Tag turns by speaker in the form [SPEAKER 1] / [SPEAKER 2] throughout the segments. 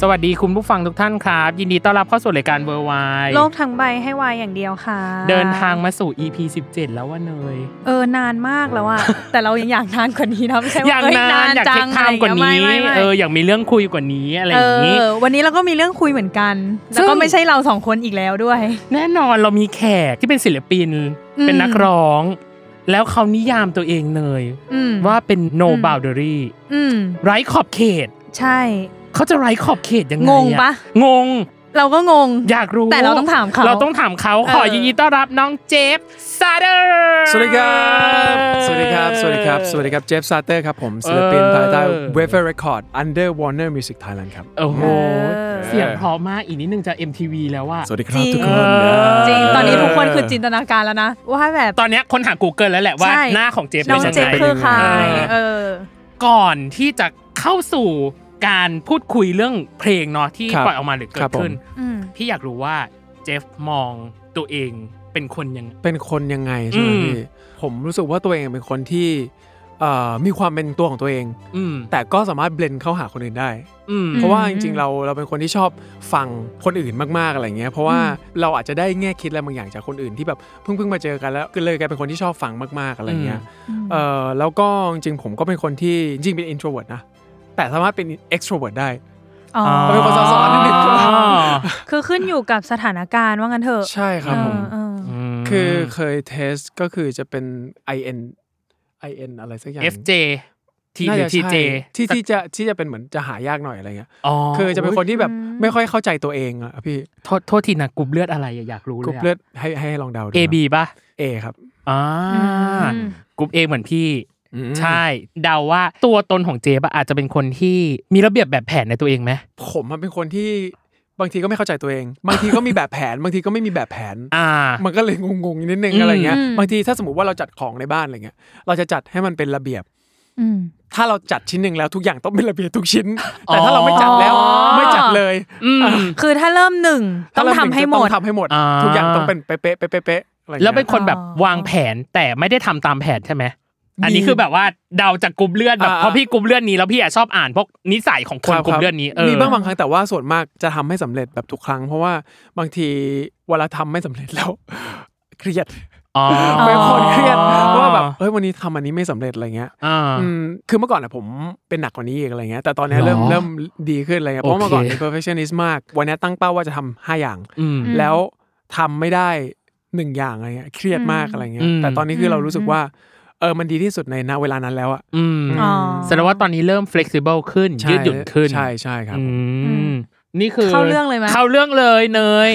[SPEAKER 1] สวัสดีคุณผู้ฟังทุกท่านครับ ยินดีต้อนรับเข้าสู่รายการเวอร์ไว
[SPEAKER 2] โลกทั้งใบให้วายอย่างเดียวค่ะ
[SPEAKER 1] เดินทางมาสู่ EP 17 แล้วว่าเนย
[SPEAKER 2] เออนานมากแล้วอะ แต่เรายังอยากนานกว่านี้นะไม่ใช่ว่าย
[SPEAKER 1] อาก
[SPEAKER 2] เอ้ย
[SPEAKER 1] นานอยาก
[SPEAKER 2] จั
[SPEAKER 1] เท
[SPEAKER 2] ง
[SPEAKER 1] คไทม์กว่า
[SPEAKER 2] ะไร
[SPEAKER 1] นี้
[SPEAKER 2] ย่งเงี้ยไม่ไม่ไม่
[SPEAKER 1] เอออยากมีเรื่องคุยกว่านี้อะไร
[SPEAKER 2] เอ
[SPEAKER 1] อย่างนี้
[SPEAKER 2] อวันนี้เราก็มีเรื่องคุยเหมือนกัน
[SPEAKER 1] ซึ่
[SPEAKER 2] แล้ว
[SPEAKER 1] ง
[SPEAKER 2] ก็ไม่ใช่เราสองคนอีกแล้วด้วย
[SPEAKER 1] แน่นอนเรามีแขกที่เป็นศิลปิน
[SPEAKER 2] อืม
[SPEAKER 1] เป็นนักร้อง แล้วเขานิยามตัวเองเนย
[SPEAKER 2] อืม
[SPEAKER 1] ว่าเป็น no boundary
[SPEAKER 2] อืม
[SPEAKER 1] ไร้ขอบเขต
[SPEAKER 2] ใช่
[SPEAKER 1] เขาจะไร้ขอบเขตยังไงอง
[SPEAKER 2] งปะ
[SPEAKER 1] งง
[SPEAKER 2] เราก็งง
[SPEAKER 1] อยากรู้
[SPEAKER 2] แต่เราต้องถามเขา
[SPEAKER 1] เราต้องถามเขา
[SPEAKER 2] เออ
[SPEAKER 1] ขอยินดีต้อนรับน้องเจฟซาเดอร์
[SPEAKER 3] สวัสดีครับ สวัสดีครับ สวัสดีครับ สวัสดีครับ เจฟซาเตอร์ครับผมศิลปินภายใต้ w e v e r Record Under Warner Music Thailand ครับ
[SPEAKER 1] โอ้โห
[SPEAKER 2] เออ
[SPEAKER 1] เสียงเพราะมากอีกนิดนึงจะ MTV แล้วว่า
[SPEAKER 3] สวัสดีครับทุกค
[SPEAKER 1] เอน อ
[SPEAKER 2] จริงตอนนี้ทุกคนคือจินตนาการแล้วนะว่าแบบ
[SPEAKER 1] ตอนเนี้ยคนหา Google แล้วแหละว่า
[SPEAKER 2] ใช่
[SPEAKER 1] หน้าของเจฟ
[SPEAKER 2] น้
[SPEAKER 1] เป็
[SPEAKER 2] อน ง
[SPEAKER 1] ยัง
[SPEAKER 2] เจฟ
[SPEAKER 1] ไง
[SPEAKER 2] คือใครเออ
[SPEAKER 1] ก่อนที่จะเข้าสู่การพูดคุยเรื่องเพลงเนาะที่
[SPEAKER 3] ครับ
[SPEAKER 1] ปล่อยออกมาหรือเกิ
[SPEAKER 3] ครั
[SPEAKER 1] ด
[SPEAKER 3] บผม
[SPEAKER 1] ขึ้น
[SPEAKER 2] อืม
[SPEAKER 1] พี่อยากรู้ว่าเจฟมองตัวเองเป็นคนยังไง
[SPEAKER 3] เป็นคนยังไงใช่ไหม
[SPEAKER 1] อืม
[SPEAKER 3] พี่ ผมรู้สึกว่าตัวเองเป็นคนที่เอ่อมีความเป็นตัวของตัวเอง
[SPEAKER 1] อืม
[SPEAKER 3] แต่ก็สามารถเบลนเข้าหาคนอื่นได้
[SPEAKER 1] อืม
[SPEAKER 3] เพราะว่าจ
[SPEAKER 2] อื
[SPEAKER 3] ริง
[SPEAKER 2] ม
[SPEAKER 3] ๆเราเราเป็นคนที่ชอบฟังคนอื่นมากๆอะไรเงี้ยเพราะว่าเราอาจจะได้แง่คิดอะไรบางอย่างจากคนอื่นที่แบบเพิ่งเพิ่งมาเจอกันแล้วก็เลยกลายเป็นคนที่ชอบฟังมากๆอะไรเงี้ย
[SPEAKER 2] อืม
[SPEAKER 3] เออแล้วก็จริงๆผมก็เป็นคนที่จริงๆเป็น introvert นะแต่สามารถเป็น extrovert ได้
[SPEAKER 2] อ๋อ
[SPEAKER 3] เป็นคนซับซ้อนนิดนึง
[SPEAKER 2] คือขึ้นอยู่กับสถานการณ์ว่างั้นเถอะ
[SPEAKER 3] ใช่ครับผม
[SPEAKER 2] เออเออ
[SPEAKER 3] คือเคยเทสก็คือจะเป็น IN IN อะไรสักอย่าง
[SPEAKER 1] FJ T
[SPEAKER 3] น่า
[SPEAKER 1] หรือ
[SPEAKER 3] จะใช่
[SPEAKER 1] TJ
[SPEAKER 3] ที่ที่จะที่จะเป็นเหมือนจะหายากหน่อยอะไรเงี้ย
[SPEAKER 1] อ๋อ
[SPEAKER 3] คือจะเป็นคนที่แบบ
[SPEAKER 2] อืม
[SPEAKER 3] ไม่ค่อยเข้าใจตัวเองอะพี่
[SPEAKER 1] โทษโทษทีนะกลุ่มเลือดอะไรอะอยากรู้
[SPEAKER 3] ก
[SPEAKER 1] เล
[SPEAKER 3] รุ๊
[SPEAKER 1] ย
[SPEAKER 3] ป
[SPEAKER 1] อะ
[SPEAKER 3] เลือดให้ให้ลองเดาดู
[SPEAKER 1] A B ป่ะ
[SPEAKER 3] เอครับ
[SPEAKER 1] อ่า
[SPEAKER 2] อืม
[SPEAKER 1] กลุ่ม A เหมือนพี่
[SPEAKER 3] อืม
[SPEAKER 1] ใช่ เดาว่าตัวตนของเจฟอะอาจจะเป็นคนที่มีระเบียบแบบแผนในตัวเองไหม
[SPEAKER 3] ผมมันเป็นคนที่บางทีก็ไม่เข้าใจตัวเอง บางทีก็มีแบบแผน บางทีก็ไม่มีแบบแผน
[SPEAKER 1] อ่า
[SPEAKER 3] มันก็เลยงงๆนิดนึงอะไรเงี้ย
[SPEAKER 2] อืม
[SPEAKER 3] บางทีถ้าสมมติว่าเราจัดของในบ้านอะไรเงี้ยเราจะจัดให้มันเป็นระเบียบ
[SPEAKER 2] อืม
[SPEAKER 3] ถ้าเราจัดชิ้นหนึ่งแล้วทุกอย่างต้องเป็นระเบียบทุกชิ้น
[SPEAKER 1] อ๋อ
[SPEAKER 3] แต่ถ้าเราไม่จัดแล้วไม่จัดเลย
[SPEAKER 1] อืม
[SPEAKER 2] คือถ้าเริ่มหนึ่งต้องทำให้หม
[SPEAKER 3] ต้อ
[SPEAKER 2] ด
[SPEAKER 3] งทำให้หมด
[SPEAKER 1] อ่า
[SPEAKER 3] ทุกอย่างต้องเป็นเป๊ะๆเป๊ะๆเป๊ะๆอะไรอย่าง
[SPEAKER 1] แล้ว
[SPEAKER 3] เงี้ย
[SPEAKER 1] เป็นคนแบบ
[SPEAKER 2] อ๋อ
[SPEAKER 1] วางแผนแต่ไม่ได้ทำตามแผนใช่ไหม อันนี้
[SPEAKER 3] มี
[SPEAKER 1] คือแบบว่าเดาจากกลุ่มเลือดแบบ
[SPEAKER 3] อ่า
[SPEAKER 1] เพราะพี่กลุ่มเลือดนี้แล้วพี่อะชอบอ่านพวกนิสัยของคน
[SPEAKER 3] รับ
[SPEAKER 1] กลุ่มเลือดนี้เออ
[SPEAKER 3] มีบ้างบางครั้งแต่ว่าส่วนมากจะทำให้สำเร็จแบบทุกครั้ง เพราะว่าบางทีเวลาทำไม่สำเร็จแล้ว เครียด
[SPEAKER 1] อ๋อ
[SPEAKER 3] เป็นคนเครียดว่าแบบเฮ้ยวันนี้ทำอันนี้ไม่สำเร็จอะไรเงี้ย
[SPEAKER 1] อ่า
[SPEAKER 3] อืมคือเมื่อก่อนอะผมเป็นหนักกว่านี้อีกอะไรเงี้ยแต่ตอนเนี้ยเริ่ม
[SPEAKER 1] หรอ
[SPEAKER 3] เริ่มดีขึ้นอะไรเงี้ยเพ
[SPEAKER 1] โอเค
[SPEAKER 3] ราะเมื่อก่อนเป็น perfectionist มากวันเนี้ยตั้งเป้าว่าจะทำห้าอย่าง
[SPEAKER 1] อืม
[SPEAKER 3] แล้วทำไม่ได้หนึ่งอย่างอะไรเงี้ยเครียดมากอะไรเงี้
[SPEAKER 1] อื
[SPEAKER 3] ย
[SPEAKER 1] ม
[SPEAKER 3] แต่ตอนนี้คือเรารู้สึก
[SPEAKER 2] อืม
[SPEAKER 3] ว่าเออมันดีที่สุดในณเวลานั้นแล้วอะ
[SPEAKER 1] อืม
[SPEAKER 2] อ๋อ
[SPEAKER 1] แสดงว่าตอนนี้เริ่ม flexible ขึ้น
[SPEAKER 3] ใช่
[SPEAKER 1] ยืดหยุ่นขึ้น
[SPEAKER 3] ใช่ใช่ครับ
[SPEAKER 1] อื
[SPEAKER 2] อื
[SPEAKER 1] ม
[SPEAKER 2] ม
[SPEAKER 1] นี่คือ
[SPEAKER 2] เข้าเรื่องเลยไหม
[SPEAKER 1] เข้าเรื่องเลยเน ย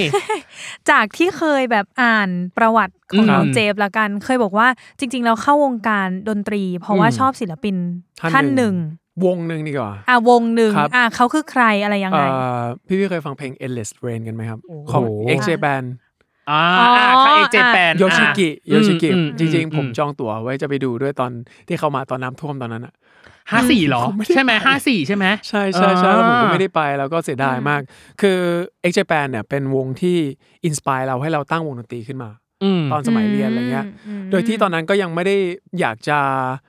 [SPEAKER 2] จากที่เคยแบบอ่านประวัติของ
[SPEAKER 1] อืม
[SPEAKER 2] น้องเจฟละกัน เคยบอกว่าจริง ๆ เราเข้าวงการดนตรี เพราะว่า
[SPEAKER 1] อืม
[SPEAKER 2] ชอบศิลปินท่านหนึ่ง
[SPEAKER 3] วงหนึ่งดีกว่า
[SPEAKER 2] อ่ะวงหนึ่ง
[SPEAKER 3] ครับ
[SPEAKER 2] อ่ะเขาคือใครอะไรยัง
[SPEAKER 3] เอ่
[SPEAKER 2] ไง
[SPEAKER 3] อพี่พี่เคยฟังเพลง Endless Rain กันไหมครับ ของ x j b a n
[SPEAKER 1] อ่า
[SPEAKER 2] อ๋ออ่
[SPEAKER 1] พระเอกเจแปน
[SPEAKER 3] โยชิกิ
[SPEAKER 1] อ่ะ
[SPEAKER 3] โยชิกิ
[SPEAKER 1] อื
[SPEAKER 3] จริง
[SPEAKER 1] อื
[SPEAKER 3] ๆ ผมจองตั๋วไว้จะไปดูด้วยตอนที่เข้ามาตอนน้ำท่วมตอนนั้นอ่ะ
[SPEAKER 1] ห้าสี่เหรอ ใช่ไหมห้าสี่ใช่ไหม
[SPEAKER 3] ใช่ใช่ใช่
[SPEAKER 1] อ่า
[SPEAKER 3] แล้วผมก็ไม่ได้ไปแล้วก็เสียดายมาก คือ x j b a n เนี่ยเป็นวงที่อินสปายเราให้เราตั้งวงดนตรีขึ้นมา
[SPEAKER 1] อืม
[SPEAKER 3] ตอนสมัยเรียนอะไรเงี้ย
[SPEAKER 2] อืม
[SPEAKER 3] โดยที่ตอนนั้นก็ยังไม่ได้อยากจะ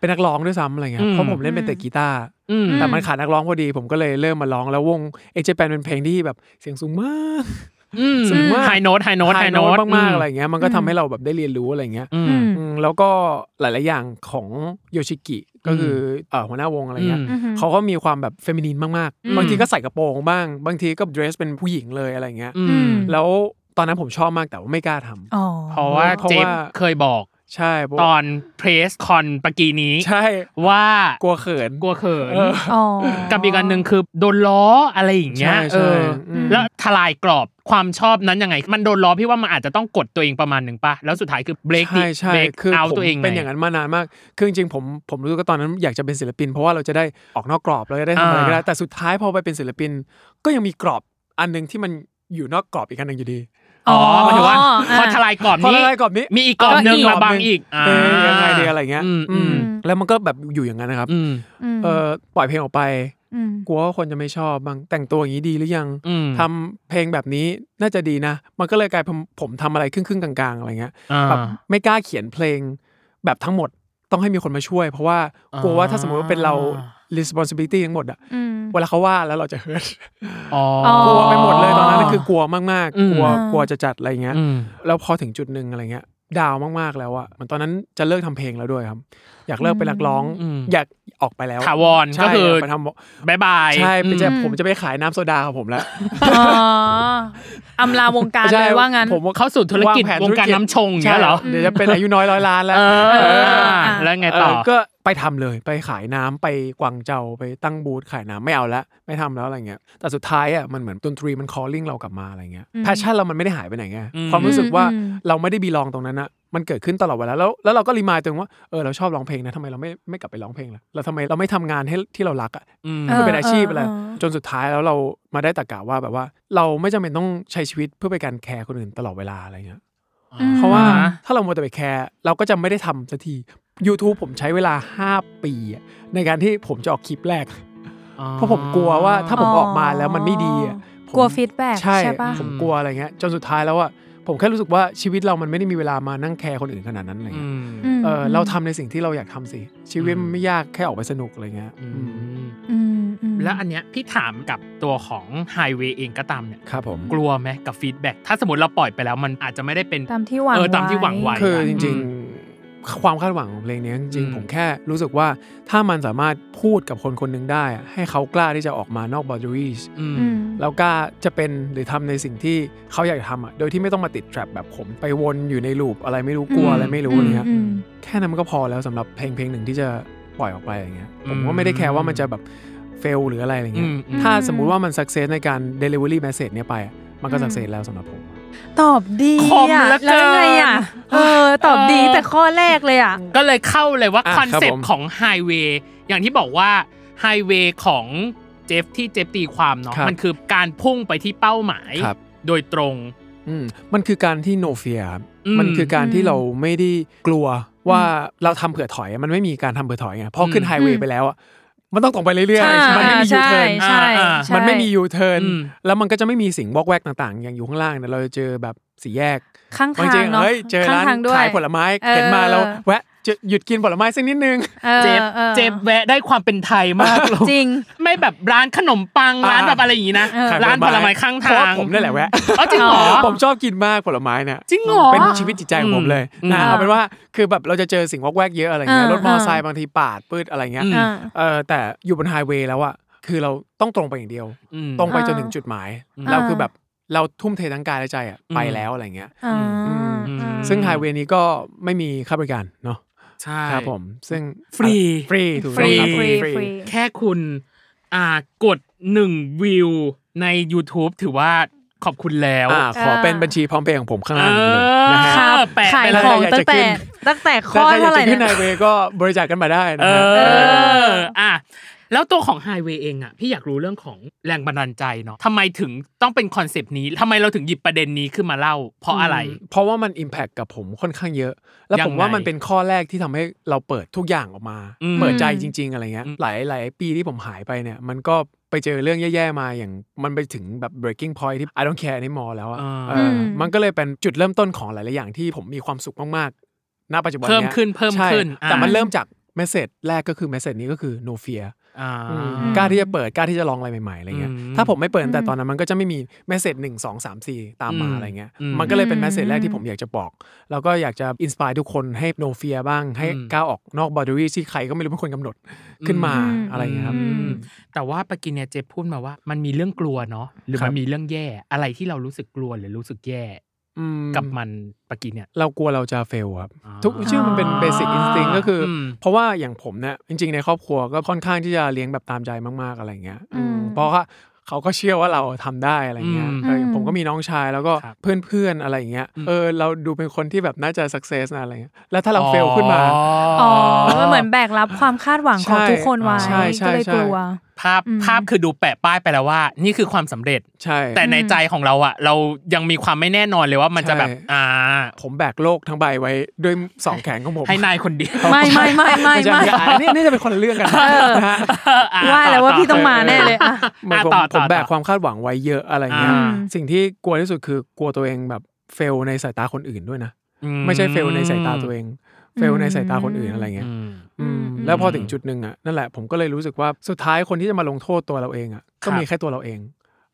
[SPEAKER 3] เป็นนักร้องด้วยซ้ำอะไรเงี้
[SPEAKER 1] อื
[SPEAKER 3] ย
[SPEAKER 1] ม
[SPEAKER 3] เพราะผมเล่นเป็นแต่กีตาร์
[SPEAKER 1] อืม
[SPEAKER 3] แต่มันขาดนักร้องพอดี ผมก็เลยเริ่มมาร้องแล้ววงเอเจแปนเป็นเพลงที่แบบเสียงสูงมาก
[SPEAKER 1] อืม
[SPEAKER 3] สูงมาก
[SPEAKER 1] ไฮโน้ตไฮโน้ตไฮ
[SPEAKER 3] high
[SPEAKER 1] โน้
[SPEAKER 3] note
[SPEAKER 1] ต
[SPEAKER 3] มากๆอะไรเงี้ยมันก็ทำให้เราแบบได้เรียนรู้อะไรเงี้ย
[SPEAKER 1] อื
[SPEAKER 2] อื
[SPEAKER 1] ม
[SPEAKER 2] ม
[SPEAKER 3] อืมแล้วก็หลาย ๆ อย่างของโยชิกิก็คือเอ่อหัวหน้าวงอะไรเงี้ย
[SPEAKER 1] อืม
[SPEAKER 2] อืม
[SPEAKER 3] เขาก็มีความแบบเฟมินีนมาก
[SPEAKER 2] อืม
[SPEAKER 3] ๆ บางทีก็ใส่กระโปรงบ้าง บางทีก็เดรสเป็นผู้หญิงเลยอะไรเงี้ย
[SPEAKER 1] อื
[SPEAKER 2] อื
[SPEAKER 1] ม
[SPEAKER 2] ม
[SPEAKER 3] แล้วตอนนั้นผมชอบมากแต่ว่าไม่กล้าทำ
[SPEAKER 2] อ๋อ
[SPEAKER 1] เพราะว่า
[SPEAKER 3] เพราะ
[SPEAKER 1] เจฟ
[SPEAKER 3] ว่า
[SPEAKER 1] เคยบอก
[SPEAKER 3] ใช่เพราะ
[SPEAKER 1] ตอนเพรสคอนปากีนี้
[SPEAKER 3] ใช่
[SPEAKER 1] ว่าก
[SPEAKER 3] ลัวเขิน
[SPEAKER 1] กลัวเขิน
[SPEAKER 3] เออ
[SPEAKER 2] อ๋อ
[SPEAKER 1] กับอีกอันหนึ่งคือโดนล้ออะไรอย่างเงี้ย
[SPEAKER 3] ใช่
[SPEAKER 1] เอ
[SPEAKER 3] ใช่
[SPEAKER 1] อ
[SPEAKER 3] อืม
[SPEAKER 1] แล้วทลายกรอบความชอบนั้นยังไง มันโดนล้อพี่ว่ามันอาจจะต้องกดตัวเองประมาณหนึ่งปะแล้วสุดท้ายคือ break ดิ
[SPEAKER 3] ใช่ใช่
[SPEAKER 1] break
[SPEAKER 3] คือ
[SPEAKER 1] เอา
[SPEAKER 3] ผม
[SPEAKER 1] ตัวเองไ
[SPEAKER 3] เป็นอย่างนั้นมานานมาก คือจริงๆผมผมรู้สึกว่าตอนนั้นอยากจะเป็นศิลปิน เพราะว่าเราจะได้ออกนอกกรอบเราจะได้ทำอะไร
[SPEAKER 1] อ่า
[SPEAKER 3] ก็ได้แต่สุดท้ายพอไปเป็นศิลปิน ก็ยังมีกรอบอันหนึงที่มันอยู่นอกกรอบอีกอันหนึ่งอยู่ดี
[SPEAKER 1] อ๋อหมายถึงว่า
[SPEAKER 2] อ๋อ
[SPEAKER 1] พอทลายกรอบ
[SPEAKER 3] พอ
[SPEAKER 1] นี้
[SPEAKER 3] ละลายกรอบนี้
[SPEAKER 1] มีอีกกรอบหนึ่งมาบังอีก
[SPEAKER 3] เออยังไงดี
[SPEAKER 1] อ่า
[SPEAKER 3] อะไรเงี้ย
[SPEAKER 1] อืม
[SPEAKER 3] อืม
[SPEAKER 1] อืม
[SPEAKER 3] แล้วมันก็แบบอยู่อย่างนั้นนะครับ
[SPEAKER 1] อืม
[SPEAKER 2] ม
[SPEAKER 3] เออปล่อยเพลงออกไป
[SPEAKER 2] ม
[SPEAKER 3] กลัวว่าคนจะไม่ชอบบ้างแต่งตัวอย่างนี้ดีหรือยัง
[SPEAKER 1] อืม
[SPEAKER 3] ทำเพลงแบบนี้น่าจะดีนะ มันก็เลยกลายเป็นผมทำอะไรครึ่งๆกลางๆอะไรเงี้ย
[SPEAKER 1] อ่า
[SPEAKER 3] แบบไม่กล้าเขียนเพลงแบบทั้งหมดต้องให้มีคนมาช่วย เพราะว่ากลัวว่าถ้าสมมติว่าเป็นเรา responsibility ทั้งหมดอะ
[SPEAKER 2] อืม
[SPEAKER 3] เวลาเขาว่าแล้วเราจะ hurt
[SPEAKER 1] อ๋อ
[SPEAKER 3] กลัวไปหมดเลยตอนนั้นคือกลัวมาก
[SPEAKER 1] อืม
[SPEAKER 3] ๆ กลัว
[SPEAKER 2] อ่าก ก
[SPEAKER 3] ลัวจะจัดอะไรเงี้ย
[SPEAKER 1] ม
[SPEAKER 3] แล้วพอถึงจุดหนึ่งอะไรเงี้ยดาวมากๆแล้วอะเหมือนตอนนั้นจะเลิกทำเพลงแล้วด้วยครับ อยากเลิกเป็นนักร้อง
[SPEAKER 1] อืม
[SPEAKER 3] อยากออกไปแล้ว
[SPEAKER 1] ถาวร
[SPEAKER 3] ใช่
[SPEAKER 1] ก็คือย
[SPEAKER 3] าไปท
[SPEAKER 1] บายบาย
[SPEAKER 3] ำใช่ไปจะ
[SPEAKER 1] อืม
[SPEAKER 3] ผมจะไปขายน้ำโซดาของผมแล้ว
[SPEAKER 2] อ๋ออำลาวงการ
[SPEAKER 3] ใช่
[SPEAKER 2] เลยว่างั้น
[SPEAKER 3] ผม
[SPEAKER 1] เข้าสู่ธุรกิจ
[SPEAKER 3] งแผน
[SPEAKER 1] วงการน้ำชงอย่างเงี้ยเหรอ
[SPEAKER 3] ใช่เดี๋ยวจะเป็นอายุน้อยร้อยล้านแล้ว
[SPEAKER 1] เออ
[SPEAKER 3] เออ
[SPEAKER 1] แล้วไงต่อ
[SPEAKER 3] เก็ไปทำเลยไปขายน้ำไปกวางเจาไปตั้งบูธขายน้ำไม่เอาละไม่ทำแล้วอะไรเงี้ยแต่สุดท้ายอ่ะมันเหมือนดนตรีมัน calling เรากลับมาอะไรเงี้ย
[SPEAKER 2] อืม
[SPEAKER 3] แพชชั่นเรามันไม่ได้หายไปไหนไง
[SPEAKER 1] อืม
[SPEAKER 3] ความรู้สึกว่า
[SPEAKER 2] อืม
[SPEAKER 3] เราไม่ได้บีลองตรงนั้นนะมันเกิดขึ้นตลอดเวลาแล้วแล้วเราก็รีมายตัวเองว่าเออเราชอบร้องเพลงนะทำไมเราไม่ไม่กลับไปร้องเพลงล่ะเราทำไมเราไม่ทำงานให้ที่เรารักอ่ะ
[SPEAKER 1] อืม
[SPEAKER 2] เอ
[SPEAKER 3] มัน
[SPEAKER 2] อ
[SPEAKER 3] เป็นอาชีพอะไร
[SPEAKER 2] เเออ
[SPEAKER 3] จนสุดท้ายแล้วเรามาได้ตะกาว่าแบบว่า เราไม่จำเป็นต้องใช้ชีวิตเพื่อไปการแคร์คนอื่นตลอดเวลาอะไรเงี้ย
[SPEAKER 2] อืม
[SPEAKER 3] เพราะว่าถ้าเรามัวแต่ไปแคร์เราก็จะไม่ได้ทำสักที YouTube ผมใช้เวลา 5 ปีอะในการที่ผมจะออกคลิปแรก เพราะผมกลัวว่าถ้าผมออกมาแล้วมันไม่ดีอะผม
[SPEAKER 2] กลัวฟีดแบ็ก
[SPEAKER 3] ใช่
[SPEAKER 2] ใช่ปะ
[SPEAKER 3] ผมกลัวอะไรเงี้ย จนสุดท้ายแล้วอะผมแค่รู้สึกว่าชีวิตเรามันไม่ได้มีเวลามานั่งแคร์คนอื่นขนาดนั้นอะไร
[SPEAKER 1] อื
[SPEAKER 3] เงี้ย
[SPEAKER 1] ม
[SPEAKER 3] เออเราทำในสิ่งที่เราอยากทำสิ ชีวิตมันไม่ยากแค่ออกไปสนุกอะไรเงี้ย
[SPEAKER 1] อื
[SPEAKER 3] อืม
[SPEAKER 1] ม
[SPEAKER 2] อืมอืม
[SPEAKER 1] แล้วอันเนี้ยพี่ถามกับตัวของไฮเวย์เองก็ตามเนี่ย
[SPEAKER 3] ครับผม
[SPEAKER 1] กลัวไหมกับฟีดแบ็กถ้าสมมติเราปล่อยไปแล้วมันอาจจะไม่ได้เป็น
[SPEAKER 2] ตามที่หวัง
[SPEAKER 1] เออตามที่หวังไว้
[SPEAKER 3] คือจ
[SPEAKER 1] อื
[SPEAKER 3] ริง
[SPEAKER 1] ม
[SPEAKER 3] ๆ ความคาดหวังของเพลงเนี้ยจริง
[SPEAKER 1] อืม
[SPEAKER 3] ๆ ผมแค่รู้สึกว่าถ้ามันสามารถพูดกับคนคนหนึ่งได้อะให้เขากล้าที่จะออกมานอก boundaries
[SPEAKER 1] อืม
[SPEAKER 2] อืม
[SPEAKER 3] แล้วกล้าจะเป็นหรือทำในสิ่งที่เขาอยากทำอะโดยที่ไม่ต้องมาติด trap แบบผมไปวนอยู่ในลูปอะไรไม่รู้กลัวอะไรไม่รู้อะไรเงี้ย
[SPEAKER 2] อืม
[SPEAKER 3] แค่นั้นมันก็พอแล้วสำหรับเพลงเพลงหนึ่งที่จะปล่อยออกไปอย่างเงี้ยผม
[SPEAKER 1] อื
[SPEAKER 3] ก็
[SPEAKER 1] ม
[SPEAKER 3] ไม่ได้แคร์ว่ามันจะแบบเฟลหรืออะไรอย่างเงี้ย
[SPEAKER 1] อืมอืม
[SPEAKER 3] ถ้าสมมุติว่ามันสักเซสในการ delivery message เนี่ยไปอะมันก็สักเซสแล้วสำหรับผม
[SPEAKER 2] ตอบดี
[SPEAKER 1] คม
[SPEAKER 2] อะ
[SPEAKER 1] เหลือเกิน
[SPEAKER 2] แล้วยังไงอ่ะ เออ ตอบดีแต่ข้อแรกเลยอ่ะ
[SPEAKER 1] ก็เลยเข้าเลยว่า
[SPEAKER 3] อ่ะ
[SPEAKER 1] คอนเซป
[SPEAKER 3] ครับผม
[SPEAKER 1] ต์ของไฮเวย์อย่างที่บอกว่าไฮเวย์ของเจฟที่เจฟตีความเนาะ
[SPEAKER 3] ครับ
[SPEAKER 1] มันคือการพุ่งไปที่เป้าหมาย
[SPEAKER 3] ครับ
[SPEAKER 1] โดยตรง
[SPEAKER 3] อืมมันคือการที่ no fear ครับ
[SPEAKER 1] อืม
[SPEAKER 3] มันคือการที่
[SPEAKER 2] อืม
[SPEAKER 3] เราไม่ได้กลัวว่าเราทำเผื่อถอยอะมันไม่มีการทำเผื่อถอยไงพอขึ้น
[SPEAKER 1] อืม
[SPEAKER 3] ไฮเว
[SPEAKER 2] อื
[SPEAKER 3] ย์
[SPEAKER 2] ม
[SPEAKER 3] ไปแล้วอะมันต้องตรงไปเรื่อย
[SPEAKER 2] ใช่
[SPEAKER 3] ๆมันไม่มียู
[SPEAKER 2] ใช่
[SPEAKER 3] เทิร์น
[SPEAKER 2] ใช่
[SPEAKER 1] อ่า
[SPEAKER 2] ใช่
[SPEAKER 3] มันไม่มียูเทิร์น
[SPEAKER 1] อืม
[SPEAKER 3] แล้วมันก็จะไม่มีสิ่งวอกแวกต่างๆ อย่างอยู่ข้างล่างเนี่ยเราจะเจอแบบสี่แยก
[SPEAKER 2] ข้าง
[SPEAKER 3] บา
[SPEAKER 2] ทา
[SPEAKER 3] ง
[SPEAKER 2] ง
[SPEAKER 3] ที
[SPEAKER 2] เนาะ
[SPEAKER 3] เฮ้ยเจอ
[SPEAKER 2] ข้าง
[SPEAKER 3] ร้าน
[SPEAKER 2] ทางด้วย
[SPEAKER 3] ขายผลไม้
[SPEAKER 2] เออ
[SPEAKER 3] เห็นมาแล้วแวะจะหยุดกินผลไม้สักนิดนึง
[SPEAKER 2] ออ
[SPEAKER 1] เจฟ
[SPEAKER 2] ออ
[SPEAKER 1] เจฟแวะได้ความเป็นไทยมากเลย
[SPEAKER 2] จริง
[SPEAKER 1] ไม่แบบร้านขนมปัง
[SPEAKER 3] อ่า
[SPEAKER 1] ร้านแบบอะไรอย่างนี้นะ
[SPEAKER 2] เออ
[SPEAKER 3] ขย
[SPEAKER 1] ร้านผลไม้ข้าง
[SPEAKER 3] เพระ
[SPEAKER 1] ทา
[SPEAKER 3] ว่
[SPEAKER 1] ง
[SPEAKER 3] ผมนั่นแหละแวะ
[SPEAKER 1] อ๋อจริงเหรอ
[SPEAKER 3] ผมชอบกินมากผลไม้เนี่ย
[SPEAKER 1] จริงเหรอ
[SPEAKER 3] เป็นชีวิตจิตใจของผมเลย
[SPEAKER 1] อืม
[SPEAKER 3] นะ
[SPEAKER 1] อืม
[SPEAKER 3] เอาเป็นว่าคือแบบเราจะเจอสิ่งวอกแวกเยอะอะไรเงี้
[SPEAKER 2] เอ
[SPEAKER 3] ย
[SPEAKER 2] อ
[SPEAKER 3] รถมอเตอร์ไซ
[SPEAKER 2] เอ
[SPEAKER 3] ค์
[SPEAKER 2] อ
[SPEAKER 3] บางทีปาดปืดอะไรเงี้ย
[SPEAKER 1] อืม
[SPEAKER 2] อ่า
[SPEAKER 3] เออแต่อยู่บนไฮเวย์แล้วอะคือเราต้องตรงไปอย่างเดียว
[SPEAKER 1] อืม
[SPEAKER 3] ตรงไป
[SPEAKER 2] เออ
[SPEAKER 3] จนถึงจุดหมาย
[SPEAKER 1] อืม
[SPEAKER 3] เราคือแบบเราทุ่มเททั้งกายและใจอะ
[SPEAKER 1] อืม
[SPEAKER 3] ไปแล้วอะไรเงี้ย
[SPEAKER 2] อ่า
[SPEAKER 3] อืม
[SPEAKER 2] อ่า
[SPEAKER 3] ซึ่งไฮเวย์นี้ก็ไม่มีค่าบริการเนาะ
[SPEAKER 1] ใช่
[SPEAKER 3] ครับผมซึ่ง
[SPEAKER 1] ฟรี
[SPEAKER 3] ฟรีถูก
[SPEAKER 2] ฟ
[SPEAKER 3] ต้อง
[SPEAKER 2] รี
[SPEAKER 3] ครับ
[SPEAKER 2] ฟรี
[SPEAKER 3] ฟรี
[SPEAKER 2] ฟรี
[SPEAKER 1] แค่คุณอ่ากดหนึ่งวิวใน YouTube ถือว่าขอบคุณแล้ว
[SPEAKER 3] อ่าขอเป็นบัญชีพร้อมเพย์ของผมข้างล่างเลยนะ
[SPEAKER 1] เออ
[SPEAKER 3] ฮะ
[SPEAKER 2] ครับ
[SPEAKER 1] แปะ
[SPEAKER 2] ขาย
[SPEAKER 1] ไปเลย
[SPEAKER 2] ของ
[SPEAKER 3] อยากจะ
[SPEAKER 2] ตั้งแต่
[SPEAKER 3] ขึ้น
[SPEAKER 2] ตั้งแต่ข้
[SPEAKER 3] ถ้า
[SPEAKER 2] อ
[SPEAKER 3] ใครอยา
[SPEAKER 2] เท่ากไหร่
[SPEAKER 3] จะขึ้นไฮ
[SPEAKER 2] นะ
[SPEAKER 3] เวย์ก็บริจาคกันมาได้นะ
[SPEAKER 1] เอ
[SPEAKER 3] ฮะ
[SPEAKER 1] ออ่ะแล้วตัวของ Highway เองอ่ะพี่อยากรู้เรื่องของแรงบันดาลใจเนาะทำไมถึงต้องเป็นคอนเซปต์นี้ทำไมเราถึงหยิบประเด็นนี้ขึ้นมาเล่า เพราะอะไร
[SPEAKER 3] เพราะว่ามัน Impact กับผมค่อนข้างเยอะ แล้ว
[SPEAKER 1] ยัง
[SPEAKER 3] ผมว่า
[SPEAKER 1] ไง
[SPEAKER 3] มันเป็นข้อแรกที่ทำให้เราเปิดทุกอย่างออกมา
[SPEAKER 1] อืม
[SPEAKER 3] เปิดใจจริง ๆ อะไรเงี้ย
[SPEAKER 1] อืม
[SPEAKER 3] หลายหลายปีที่ผมหายไปเนี่ย มันก็ ไปเจอเรื่องแย่ๆมาอย่างมันไปถึงแบบ breaking point ที่ I don't care anymore แล้วอะ
[SPEAKER 1] อ่า
[SPEAKER 3] เอออ
[SPEAKER 2] ม
[SPEAKER 3] มันก็เลยเป็นจุดเริ่มต้นของหลายๆอย่างที่ผมมีความสุขมากๆณปัจจุบัน
[SPEAKER 1] เพิ่ม
[SPEAKER 3] นี้ย
[SPEAKER 1] ขึ้นเพิ่ม
[SPEAKER 3] ใช่
[SPEAKER 1] ขึ้นอ่า
[SPEAKER 3] แต่มันเริ่มจากเมสเซจแรกก็คือเมสเซจนี้ก็คือ no fear
[SPEAKER 1] อ่า
[SPEAKER 3] อืมกล้าที่จะเปิดกล้าที่จะลองอะไรใหม่ๆอะไรเงี้ย
[SPEAKER 1] อืม
[SPEAKER 3] ถ้าผมไม่เปิดตั้งแต่ตอนนั้นมันก็จะไม่มีเมสเซจหนึ่งสองสามสี่ตามมา
[SPEAKER 1] อืม
[SPEAKER 3] อะไรเงี้ย
[SPEAKER 1] อืม
[SPEAKER 3] มันก็เลยเป็น
[SPEAKER 2] อืม
[SPEAKER 3] เมสเซจแรกที่ผมอยากจะบอกแล้วก็อยากจะอินสปายทุกคนให้โนเฟียบ้างให้
[SPEAKER 1] อืม
[SPEAKER 3] ก้าวออกนอกบอดี้ที่ใครก็ไม่รู้เป็นคนกำหนดขึ้นมา
[SPEAKER 2] อืม
[SPEAKER 3] อะไรเงี้ยครับ
[SPEAKER 1] อืม แต่ว่าปากินเนี่ยเจพูดมาว่า มันมีเรื่องกลัวเนาะหรือ
[SPEAKER 3] ครั
[SPEAKER 1] มั
[SPEAKER 3] บ
[SPEAKER 1] นมีเรื่องแย่อะไรที่เรารู้สึกกลัวหรือรู้สึกแย่
[SPEAKER 3] อืม
[SPEAKER 1] กับมันปากินเนี่ย
[SPEAKER 3] เรากลัวเราจะเฟลครับ
[SPEAKER 1] อ่า
[SPEAKER 3] ทุกชื่อมันเป็นเบสิกอินสติ้งก็คืออ
[SPEAKER 1] ม
[SPEAKER 3] เพราะว่าอย่างผมเนี่ยจริง ๆ ในครอบครัวก็ค่อนข้างที่จะเลี้ยงแบบตามใจมากๆอะไรเงี้ย
[SPEAKER 2] อืม
[SPEAKER 3] เพราะว่าเขาก็เชื่อว่าเราทำได้อะไรเงี้ย
[SPEAKER 1] อืม
[SPEAKER 3] เอออย่างผมก็มีน้องชายแล้วก็
[SPEAKER 1] ครับ
[SPEAKER 3] เพื่อนๆอะไรอย่างเงี้ย
[SPEAKER 1] อืม
[SPEAKER 3] เออเราดูเป็นคนที่แบบน่าจะสักเซสนะอะไรเงี้ย แล้วถ้าเราเฟลขึ้นมา
[SPEAKER 2] อ๋อมันเหมือนแบกรับความคาดหวังของ
[SPEAKER 3] ใช่
[SPEAKER 2] ทุกคนไว้
[SPEAKER 3] ใช่ใช่
[SPEAKER 2] ก็เลย
[SPEAKER 3] ใช่
[SPEAKER 2] กลัว
[SPEAKER 1] ภาพ
[SPEAKER 2] อืม
[SPEAKER 1] ภาพคือดูแปะป้ายไปแล้วว่า นี่คือความสำเร็จ
[SPEAKER 3] ใช่
[SPEAKER 1] แต่ในใจของเราอะเรายังมีความไม่แน่นอนเลยว่ามันจะแบบอ่า
[SPEAKER 3] ผมแบกโลกทั้งใบไว้ด้วยสองแขนของผม
[SPEAKER 1] ให้นายคนเดียว
[SPEAKER 2] ไม่ไม่ไม่ไม่
[SPEAKER 3] ไม่ใช่
[SPEAKER 2] ไม่
[SPEAKER 3] ไม่ใช่อันนี้น่าจะเป็นคนละเรื่องกันนะฮะ
[SPEAKER 1] อ่ะ
[SPEAKER 2] ว่าแล้วว่าพี่ต้องมาแน่เลยอ่ะ
[SPEAKER 3] เหมือนผม
[SPEAKER 1] ต่อ
[SPEAKER 3] ผ
[SPEAKER 1] ต่อ
[SPEAKER 3] มแบก
[SPEAKER 1] ต่อ
[SPEAKER 3] ความคาดหวังไว้เยอะอะไรเงี้ย
[SPEAKER 1] อ่า
[SPEAKER 3] สิ่งที่กลัวที่สุดคือกลัวตัวเองแบบเฟลในสายตาคนอื่นด้วยนะ
[SPEAKER 1] อื
[SPEAKER 3] ไม่ใช่เฟลในสายตาตัวเองเฟลในสายตาคนอื่นอะไรเงี้ย
[SPEAKER 1] อืม
[SPEAKER 3] อืม
[SPEAKER 2] อืม
[SPEAKER 3] แล้วพอถึ
[SPEAKER 1] อื
[SPEAKER 3] ง
[SPEAKER 1] ม
[SPEAKER 3] จุดหนึ่งอ่ะนั่นแหละผมก็เลยรู้สึกว่าสุดท้ายคนที่จะมาลงโทษตัวเราเองอ่ะก็
[SPEAKER 1] ครับ
[SPEAKER 3] มีแค่ตัวเราเอง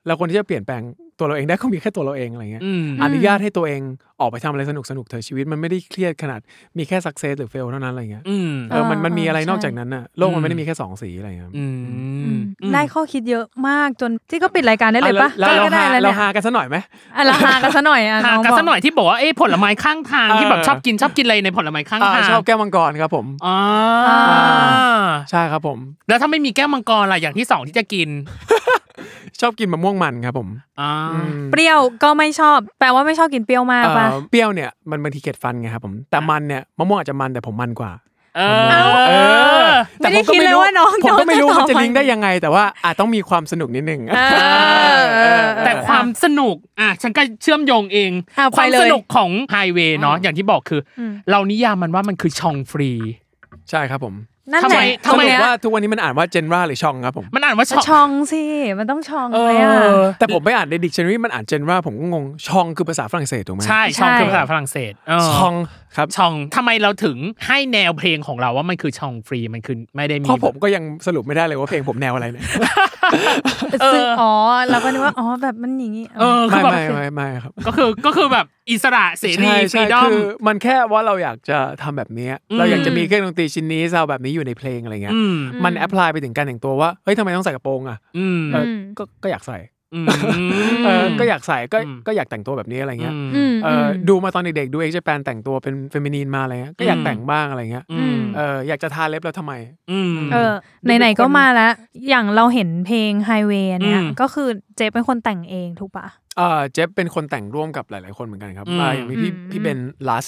[SPEAKER 3] แล้วคนที่จะเปลี่ยนแปลงตัวเราเองได้ก็มีแค่ตัวเราเองอะไรเงี้ย
[SPEAKER 1] อืม
[SPEAKER 3] อนุญาตให้ตัวเองออกไปทำอะไรสนุกสนุกๆเถอะชีวิตมันไม่ได้เครียดขนาดมีแค่สักเซสหรือเฟลเท่านั้นอะไรเงี้ย
[SPEAKER 1] อืม
[SPEAKER 3] เออมันมันมีอะไร
[SPEAKER 2] ใช่
[SPEAKER 3] นอกจากนั้นอ่ะโลก
[SPEAKER 1] อืม
[SPEAKER 3] มันไม่ได้มีแค่สองสีอะไรเงี้ย
[SPEAKER 1] อื
[SPEAKER 2] อื
[SPEAKER 1] ม
[SPEAKER 2] มได้ข้อคิดเยอะมากจนที่ก็ปิดรายการได้เลยปะ
[SPEAKER 3] เรา
[SPEAKER 2] ก็
[SPEAKER 3] เรา
[SPEAKER 2] ได้
[SPEAKER 3] หา
[SPEAKER 2] แล้ว
[SPEAKER 3] เรา
[SPEAKER 2] เนี่ย
[SPEAKER 3] หากันซะหน่อยไหม
[SPEAKER 2] อ่ะเราหากันซะหน่อยอ่ะ
[SPEAKER 1] ห่างกัน
[SPEAKER 2] บอ
[SPEAKER 1] สักหน่อยที่บอกว่าเอ้ผลไม้ข้างทาง
[SPEAKER 3] เออ
[SPEAKER 1] ที่แบบชอบกินชอบกินอะไรในผลไม้ข้าง
[SPEAKER 3] อ่า
[SPEAKER 1] ทาง
[SPEAKER 3] ชอบแก้วมังกรครับผม
[SPEAKER 1] อ่า
[SPEAKER 3] ใช่ครับผม
[SPEAKER 1] แล้วถ้าไม่มีแก้วมังกรล่ะอย่างที่สองที่จะกิน
[SPEAKER 3] ชอบกินมะม่วงมันครับผม
[SPEAKER 1] อ่า
[SPEAKER 3] อืม
[SPEAKER 2] เปรี้ยวก็ไม่ชอบแปลว่าไม่ชอบกินเปรี้ยวมากปะ
[SPEAKER 3] เอ่อเปรี้ยวเนี่ยมันบางทีเกล็ดฟันไงครับผมแต่มันเนี่ยมะม่วงอาจจะมันแต่ผมมันกว่า
[SPEAKER 1] เอ
[SPEAKER 3] มะม่วง
[SPEAKER 1] อ
[SPEAKER 3] เออแต่ผมก็
[SPEAKER 2] ไม่ได้คิด
[SPEAKER 3] ไม่
[SPEAKER 2] เลย
[SPEAKER 3] รู้
[SPEAKER 2] ว่าน้อง
[SPEAKER 3] ผมก็ไม่รู้ว่า
[SPEAKER 2] น้
[SPEAKER 3] มั
[SPEAKER 2] อนงจะ
[SPEAKER 3] จะ
[SPEAKER 2] ตอบ
[SPEAKER 3] ลิงก์ได้
[SPEAKER 2] ไป
[SPEAKER 3] ยังไง แต่ว่าอาจต้องมีความสนุกนิดนึง
[SPEAKER 2] เออเออเออ
[SPEAKER 1] แต่ความสนุก อ่ะ ฉันก็เชื่อมโยงเอง
[SPEAKER 2] อ่ะ
[SPEAKER 1] ค
[SPEAKER 2] ไป
[SPEAKER 1] วาม
[SPEAKER 2] เลย
[SPEAKER 1] สนุกของไฮเวย์เนาะ อย่างที่บอกคืออ
[SPEAKER 2] ม
[SPEAKER 1] เรานิยามมันว่ามันคือชองฟรี
[SPEAKER 3] ใช่ครับผม
[SPEAKER 2] นั่น
[SPEAKER 1] ทำ
[SPEAKER 2] แห
[SPEAKER 1] ไม
[SPEAKER 2] ละ
[SPEAKER 1] ทำไม
[SPEAKER 2] ตรงเนี้ย
[SPEAKER 3] ว่าทุกวันนี้มันอ่านว่าเจนราหรือชองครับผม
[SPEAKER 1] มันอ่านว่าช
[SPEAKER 2] จะ
[SPEAKER 1] อง
[SPEAKER 2] ชองสิมันต้องชอง
[SPEAKER 3] เอ
[SPEAKER 2] ไหมอ่ะ
[SPEAKER 3] อแต่ผมไปอ่านในดิกชันนารีมันอ่านเจนราผมก็งงชองคือภาษาฝรั่งเศสถูกไหม
[SPEAKER 1] ใช่ ช
[SPEAKER 2] ใช่
[SPEAKER 1] องคือภาษาฝรั่งเศสเ
[SPEAKER 3] ชองครับ
[SPEAKER 1] ชองทำไมเราถึงให้แนวเพลงของเราว่ามันคือชองฟรี มันคือไม่ได้มี
[SPEAKER 3] เพราะผมก็ยังสรุปไม่ได้เลยว่าเพลงผมแนวอะไรเนี่ย
[SPEAKER 2] ซึ่งอ๋อเราก็นึกว่าอ๋อแบบมันอย่างนี้
[SPEAKER 1] เออคื
[SPEAKER 3] ไม่
[SPEAKER 1] อแบบ
[SPEAKER 3] ไม่ไม่ไม่ครับ
[SPEAKER 1] ก็คือก็คือแบบอิสระเสรี
[SPEAKER 3] ใช่
[SPEAKER 1] ฟรี
[SPEAKER 3] ใช่
[SPEAKER 1] ดอม
[SPEAKER 3] คือมันแค่ว่าเราอยากจะทำแบบเนี้ย
[SPEAKER 1] อืม
[SPEAKER 3] เราอยากจะมีเครื่องดนตรีชิ้นนี้ซาวแบบนี้อยู่ในเพลงอะไรเงี้ย
[SPEAKER 1] อืม
[SPEAKER 3] มันแอพพลายไปถึงการแต่งตัวว่า เฮ้ยทำไมต้องใส่กระโปรงอ่ะ
[SPEAKER 1] อืม
[SPEAKER 3] เออก็ก็อยากใส่
[SPEAKER 1] อืม
[SPEAKER 3] เออก็อยากใส่ก็
[SPEAKER 1] อืม
[SPEAKER 3] ก็อยากแต่งตัวแบบนี้อะไรเงี้ย
[SPEAKER 1] อืม
[SPEAKER 2] ม
[SPEAKER 3] เอออดูมาตอนเด็กๆ ดูเอ็กซ์แปนแต่งตัวเป็นเฟมินีนมาอะไรเงี้ยก็อยาก
[SPEAKER 1] อืม
[SPEAKER 3] แต่งบ้างอะไรเงี้ย
[SPEAKER 1] อืม
[SPEAKER 3] เอออยากจะทาเล็บแล้วทำไม
[SPEAKER 1] อืม
[SPEAKER 2] เออไหนๆก็มาแล้ว อย่างเราเห็นเพลง Highway เนี่ย
[SPEAKER 1] อืม
[SPEAKER 2] ก็คือเจเป็นคนแต่งเองถูกปะ
[SPEAKER 3] เออเจฟเป็นคนแต่งร่วมกับหลายๆคนเหมือนกันครับ
[SPEAKER 1] อืม
[SPEAKER 3] อ่าอย่างมีพี่
[SPEAKER 2] อืม
[SPEAKER 3] พี่เบนลัส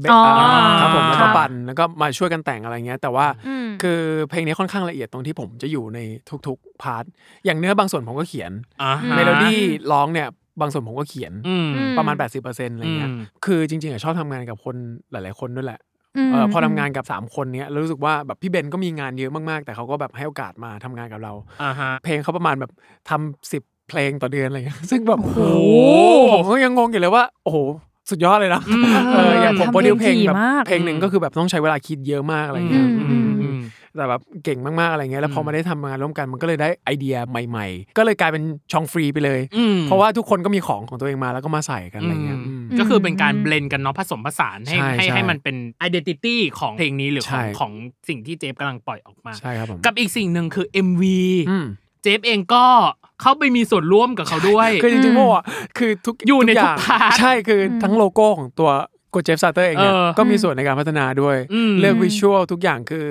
[SPEAKER 3] เบน
[SPEAKER 2] อ๋ออ่
[SPEAKER 3] าครับผมแล้วก็
[SPEAKER 1] ครับ
[SPEAKER 3] ปันแล้วก็มาช่วยกันแต่งอะไรเงี้ยแต่ว่า
[SPEAKER 2] อืม
[SPEAKER 3] คือเพลงนี้ค่อนข้างละเอียดตรงที่ผมจะอยู่ในทุกๆพาร์ทอย่างเนื้อบางส่วนผมก็เขียน
[SPEAKER 1] อ่าฮะ
[SPEAKER 3] เมโลดี้ร้องเนี่ยบางส่วนผมก็เขียน
[SPEAKER 1] อืม
[SPEAKER 2] อืม
[SPEAKER 3] ประมาณ 80%อะไรเงี้ย
[SPEAKER 1] อืม
[SPEAKER 3] คือจริงๆอะชอบทำงานกับคนหลาย ๆ คนด้วยแหละ
[SPEAKER 2] ม
[SPEAKER 3] เออพอทำงานกับ 3 คนเนี้ยแล้วรู้สึกว่าแบบพี่เบนก็มีงานเยอะมากๆ แต่เขาก็แบบให้โอกาสมาทำงานกับเรา
[SPEAKER 1] อ่าฮะ
[SPEAKER 3] เพลงเขาประมาณแบบทำสิบเพลงต่อเดือนอะไรเงี้ย ซึ่งแบบโอ้โห
[SPEAKER 1] โอ้โห
[SPEAKER 3] ผมก็ยังงงอยู่เลยว่า โอ้โห สุดยอดเลยนะ
[SPEAKER 1] อืม
[SPEAKER 3] เอออย่างผม
[SPEAKER 2] ทำ
[SPEAKER 3] โปรดิวเพลง
[SPEAKER 2] ถี่
[SPEAKER 3] แบบ
[SPEAKER 2] มาก
[SPEAKER 3] เพลงหนึ่งก็คือแบบต้องใช้เวลาคิดเยอะมากอะไรเงี้ย
[SPEAKER 2] อืม
[SPEAKER 3] อืมอืม แต่แบบเก่งมาก ๆ อะไรเงี้ย แล้วพอ
[SPEAKER 1] อืม
[SPEAKER 3] มาได้ทำงานร่วมกันมันก็เลยได้ไอเดียใหม่ ๆ ก็เลยกลายเป็นช่องฟรีไปเลย
[SPEAKER 1] อืม
[SPEAKER 3] เพราะว่าทุกคนก็มีของของตัวเองมาแล้วก็มาใส่กันอะไรเงี้ยอืม
[SPEAKER 1] ก็คือเป็นการเบลนกันเนาะผสมผสานให้
[SPEAKER 3] ใช่
[SPEAKER 1] ให้
[SPEAKER 3] ใช่
[SPEAKER 1] ให้มันเป็นไอเดนติตี้ของเพลงนี้หรือข
[SPEAKER 3] ใช่
[SPEAKER 1] องของสิ่งที่เจฟกำลังปล่อยออกมา
[SPEAKER 3] ใช่ครับผม
[SPEAKER 1] กับอีกสิ่งหนึ่งคือ MV
[SPEAKER 3] อืม
[SPEAKER 1] เจฟเองก็เข้าไปมีส่วนร่วมกับเขาด้วย
[SPEAKER 3] คือจริงๆพวกอ่ะคือทุก
[SPEAKER 1] อยู่ในทุก
[SPEAKER 3] ง
[SPEAKER 1] พาร์ท
[SPEAKER 3] ใช่คือทั้งโลโก้ของตัวโกเจฟซาเตอร์เองเนี่ย
[SPEAKER 1] เออ
[SPEAKER 3] ก็มีส่วนในการพัฒนาด้วย
[SPEAKER 1] อืม
[SPEAKER 3] เลือกวิชวลทุกอย่างคือ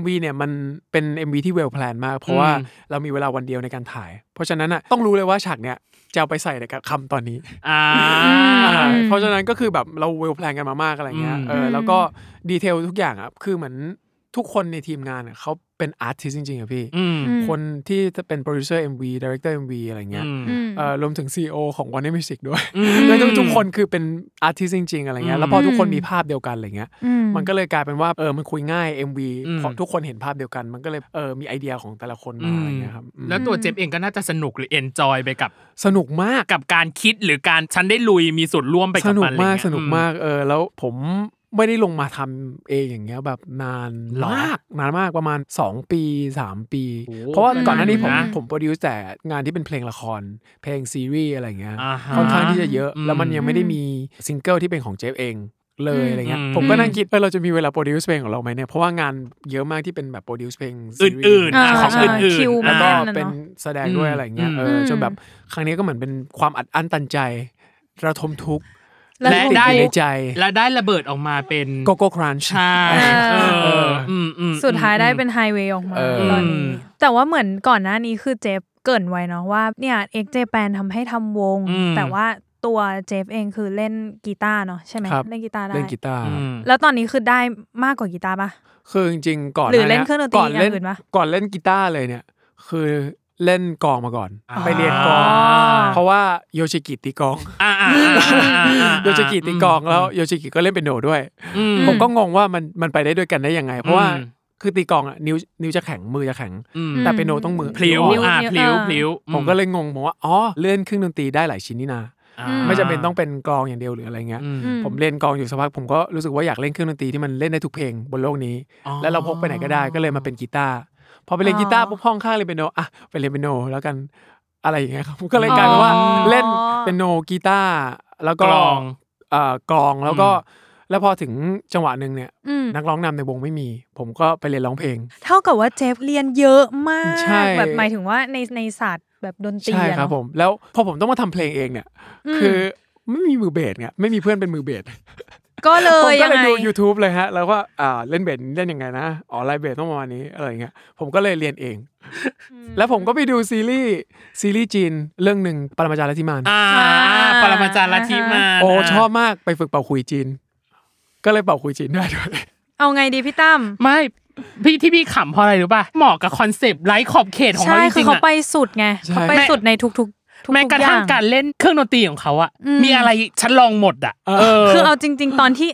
[SPEAKER 3] MV เนี่ยมันเป็น MV ที่เวลแพลนมาก เพราะว่า
[SPEAKER 1] อืม
[SPEAKER 3] เรามีเวลาวันเดียวในการถ่าย เพราะฉะนั้นอ่ะต้องรู้เลยว่าฉากเนี่ยจะเอาไปใส่ในกับคำตอนนี้
[SPEAKER 1] อ่า
[SPEAKER 3] อ่า
[SPEAKER 2] อืม
[SPEAKER 3] เพราะฉะนั้นก็คือแบบเราเวลแพลนกันมามากอะไรเงี้ย
[SPEAKER 1] อืม
[SPEAKER 3] เออแล้วก็ดีเทลทุกอย่างอ่ะคือเหมือน ทุกคนในทีมงานอะเขาเป็นอาร์ติสจริงๆอะพี่
[SPEAKER 1] อืม
[SPEAKER 2] อืม
[SPEAKER 3] คนที่จะเป็นโปรดิวเซอร์ MV ดีเรคเตอร์ MV อะไรเงี้ย
[SPEAKER 1] อืม
[SPEAKER 2] อืม
[SPEAKER 3] เอ่อรวมถึง CEO ของ Warner Music ด้วย
[SPEAKER 1] อืม
[SPEAKER 3] แล้วทุกทุกคนคือเป็นอาร์ติสจริงๆอะไรเงี้
[SPEAKER 1] อื
[SPEAKER 3] ย
[SPEAKER 1] ม
[SPEAKER 3] แล้วพอทุกคน
[SPEAKER 2] อืม
[SPEAKER 3] มีภาพเดียวกันอะไรเงี้ย
[SPEAKER 2] อืม
[SPEAKER 3] มันก็เลยกลายเป็นว่าเออมันคุยง่าย MV
[SPEAKER 1] อืม
[SPEAKER 3] เพราะทุกคนเห็นภาพเดียวกัน มันก็เลยเออมีไอเดียของแต่ละคนมาอะไรเงี้ยครับอืม
[SPEAKER 1] แล้วตัวเจฟเองก็น่าจะสนุกหรือเอนจอยไปกับ
[SPEAKER 3] สนุกมาก
[SPEAKER 1] กับการคิดหรือการฉันได้ลุยมีส่วนร่วมไป
[SPEAKER 3] ส
[SPEAKER 1] กับ
[SPEAKER 3] นุก
[SPEAKER 1] มันอะไร
[SPEAKER 3] มาก
[SPEAKER 1] เงี้ย
[SPEAKER 3] สนุกมากเออแล้วผมไม่ได้ลงมาทำเองอย่างเงี้ยแบบนาน
[SPEAKER 1] หรอ
[SPEAKER 3] มากนานมากประมาณ 2 ปี 3 ปี
[SPEAKER 1] โอ้
[SPEAKER 3] เพราะว่าก่อนหน้านี้ผม
[SPEAKER 1] นานอยู่นะ
[SPEAKER 3] ผมโปรดิวแต่งานที่เป็นเพลงละคร เพลงซีรีส์อะไรเงี้ย
[SPEAKER 1] อ่ฮะ
[SPEAKER 3] ค่อนข้างที่จะเยอะ
[SPEAKER 1] อืม
[SPEAKER 3] แล้วมันยังไม่ได้มีซิงเกิลที่เป็นของเจฟเองเลย
[SPEAKER 2] อืม
[SPEAKER 3] อะไรเงี้ย
[SPEAKER 1] อืม
[SPEAKER 3] ผมก็นั่งคิดเออเราจะมีเวลาโปรดิวเพลงของเราไหมเนี่ยเพราะว่างานเยอะมากที่เป็นแบบโปรดิวเพลงซีรีส์
[SPEAKER 1] อื่นๆ
[SPEAKER 2] อ่า
[SPEAKER 1] อ่ะของ
[SPEAKER 2] ใช่
[SPEAKER 1] อื่น
[SPEAKER 2] คิว
[SPEAKER 1] ๆ
[SPEAKER 2] มั
[SPEAKER 3] แล้
[SPEAKER 1] แล้ว ว
[SPEAKER 3] ก็
[SPEAKER 1] ก็
[SPEAKER 2] แะเอะ
[SPEAKER 3] เป็นแสดงด้วย
[SPEAKER 1] อืม
[SPEAKER 3] อะไรอย่างเงี้ยเอ
[SPEAKER 2] อื
[SPEAKER 3] อ
[SPEAKER 2] ม
[SPEAKER 3] จนแบบครั้งนี้ก็เหมือนเป็นความอัดอั้นตันใจระทมทุกข์
[SPEAKER 2] และ
[SPEAKER 3] ติด
[SPEAKER 1] ได้
[SPEAKER 3] อยู่ในใจ
[SPEAKER 1] แล้วได้ระเบิดออกมาเป็น
[SPEAKER 3] โกโก้ครันช์
[SPEAKER 1] ใช่
[SPEAKER 2] อ่า
[SPEAKER 1] เอออืมอืม
[SPEAKER 2] สุดท้ายได้เป็นไฮเวย์ออกมา
[SPEAKER 3] เออ
[SPEAKER 2] ตอนนี้แต่ว่าเหมือนก่อนหน้านี้คือเจฟเกรินไว้เนาะว่าเนี่ยเอ็กเจแปนทำให้ทำวง
[SPEAKER 1] อืม
[SPEAKER 2] แต่ว่าตัวเจฟเองคือเล่นกีตาร์เนาะใช่ไหม
[SPEAKER 3] ครับ
[SPEAKER 2] เล่นกีตาร์ได้
[SPEAKER 3] เล่นกีตาร์
[SPEAKER 1] อืม
[SPEAKER 2] แล้วตอนนี้คือได้มากกว่ากีตาร์ปะ
[SPEAKER 3] คือจริงๆก่อน
[SPEAKER 2] หรือเล่น
[SPEAKER 3] หา
[SPEAKER 2] เครื่องดนตรี
[SPEAKER 3] ก่อนเล่น
[SPEAKER 2] อย่างอื่นปะ
[SPEAKER 3] ก่อนเล่นกีตาร์เลยเนี่ย คือเล่นกลองมาก่อน
[SPEAKER 1] อ่า
[SPEAKER 3] ไปเรียนกลอง เพราะว่าโยชิกิตีกลอง
[SPEAKER 1] อ่าอ่าอ่าอ่า
[SPEAKER 3] โยชิกิตีกลองแล้วโยชิกิก็เล่นเป็นโนด้วย
[SPEAKER 1] อืม
[SPEAKER 3] ผมก็งงว่ามันมันไปได้ด้วยกันได้ยังไง เพราะว่า
[SPEAKER 1] อืม
[SPEAKER 3] คือตีกลองอะนิ้วนิ้วจะแข็งมือจะแข็ง
[SPEAKER 1] อืม
[SPEAKER 3] แต่เป็นโนต้องมือ
[SPEAKER 1] พลิ้ว
[SPEAKER 3] อ่อน
[SPEAKER 1] อ่าพลิ้ว
[SPEAKER 2] เออ
[SPEAKER 1] พลิ้ว
[SPEAKER 3] ผมก็เลยงงผมว่าอ๋อเลื่อนเครื่องดนตรีได้หลายชิ้นนี่นา
[SPEAKER 1] อ่า
[SPEAKER 3] ไม่จำเป็นต้องเป็นกลองอย่างเดียวหรืออะไรเงี้ย
[SPEAKER 1] อืม
[SPEAKER 2] อื
[SPEAKER 3] ผมเล่นกลองอยู่สักพักผมก็รู้สึกว่าอยากเล่นเครื่องดนตรีที่มันเล่นได้ทุกเพลงบนโลกนี้
[SPEAKER 1] อ๋อ
[SPEAKER 3] แล้วเราพกไปไหนก็ได้ก็เลยมาเป็นกีตาร์พอไปเล่นกีตาร์
[SPEAKER 2] อ๋อ
[SPEAKER 3] ปุ๊บห้องข้างเลยนเปียโนอ่ะไปเล่นเปียโนแล้วกันอะไรอย่างเงี้ยครับ ก็เลยกลายเป็นว่า
[SPEAKER 2] อ๋อ
[SPEAKER 3] เล่นเปียโนกีตาร์แล้วก็
[SPEAKER 1] กลอง
[SPEAKER 3] เอ่อกลองแล้วก็ แล้วพอถึงจังหวะหนึ่งเนี่ย
[SPEAKER 2] อืม
[SPEAKER 3] นักร้องนำในวงไม่มี ผมก็ไปเรียนร้องเพลง
[SPEAKER 2] เท่ากับว่าเจฟเรียนเยอะมาก
[SPEAKER 3] ใช่
[SPEAKER 2] แบบหมายถึงว่าในในศาสตร์แบบดนตรี
[SPEAKER 3] ใช่
[SPEAKER 2] อะ
[SPEAKER 3] ครับ
[SPEAKER 2] เนาะ
[SPEAKER 3] ผมแล้วพอผมต้องมาทำเพลงเองเนี่ย
[SPEAKER 2] อืม
[SPEAKER 3] คือไม่มีมือเบสไงไม่มีเพื่อนเป็นมือเบส
[SPEAKER 2] ก็เล
[SPEAKER 3] ผม
[SPEAKER 2] ย
[SPEAKER 3] ก็
[SPEAKER 2] ยัง
[SPEAKER 3] เลย
[SPEAKER 2] ไง
[SPEAKER 3] ดู YouTube เลยฮะ แล้วก็อ่าเล่นเบสเล่นยังไงนะอ๋อไลน์เบสต้องประมาณนี้อะไรอย่างเงี้ยผมก็เลยเรียนเอง แล้วผมก็ไปดูซีรีส์ซีรีส์จีนเรื่องหนึ่งปรมาจารย์ลัทธิมาน
[SPEAKER 1] อ่าปรมาจารย์ลัทธิมาร
[SPEAKER 3] โอ้
[SPEAKER 1] ะ
[SPEAKER 3] ชอบมากไปฝึกเป่าคุยจีน ก็เลยเป่าคุยจีนได้ด้วย
[SPEAKER 2] เอาไงดีพี่ตั้ม
[SPEAKER 1] ไม่พี่ที่พี่ขำเพราะอะไรรู้ป่ะเหมาะกับคอนเซปต์ไร้ขอบเขตของ
[SPEAKER 2] ใช่
[SPEAKER 1] เขาจ
[SPEAKER 2] คื
[SPEAKER 1] ริ
[SPEAKER 2] อ
[SPEAKER 1] งๆ
[SPEAKER 2] เขา
[SPEAKER 1] อะ
[SPEAKER 2] ไปสุดไง
[SPEAKER 3] ใช่
[SPEAKER 2] เขาไปสุดในทุกๆทุกๆ
[SPEAKER 1] แม้กระทั่ง
[SPEAKER 2] อย่
[SPEAKER 1] การเล่นเครื่องดนตรีของเขาอะ
[SPEAKER 2] อืม
[SPEAKER 1] มีอะไรฉันลองหมดอะเออ
[SPEAKER 2] คือเอาจริง ๆ ตอนที่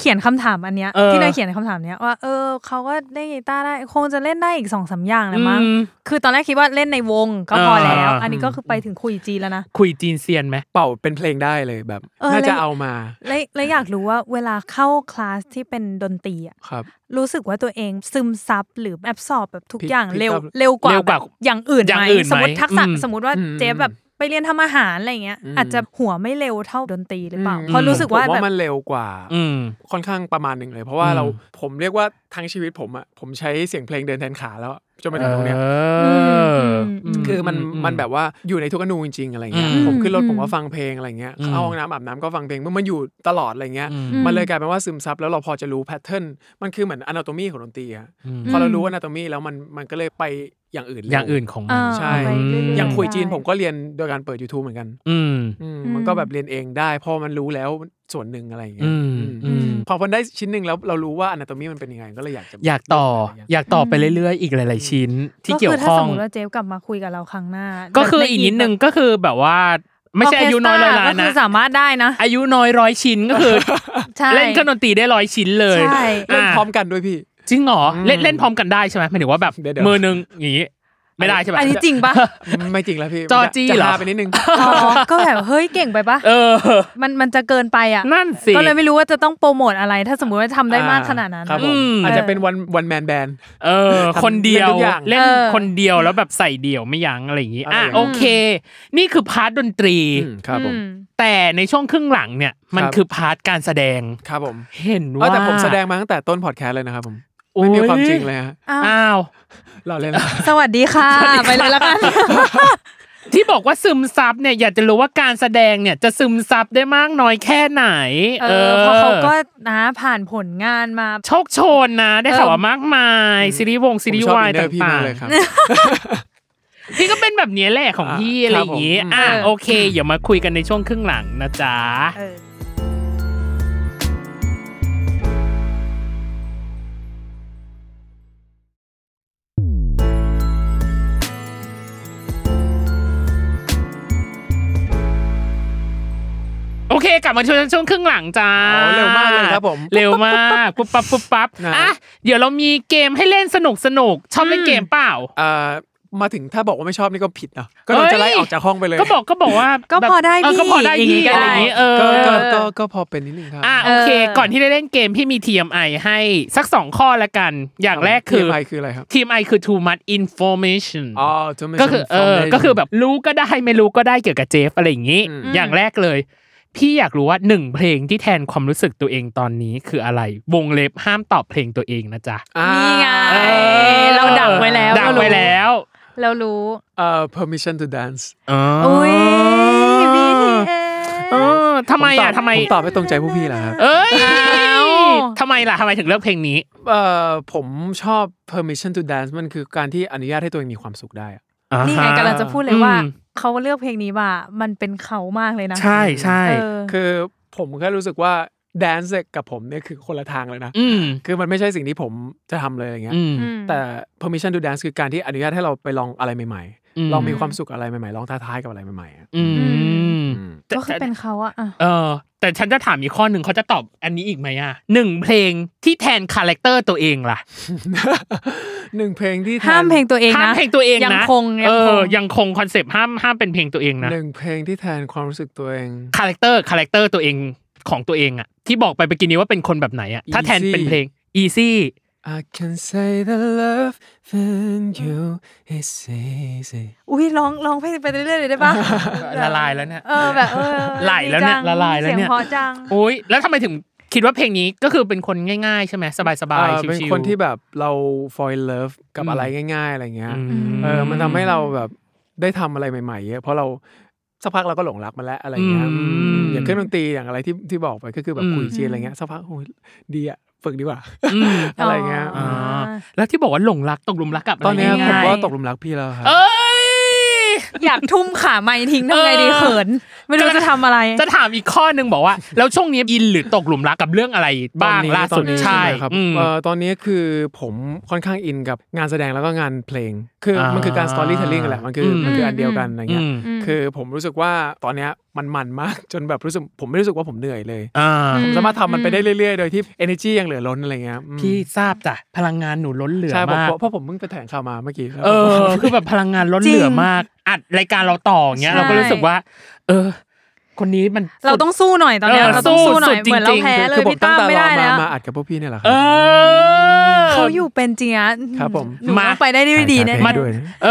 [SPEAKER 2] เขียนคำถามอันเนี้ย
[SPEAKER 1] เออ
[SPEAKER 2] ที่ได้เขียนคำถามเนี้ยว่าเออเขาก็เล่นกีตาร์ได้คงจะเล่นได้อีกสองสามอย่างแหละมั้ง
[SPEAKER 1] อืม
[SPEAKER 2] คือตอนแรกคิดว่าเล่นในวงก็พอแล้ว
[SPEAKER 1] เอออั
[SPEAKER 2] อันนี้ก็คือไปถึงคุยจีนแล้วนะ
[SPEAKER 1] คุยจีนเซียนไหม
[SPEAKER 3] เป่าเป็นเพลงได้เลยแบบ
[SPEAKER 2] เออ
[SPEAKER 3] น่าจะ
[SPEAKER 2] แล้ว
[SPEAKER 3] เอามา
[SPEAKER 2] และและอยากรู้ว่าเวลาเข้าคลาสที่เป็นดนตรีอะ
[SPEAKER 3] ครับ
[SPEAKER 2] รู้สึกว่าตัวเองซึมซับหรือแอบสอบแบบทุก
[SPEAKER 3] พี่
[SPEAKER 2] อย่าง
[SPEAKER 3] พี่
[SPEAKER 2] เร็ว
[SPEAKER 3] ตอบ
[SPEAKER 2] เร็วกว่า
[SPEAKER 1] เร็วกว่า
[SPEAKER 2] แบบอย่างอื่น
[SPEAKER 1] อย่าง
[SPEAKER 2] ไหม
[SPEAKER 1] อื่นไหม
[SPEAKER 2] สมมติทักษะ
[SPEAKER 1] อืม
[SPEAKER 2] สมมติว่า
[SPEAKER 3] อืม
[SPEAKER 2] เจ๊แบบไปเรียนทำอาหารอะไรเงี้ย
[SPEAKER 3] อืม
[SPEAKER 2] อาจจะหัวไม่เร็วเท่าดนตรีหรือเปล่า
[SPEAKER 3] อืม
[SPEAKER 2] เพราะรู้สึกว่า
[SPEAKER 3] ผม
[SPEAKER 2] แบบ
[SPEAKER 3] ว่ามันเร็วกว่า
[SPEAKER 1] อืม
[SPEAKER 3] ค่อนข้างประมาณหนึ่งเลย เพราะว่า
[SPEAKER 1] อืม
[SPEAKER 3] เราผมเรียกว่าทั้งชีวิตผมอ่ะผมใช้เสียงเพลงเดินแทนขาแล้วอะจนมาถึงตรงเนี้ย
[SPEAKER 1] เออ
[SPEAKER 2] มอืม
[SPEAKER 3] คือมันมันแบบว่าอยู่ในทุกอนูจริงๆอะไรเงี้ย
[SPEAKER 1] อืม
[SPEAKER 3] ผมขึ้นรถ
[SPEAKER 2] อืม
[SPEAKER 3] ผมก็ฟังเพลงอะไรเงี้ย
[SPEAKER 1] อืม
[SPEAKER 3] เข้าห้องน้ำอาบน้ำก็ฟังเพลงมันมันอยู่ตลอดอะไรเงี้ย
[SPEAKER 1] อืม
[SPEAKER 3] มันเลยกลายเป็นว่าซึมซับแล้วเราพอจะรู้แพทเทิร์นมันคือเหมือนอนาโตมีของดนตรีอะพอเรารู้อนาโตมีแล้วมันมันก็เลยไปอย่างอื่นเร็ว
[SPEAKER 1] อย่างอื่นของ
[SPEAKER 2] เอ
[SPEAKER 1] มัน
[SPEAKER 2] อ
[SPEAKER 3] ใช่
[SPEAKER 2] ไปเรื่ๆ
[SPEAKER 3] อย่างคุยจีน
[SPEAKER 2] ได้
[SPEAKER 3] ผมก็เรียนโดยการเปิด YouTube เหมือนกัน
[SPEAKER 1] อืม
[SPEAKER 3] อืม
[SPEAKER 2] อืม
[SPEAKER 3] มันก็แบบเรียนเองได้เพอมันรู้แล้วส่วนหนึ่งอะไรอย่างเงี้
[SPEAKER 1] อื
[SPEAKER 3] ย
[SPEAKER 1] ม
[SPEAKER 3] อืม
[SPEAKER 1] อืม
[SPEAKER 3] พอมันได้ชิ้นหนึ่งแล้วเรารู้ว่าอนาโตมีมันเป็นยังไงก็เลยอยากจะ
[SPEAKER 1] อยากต่อ
[SPEAKER 3] ะไรย่างเงี้ย
[SPEAKER 1] อยากต่อไปเรื่อยๆ อีกหลาย ๆ ชิ้นที่
[SPEAKER 2] ก็
[SPEAKER 1] เกี่ย
[SPEAKER 2] คื
[SPEAKER 1] ว
[SPEAKER 2] ถ้า
[SPEAKER 1] ข้อ
[SPEAKER 2] ส
[SPEAKER 1] ง
[SPEAKER 2] มมติว่าเจฟกลับมาคุยกับเราครั้งหน้า
[SPEAKER 1] ก็คืออีกนิดนึงก็คือแบบว่า ไม่ใช่อายุน้อยร้อยล้า
[SPEAKER 2] ก็
[SPEAKER 1] น
[SPEAKER 2] คื
[SPEAKER 1] นะ
[SPEAKER 2] อสามารถได้นะ
[SPEAKER 1] อายุน้อยร้อยชิ้นก็คือ
[SPEAKER 2] ใช่
[SPEAKER 1] เล่นเครื่องดนตรีได้ร้อยชิ้นเลย
[SPEAKER 2] ใช่
[SPEAKER 3] เล่นพร้อม
[SPEAKER 1] อ่ะ
[SPEAKER 3] กันด้วยพี่
[SPEAKER 1] จริงเหรอ
[SPEAKER 3] อืม
[SPEAKER 1] เล่นเล่นพร้อมกันได้ใช่ไหมหมายถึงว่าแบบ
[SPEAKER 3] เดี๋ยวๆ
[SPEAKER 1] มือหนึงอย่างงี้ไม่ได้ใช่ปะ
[SPEAKER 2] อันนี้จริงปะ
[SPEAKER 3] ไม่จริงแล้วพี่
[SPEAKER 1] จอจี้
[SPEAKER 3] ะ
[SPEAKER 1] เหรอ
[SPEAKER 3] พาไปนิดนึง
[SPEAKER 2] อ๋อก็แบบเฮ้ยเก่งไปปะ
[SPEAKER 1] เออ
[SPEAKER 2] มันมันจะเกินไปอ่ะ
[SPEAKER 1] นั่นสิ
[SPEAKER 2] ก็เลยไม่รู้ว่าจะต้องโปรโมทอะไร ถ้าสมมุติว่าทำได้มาก
[SPEAKER 3] อ่า
[SPEAKER 2] ขนาดนั้น
[SPEAKER 3] ครับผม
[SPEAKER 1] ม
[SPEAKER 3] อาจจะเป็นวันวันแมนแบน
[SPEAKER 1] เออ คนเดียว
[SPEAKER 3] เล่นทุกอย่าง
[SPEAKER 1] เล่น
[SPEAKER 2] เออ
[SPEAKER 1] คนเดียวแล้วแบบใส่เดี่ยวไม่ยั้งอะไรอย่างงี้
[SPEAKER 3] อะไร
[SPEAKER 1] อ่ะ
[SPEAKER 3] อย่างงี้
[SPEAKER 1] โอเค นี่คือพาร์ทดนตรี
[SPEAKER 3] ครับผม
[SPEAKER 2] อืม
[SPEAKER 1] แต่ในช่วงครึ่งหลังเนี่ย มัน
[SPEAKER 3] ครับ
[SPEAKER 1] คือพาร์ทการแสดง
[SPEAKER 3] ครับผม
[SPEAKER 1] เห็น
[SPEAKER 3] เอ้ย
[SPEAKER 1] ว่า
[SPEAKER 3] แต่ผมแสดงมาตั้งแต่ต้นพอดแคสต์เลยนะครับผม
[SPEAKER 1] โอ้ย
[SPEAKER 3] ไม่มีความจริงเลยฮะ
[SPEAKER 2] อ้าว
[SPEAKER 1] อ้าว
[SPEAKER 3] เราเล่น
[SPEAKER 2] สวัสดีค่ะ ไปเลยละกัน
[SPEAKER 1] ที่บอกว่าซึมซับเนี่ยอยากจะรู้ว่าการแสดงเนี่ยจะซึมซับได้มากน้อยแค่ไหน
[SPEAKER 2] เออเพราะเขาก็นะผ่านผลงานมา
[SPEAKER 1] โชคโชนนะ ได้ข่าวว่ามากมายซีรีส์วงซีรีส์วาย
[SPEAKER 3] ผมชอบ inner
[SPEAKER 1] ต่าม
[SPEAKER 3] พี่าก
[SPEAKER 1] ง
[SPEAKER 3] เลยครับ
[SPEAKER 1] ๆพี่ก็เป็นแบบเนี้ยแหละของ
[SPEAKER 3] อ่า
[SPEAKER 1] พี่อะไร
[SPEAKER 3] ครับ
[SPEAKER 1] อย่างงี้
[SPEAKER 3] ผม
[SPEAKER 1] อ่ะ
[SPEAKER 2] เออ
[SPEAKER 1] โอเคเดี๋ยวมาคุยกันในช่วงครึ่งหลังนะจ๊ะ
[SPEAKER 2] เออ
[SPEAKER 3] ค
[SPEAKER 1] กลับมาชวนช่วงครึ่งหลังจ้า
[SPEAKER 3] อ๋อเร็วมากเลยครับผม
[SPEAKER 1] เร็วมากปุ๊บปั๊บปุ๊บปั๊บ
[SPEAKER 3] นะ
[SPEAKER 1] อ่ะเดี๋ยวเรามีเกมให้เล่นสนุกสนุกชอบเล่นเกมเปล่า
[SPEAKER 3] เอ่อมาถึงถ้าบอกว่าไม่ชอบนี่ก็ผิดเนาะก็โดนจะไล่ออกจากห้องไปเลย
[SPEAKER 1] ก็บอกก็บอกว่า
[SPEAKER 2] ก็พอได้
[SPEAKER 1] แบบ
[SPEAKER 2] พี่
[SPEAKER 1] เก็พอได้
[SPEAKER 2] อย่างนี้
[SPEAKER 1] พี่
[SPEAKER 2] ก็
[SPEAKER 1] อะไร
[SPEAKER 2] ได้
[SPEAKER 1] อย่างนี้เออ
[SPEAKER 3] ก็ก็ก็ก็พอเป็นนิดนึงครับ
[SPEAKER 1] อ่ะ
[SPEAKER 2] เอ
[SPEAKER 1] โอ
[SPEAKER 2] อ
[SPEAKER 1] เค ก่อนที่จะเล่นเกมพี่มี TMI ให้สักสองข้อละกัน อย่างแรกคือ
[SPEAKER 3] อะไรคืออะไรครับ
[SPEAKER 1] TMI คือ too much information
[SPEAKER 3] อ๋อ Thomas
[SPEAKER 1] ก็คือเออ
[SPEAKER 3] Foundation
[SPEAKER 1] ก็คือแบบรู้ก็ได้ไม่รู้ก็ได้เกี่ยวกับเจฟอะไรอย่างนี้
[SPEAKER 3] อืม
[SPEAKER 1] อย่างแรกเลย พี่อยากรู้ว่าหนึ่งเพลงที่แทนความรู้สึกตัวเองตอนนี้คืออะไร วงเล็บห้ามตอบเพลงตัวเองนะจ๊ะ
[SPEAKER 3] อ่า
[SPEAKER 2] นี่ไง เอ้ยเราดักไว้แล้ว
[SPEAKER 1] ดัก
[SPEAKER 2] เรารู้
[SPEAKER 1] ไว้แล้ว
[SPEAKER 2] เรารู้
[SPEAKER 3] เอ่อ permission to dance
[SPEAKER 2] อุ้ย BTS
[SPEAKER 1] เออทำไมอ่ะ
[SPEAKER 3] ผตบ
[SPEAKER 1] ทำไม
[SPEAKER 3] ผมตอบให้ตรงใจพวกพี่แหละครับ
[SPEAKER 1] เอ้ย
[SPEAKER 2] อ้าว
[SPEAKER 1] ทำไมล่ะทำไมถึงเลือกเพลงนี้
[SPEAKER 3] เอ่อผมชอบ permission to dance มันคือการที่อนุญาตให้ตัวเองมีความสุขได้อะ
[SPEAKER 2] นี่ไงกำลังจะพูดเลยว่า
[SPEAKER 1] อืม
[SPEAKER 2] เขาเลือกเพลงนี้มา มันเป็นเขามากเลยนะ
[SPEAKER 1] ใช่ใช่
[SPEAKER 2] เออ
[SPEAKER 3] คือผมแค่รู้สึกว่า dance กับผมเนี่ยคือคนละทางเลยนะ
[SPEAKER 1] อืม
[SPEAKER 3] คือมันไม่ใช่สิ่งที่ผมจะทำเลยอะไรเงี้ย
[SPEAKER 1] อืม
[SPEAKER 3] แต่ permission to dance คือการที่อนุญาตให้เราไปลองอะไรใหม่
[SPEAKER 1] ม
[SPEAKER 3] ๆ ลองมีความสุขอะไรใหม่ๆ ลองท้าทายกับอะไรใหม่ๆอะ
[SPEAKER 1] อื
[SPEAKER 2] อื
[SPEAKER 1] ม
[SPEAKER 3] อืม
[SPEAKER 1] แต่
[SPEAKER 2] ก็คือเป็นเขาอะอ่ะ
[SPEAKER 1] เออ แต่ฉันจะถามอีกข้อหนึ่งเขาจะตอบอันนี้อีกไหมอ่ะหนึ่งเพลงที่แทนคาแรคเตอร์ตัวเองล่ะ
[SPEAKER 3] หนึ่งเพลงที่แทน
[SPEAKER 2] ห้ามเพลงตัวเองนะ
[SPEAKER 1] ห้ามเพลงตัวเองนะ
[SPEAKER 2] ยังคง
[SPEAKER 1] เอ
[SPEAKER 2] ยัง
[SPEAKER 1] อ
[SPEAKER 2] ค
[SPEAKER 1] ง ยังคงคอนเซปต์ห้ามห้ามเป็นเพลงตัวเองนะ
[SPEAKER 3] หนึ่งเพลงที่แทนความรู้สึกตัวเอง
[SPEAKER 1] คาแรคเตอร์คาแรคเตอร์ตัวเองของตัวเองอ่ะที่บอกไปเมื่อกี้นี้ว่าเป็นคนแบบไหนอ่ะถ้าแทนเป็นเพลง easy
[SPEAKER 3] I can say the love in you is easy
[SPEAKER 2] อุ้ยร้องร้องเพลงไปเรื่อยๆเลยได้ปะ
[SPEAKER 1] ละลายแล้วเนี่ย
[SPEAKER 2] เออแบบเออ
[SPEAKER 1] ไหลแล้วเนี่ย
[SPEAKER 2] ดีจัง
[SPEAKER 1] ละลายแล้วเนี่ย
[SPEAKER 2] สีงพอจัง
[SPEAKER 1] โอ้ยแล้วทำไมถึงคิดว่าเพลงนี้ก็คือเป็นคนง่ายๆ ใช่ไหมสบายๆ
[SPEAKER 3] เออ
[SPEAKER 1] ชิวๆ
[SPEAKER 3] เป็นคนที่แบบเรา fall in love กับ
[SPEAKER 1] อืม
[SPEAKER 3] อะไรง่าย ๆ อะไรเงี้ย
[SPEAKER 1] อืม
[SPEAKER 3] เออ มันทำให้เราแบบได้ทำอะไรใหม่ๆเยอะ เพราะเราสักพักเราก็หลงรักมันแล้วอะไรเงี้ย
[SPEAKER 1] อืม
[SPEAKER 3] อืมอย่างเครื่องดนตรีอย่างอะไรที่ที่บอกไปก็คือแบ
[SPEAKER 1] อื
[SPEAKER 3] บ
[SPEAKER 1] ม
[SPEAKER 3] คุยจีนอะไรเงี้ยสักพักโอ้ยดีอะฝึกดีกว่า
[SPEAKER 1] อืม
[SPEAKER 3] อะไรเงี้ย
[SPEAKER 2] อ๋
[SPEAKER 1] อ่า
[SPEAKER 2] อ
[SPEAKER 1] แล้วที่บอกว่าหลงรักตกหลุมรักกับะไร
[SPEAKER 3] ตอนเนี้ย
[SPEAKER 1] ง่ยๆ
[SPEAKER 3] ผมว่าตกหลุมรักพี่แล้วครับ
[SPEAKER 1] เอ้ย
[SPEAKER 2] อยากทุ่มขาไม้ทิ้งทำไงดี
[SPEAKER 1] เออ
[SPEAKER 2] เขิน ไม่รู้จะทำอะไร
[SPEAKER 1] จะถามอีกข้อหนึงบอกว่า แล้วช่วงนี้อินหรือตกหลุมรักกับเรื่องอะไร
[SPEAKER 3] ตอน
[SPEAKER 1] บ้าง
[SPEAKER 3] นี้
[SPEAKER 1] ล่า
[SPEAKER 3] ตอ
[SPEAKER 1] สุ
[SPEAKER 3] น
[SPEAKER 1] ด
[SPEAKER 3] นี้
[SPEAKER 1] ใช่
[SPEAKER 3] ครับ
[SPEAKER 1] อืม
[SPEAKER 3] เอ่อตอนนี้คือผมค่อนข้างอินกับงานแสดงแล้วก็งานเพลง คือ
[SPEAKER 1] อ่ามั
[SPEAKER 3] มันคือการ storytelling แหละมันคืออ
[SPEAKER 1] ม
[SPEAKER 3] มันคืออันเดียวกันอะไรเงี้ย
[SPEAKER 1] อืม
[SPEAKER 2] ม
[SPEAKER 3] คือผมรู้สึกว่าตอนเนี้ยมันมันมากจนแบบรู้สึกผมไม่รู้สึกว่าผมเหนื่อยเลย
[SPEAKER 1] อ่า
[SPEAKER 3] ผมสามารถทำมันไป
[SPEAKER 2] อืม
[SPEAKER 3] ได้เรื่อยๆ โดยที่ energy ยังเหลือล้นอะไรเงี้ยอืม
[SPEAKER 1] พี่ทราบจ้ะพลังงานหนูล้นเหลือ
[SPEAKER 3] ใช่ผม
[SPEAKER 1] มาก
[SPEAKER 3] เพราะเพราะผมเพิ่งไปแถลงข่าวมาเมื่อกี้แล้ว
[SPEAKER 1] เอ
[SPEAKER 3] ผม
[SPEAKER 1] อ
[SPEAKER 3] ก็
[SPEAKER 1] คือแบบพลังงานล้นเหลือมาก อัดรายการเราต่ออย่างเงี้ย
[SPEAKER 2] ใช่
[SPEAKER 1] เราก็รู้สึกว่า เออ คนนี้มัน
[SPEAKER 2] เราต้องสู้หน่อยตอนเนี้ย
[SPEAKER 1] เออ
[SPEAKER 2] เราต้องสู้หน่
[SPEAKER 1] สู้
[SPEAKER 2] อย
[SPEAKER 1] จริงๆ
[SPEAKER 2] เหมือนเราแพ้เลย
[SPEAKER 3] คือผม
[SPEAKER 2] พี่
[SPEAKER 3] ตั้
[SPEAKER 2] ตั้ม
[SPEAKER 3] งแต่
[SPEAKER 2] ไม่
[SPEAKER 3] รอ
[SPEAKER 2] ได้
[SPEAKER 3] มา
[SPEAKER 2] แล้ว
[SPEAKER 3] มาอัดกับพวกพี่เนี่ยแหละค
[SPEAKER 1] เอ
[SPEAKER 3] รั
[SPEAKER 1] อ
[SPEAKER 2] เขาอยู่เป็นจริงอะ
[SPEAKER 3] ครับผม
[SPEAKER 2] หนู
[SPEAKER 1] มา
[SPEAKER 2] ต้องไปได้ด้วยดีแน่
[SPEAKER 3] ถ่าย
[SPEAKER 2] ๆ
[SPEAKER 3] ด้วยนะ
[SPEAKER 1] เอ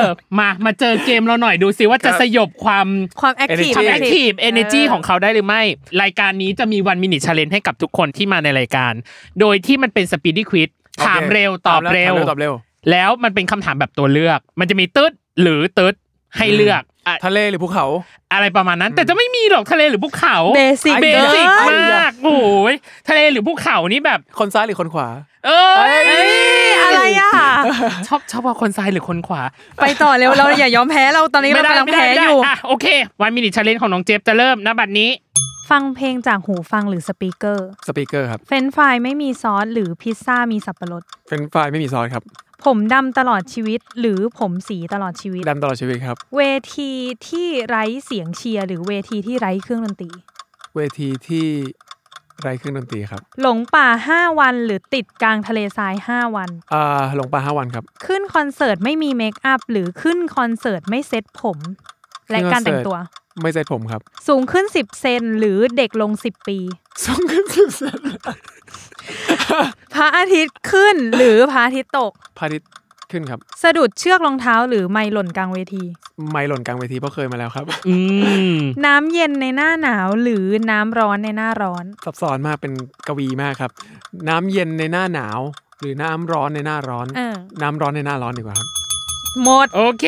[SPEAKER 1] อ มามาเจอเกมเราหน่อยดูสิว่าจะสยบความ
[SPEAKER 2] ความแอคทีฟ
[SPEAKER 1] ทำ
[SPEAKER 3] Energy
[SPEAKER 1] แอคทีฟเอเนจีของเขาได้หรือไม่ รายการนี้จะมีวันมินิช l เลน g e ให้กับทุกคนที่มาในรายการ โดยที่มันเป็นสปีด d ี้ควิ z
[SPEAKER 3] โอค
[SPEAKER 1] ถามเร็วตอบเร็ว
[SPEAKER 3] ถามตอบเร็ว
[SPEAKER 1] แล้วมันเป็นคำถามแบบตัวเลือก มันจะมีตึ๊ดหรือตึ๊ดให้เลือกอะ
[SPEAKER 3] ทะเลหรือภูเขา
[SPEAKER 1] อะไรประมาณนั้น แต่จะไม่มีหรอกทะเลหรือภูเขา
[SPEAKER 2] Basic
[SPEAKER 1] เบสิก
[SPEAKER 2] เกิน
[SPEAKER 1] มากโอ้ยทะเลหรือภูเขานี่แบบ
[SPEAKER 3] คนซ้ายหรือคนขวา
[SPEAKER 1] เอ้ย
[SPEAKER 2] เอ้ยอะไรอะ
[SPEAKER 1] ชอบชอบว่าคนซ้ายหรือคนขวา
[SPEAKER 2] ไปต่อเร็วเราอย่ายอมแพ้เราตอนนี้เรากำลังแพ้อยู่
[SPEAKER 1] อ่ะโอเควันมินิช l เลน g e ของน้องเจฟจะเริ่มนะบัดนี้
[SPEAKER 2] ฟังเพลงจากหูฟังหรือสปีกเกอร์
[SPEAKER 3] สปีกเกอร์ครับ
[SPEAKER 2] เฟรนช์ฟรายไม่มีซอสหรือพิซซ่ามีสับปะรด
[SPEAKER 3] เป็นไฟล์ไม่มีซอสครับ
[SPEAKER 2] ผมดำตลอดชีวิต หรือผมสีตลอดชีวิต
[SPEAKER 3] ดำตลอดชีวิตครับ
[SPEAKER 2] เวทีที่ไร้เสียงเชียร์หรือเวทีที่ไร้เครื่องดนตรี
[SPEAKER 3] เวทีที่ไรเครื่องดนตรีครับ
[SPEAKER 2] หลงป่า 5 วันหรือติดกลางทะเลทราย 5 วัน
[SPEAKER 3] อ่าหลงป่าห้าวันครับ
[SPEAKER 2] ขึ้นคอนเสิร์ตไม่มีเมคอัพหรือขึ้นคอนเสิร์ตไม่เซ็ตผม และการแต่งตัว
[SPEAKER 3] ไม่ใช่ผมครับ
[SPEAKER 2] สูงขึ้น 10 เซนหรือเด็กลง 10 ปี
[SPEAKER 3] สองขึ้นสิบเซน
[SPEAKER 2] พระอาทิตย์ขึ้นหรือพระอาทิตย์ตก
[SPEAKER 3] พาทิตย์ขึ้นครับ
[SPEAKER 2] สะดุดเชือกรองเท้าหรือไม่หล่นกลางเวที
[SPEAKER 3] ไม่หล่นกลางเวทีเพราะเคยมาแล้วครับ
[SPEAKER 1] อืม
[SPEAKER 2] น้ำเย็นในหน้าหนาวหรือน้ำร้อนในหน้าร้อน
[SPEAKER 3] ซับซ้อนมากเป็นกวีมากครับ น้ำเย็นในหน้าหนาว หรือน้ำร้อนในหน้าร้อน
[SPEAKER 2] เออ
[SPEAKER 3] น้ำร้อนในหน้าร้อนดีกว่าครับ
[SPEAKER 2] หมด
[SPEAKER 1] โอเค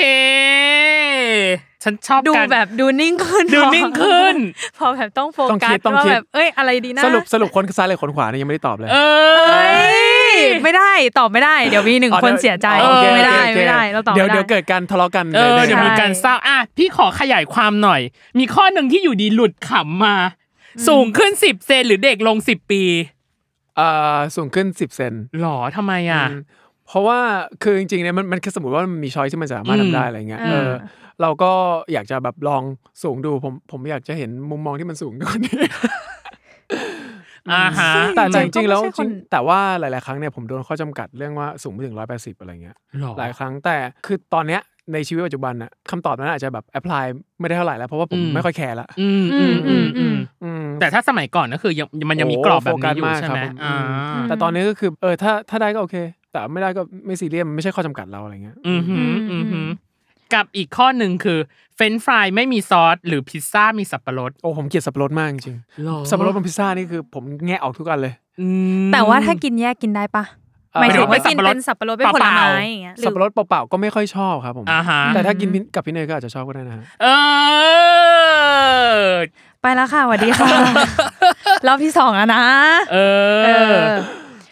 [SPEAKER 1] ฉันชอบ
[SPEAKER 2] ดู
[SPEAKER 1] การ
[SPEAKER 2] แบบดูนิ่งขึ้น
[SPEAKER 1] ดู
[SPEAKER 2] พอ
[SPEAKER 1] นิ่งขึ้น
[SPEAKER 2] พอแบบต้องโฟ
[SPEAKER 3] ต้อง
[SPEAKER 2] กั
[SPEAKER 3] คิ
[SPEAKER 2] ส
[SPEAKER 3] ดต้อง
[SPEAKER 2] ว่า
[SPEAKER 3] คิด
[SPEAKER 2] แบบเอ้ยอะไรดีนะ
[SPEAKER 3] สรุปสรุปคนซ้ายหรือคนขวาเนี่ยยังไม่ได้ตอบเลย
[SPEAKER 1] เอ
[SPEAKER 2] เอ้
[SPEAKER 1] อ
[SPEAKER 2] ยไม่ได้ตอบไม่ได้ เดี๋ยวมีหนึ่ง
[SPEAKER 3] อ๋อ
[SPEAKER 2] คน
[SPEAKER 3] ดี๋ว
[SPEAKER 2] เสียใจ
[SPEAKER 3] โอเค
[SPEAKER 2] ไม่ได้
[SPEAKER 3] โอค
[SPEAKER 2] ไม่ได้
[SPEAKER 3] โอค
[SPEAKER 2] เราตอบ
[SPEAKER 3] เดี๋ยว
[SPEAKER 2] ไม่
[SPEAKER 3] เดี๋ยว
[SPEAKER 2] ได้
[SPEAKER 3] เกิดการทะเลาะกัน
[SPEAKER 1] เออ
[SPEAKER 3] ใน
[SPEAKER 1] เดี๋ยว
[SPEAKER 2] ใช่
[SPEAKER 1] มีการเศร้าอ่ะพี่ขอขยายความหน่อย มีข้อหนึ่งที่อยู่ดีหลุดขำมา สูงขึ้นสิบเซนหรือเด็กลงสิบปี
[SPEAKER 3] เอ่อสูงขึ้น 10 เซน
[SPEAKER 1] หรอทำไมอ่ะ
[SPEAKER 3] อืม เพราะว่าคือจริงๆเนี่ยมันมันคือสมมติว่ามันมีช้อยที่มันสามารถ
[SPEAKER 1] อืม
[SPEAKER 3] ทำได้อะไรเงี้ย
[SPEAKER 2] อ่า
[SPEAKER 3] เออเราก็อยากจะแบบลองสูงดูผมผมอยากจะเห็นมุมมองที่มันสูงกว่านี้
[SPEAKER 1] อ่าฮะ
[SPEAKER 3] แต่
[SPEAKER 2] ซึ่
[SPEAKER 3] จ
[SPEAKER 2] งจริง
[SPEAKER 3] ริ
[SPEAKER 2] ๆ
[SPEAKER 3] งๆแล้ว
[SPEAKER 2] ก็ไม่ใช่
[SPEAKER 3] จริง
[SPEAKER 2] คน
[SPEAKER 3] แต่ว่าหลาย ๆ ครั้งเนี่ยผมโดนข้อจำกัดเรื่องว่าสูงไม่ถึงร้อยแปดสิบอะไรเงี้ย
[SPEAKER 1] หรอ
[SPEAKER 3] หลายครั้งแต่คือตอนเนี้ยในชีวิตปัจจุบันน่ะคำตอบนั้นอาจจะแบบแอพพลายไม่ได้เท่าไหร่แล้วเพราะว่าผม
[SPEAKER 1] อืม
[SPEAKER 3] ไม่ค่อยแคร์ละ
[SPEAKER 1] อืมอืมอืมอืม
[SPEAKER 3] อืม
[SPEAKER 1] แต่ถ้าสมัยก่อนก็คือยังมันยังมีกรอบแบบนี้อยู่
[SPEAKER 3] โอ้โหโฟกัสมาก
[SPEAKER 1] ใช่ไหม
[SPEAKER 3] ครับผม
[SPEAKER 1] อ่า
[SPEAKER 3] แต่ตอนนี้ก็คือเออถ้าถ้าได้ก็โอเค แต่ไม่ได้ก็ไม่ซีเรียสมันไม่ใช่ข้อจำกัดเราอะไรเงี้ย
[SPEAKER 1] อือหืออื
[SPEAKER 2] อืม
[SPEAKER 1] อ
[SPEAKER 2] อื
[SPEAKER 1] หือ
[SPEAKER 2] ม
[SPEAKER 1] กับอีกข้อหนึ่งคือ เฟรนช์ฟรายไม่มีซอส หรือพิซซ่ามีสับปะรด
[SPEAKER 3] โอ้ผมเกลียดสับปะรดมากจริงๆสับปะรดบนพิซซ่านี่คือผมแงะออกทุกอันเลย
[SPEAKER 1] อืม
[SPEAKER 2] แต่ว่าถ้ากินแยกกินได้ปะ
[SPEAKER 3] เอ่อ
[SPEAKER 2] หมายถึงว่า
[SPEAKER 1] สั
[SPEAKER 2] กิ
[SPEAKER 1] บ
[SPEAKER 2] น
[SPEAKER 1] ปะรด
[SPEAKER 2] เป็นสับปะรดเป็นผล
[SPEAKER 1] เปล่าๆ
[SPEAKER 2] ไม้อย่างเงี้ยหรือ
[SPEAKER 3] สับปะรดเปล่าๆก็ไม่ค่อยชอบครับผม
[SPEAKER 1] อ่าฮะ
[SPEAKER 3] แต่ถ้ากินกับพี่เนยก็อาจจะชอบก็ได้นะฮะ
[SPEAKER 1] เออ
[SPEAKER 2] ไปแล้วค่ะสวัสดี ค่ะ รอบที่สองแล้วนะ
[SPEAKER 1] เอ
[SPEAKER 2] เอ
[SPEAKER 1] อ
[SPEAKER 2] อ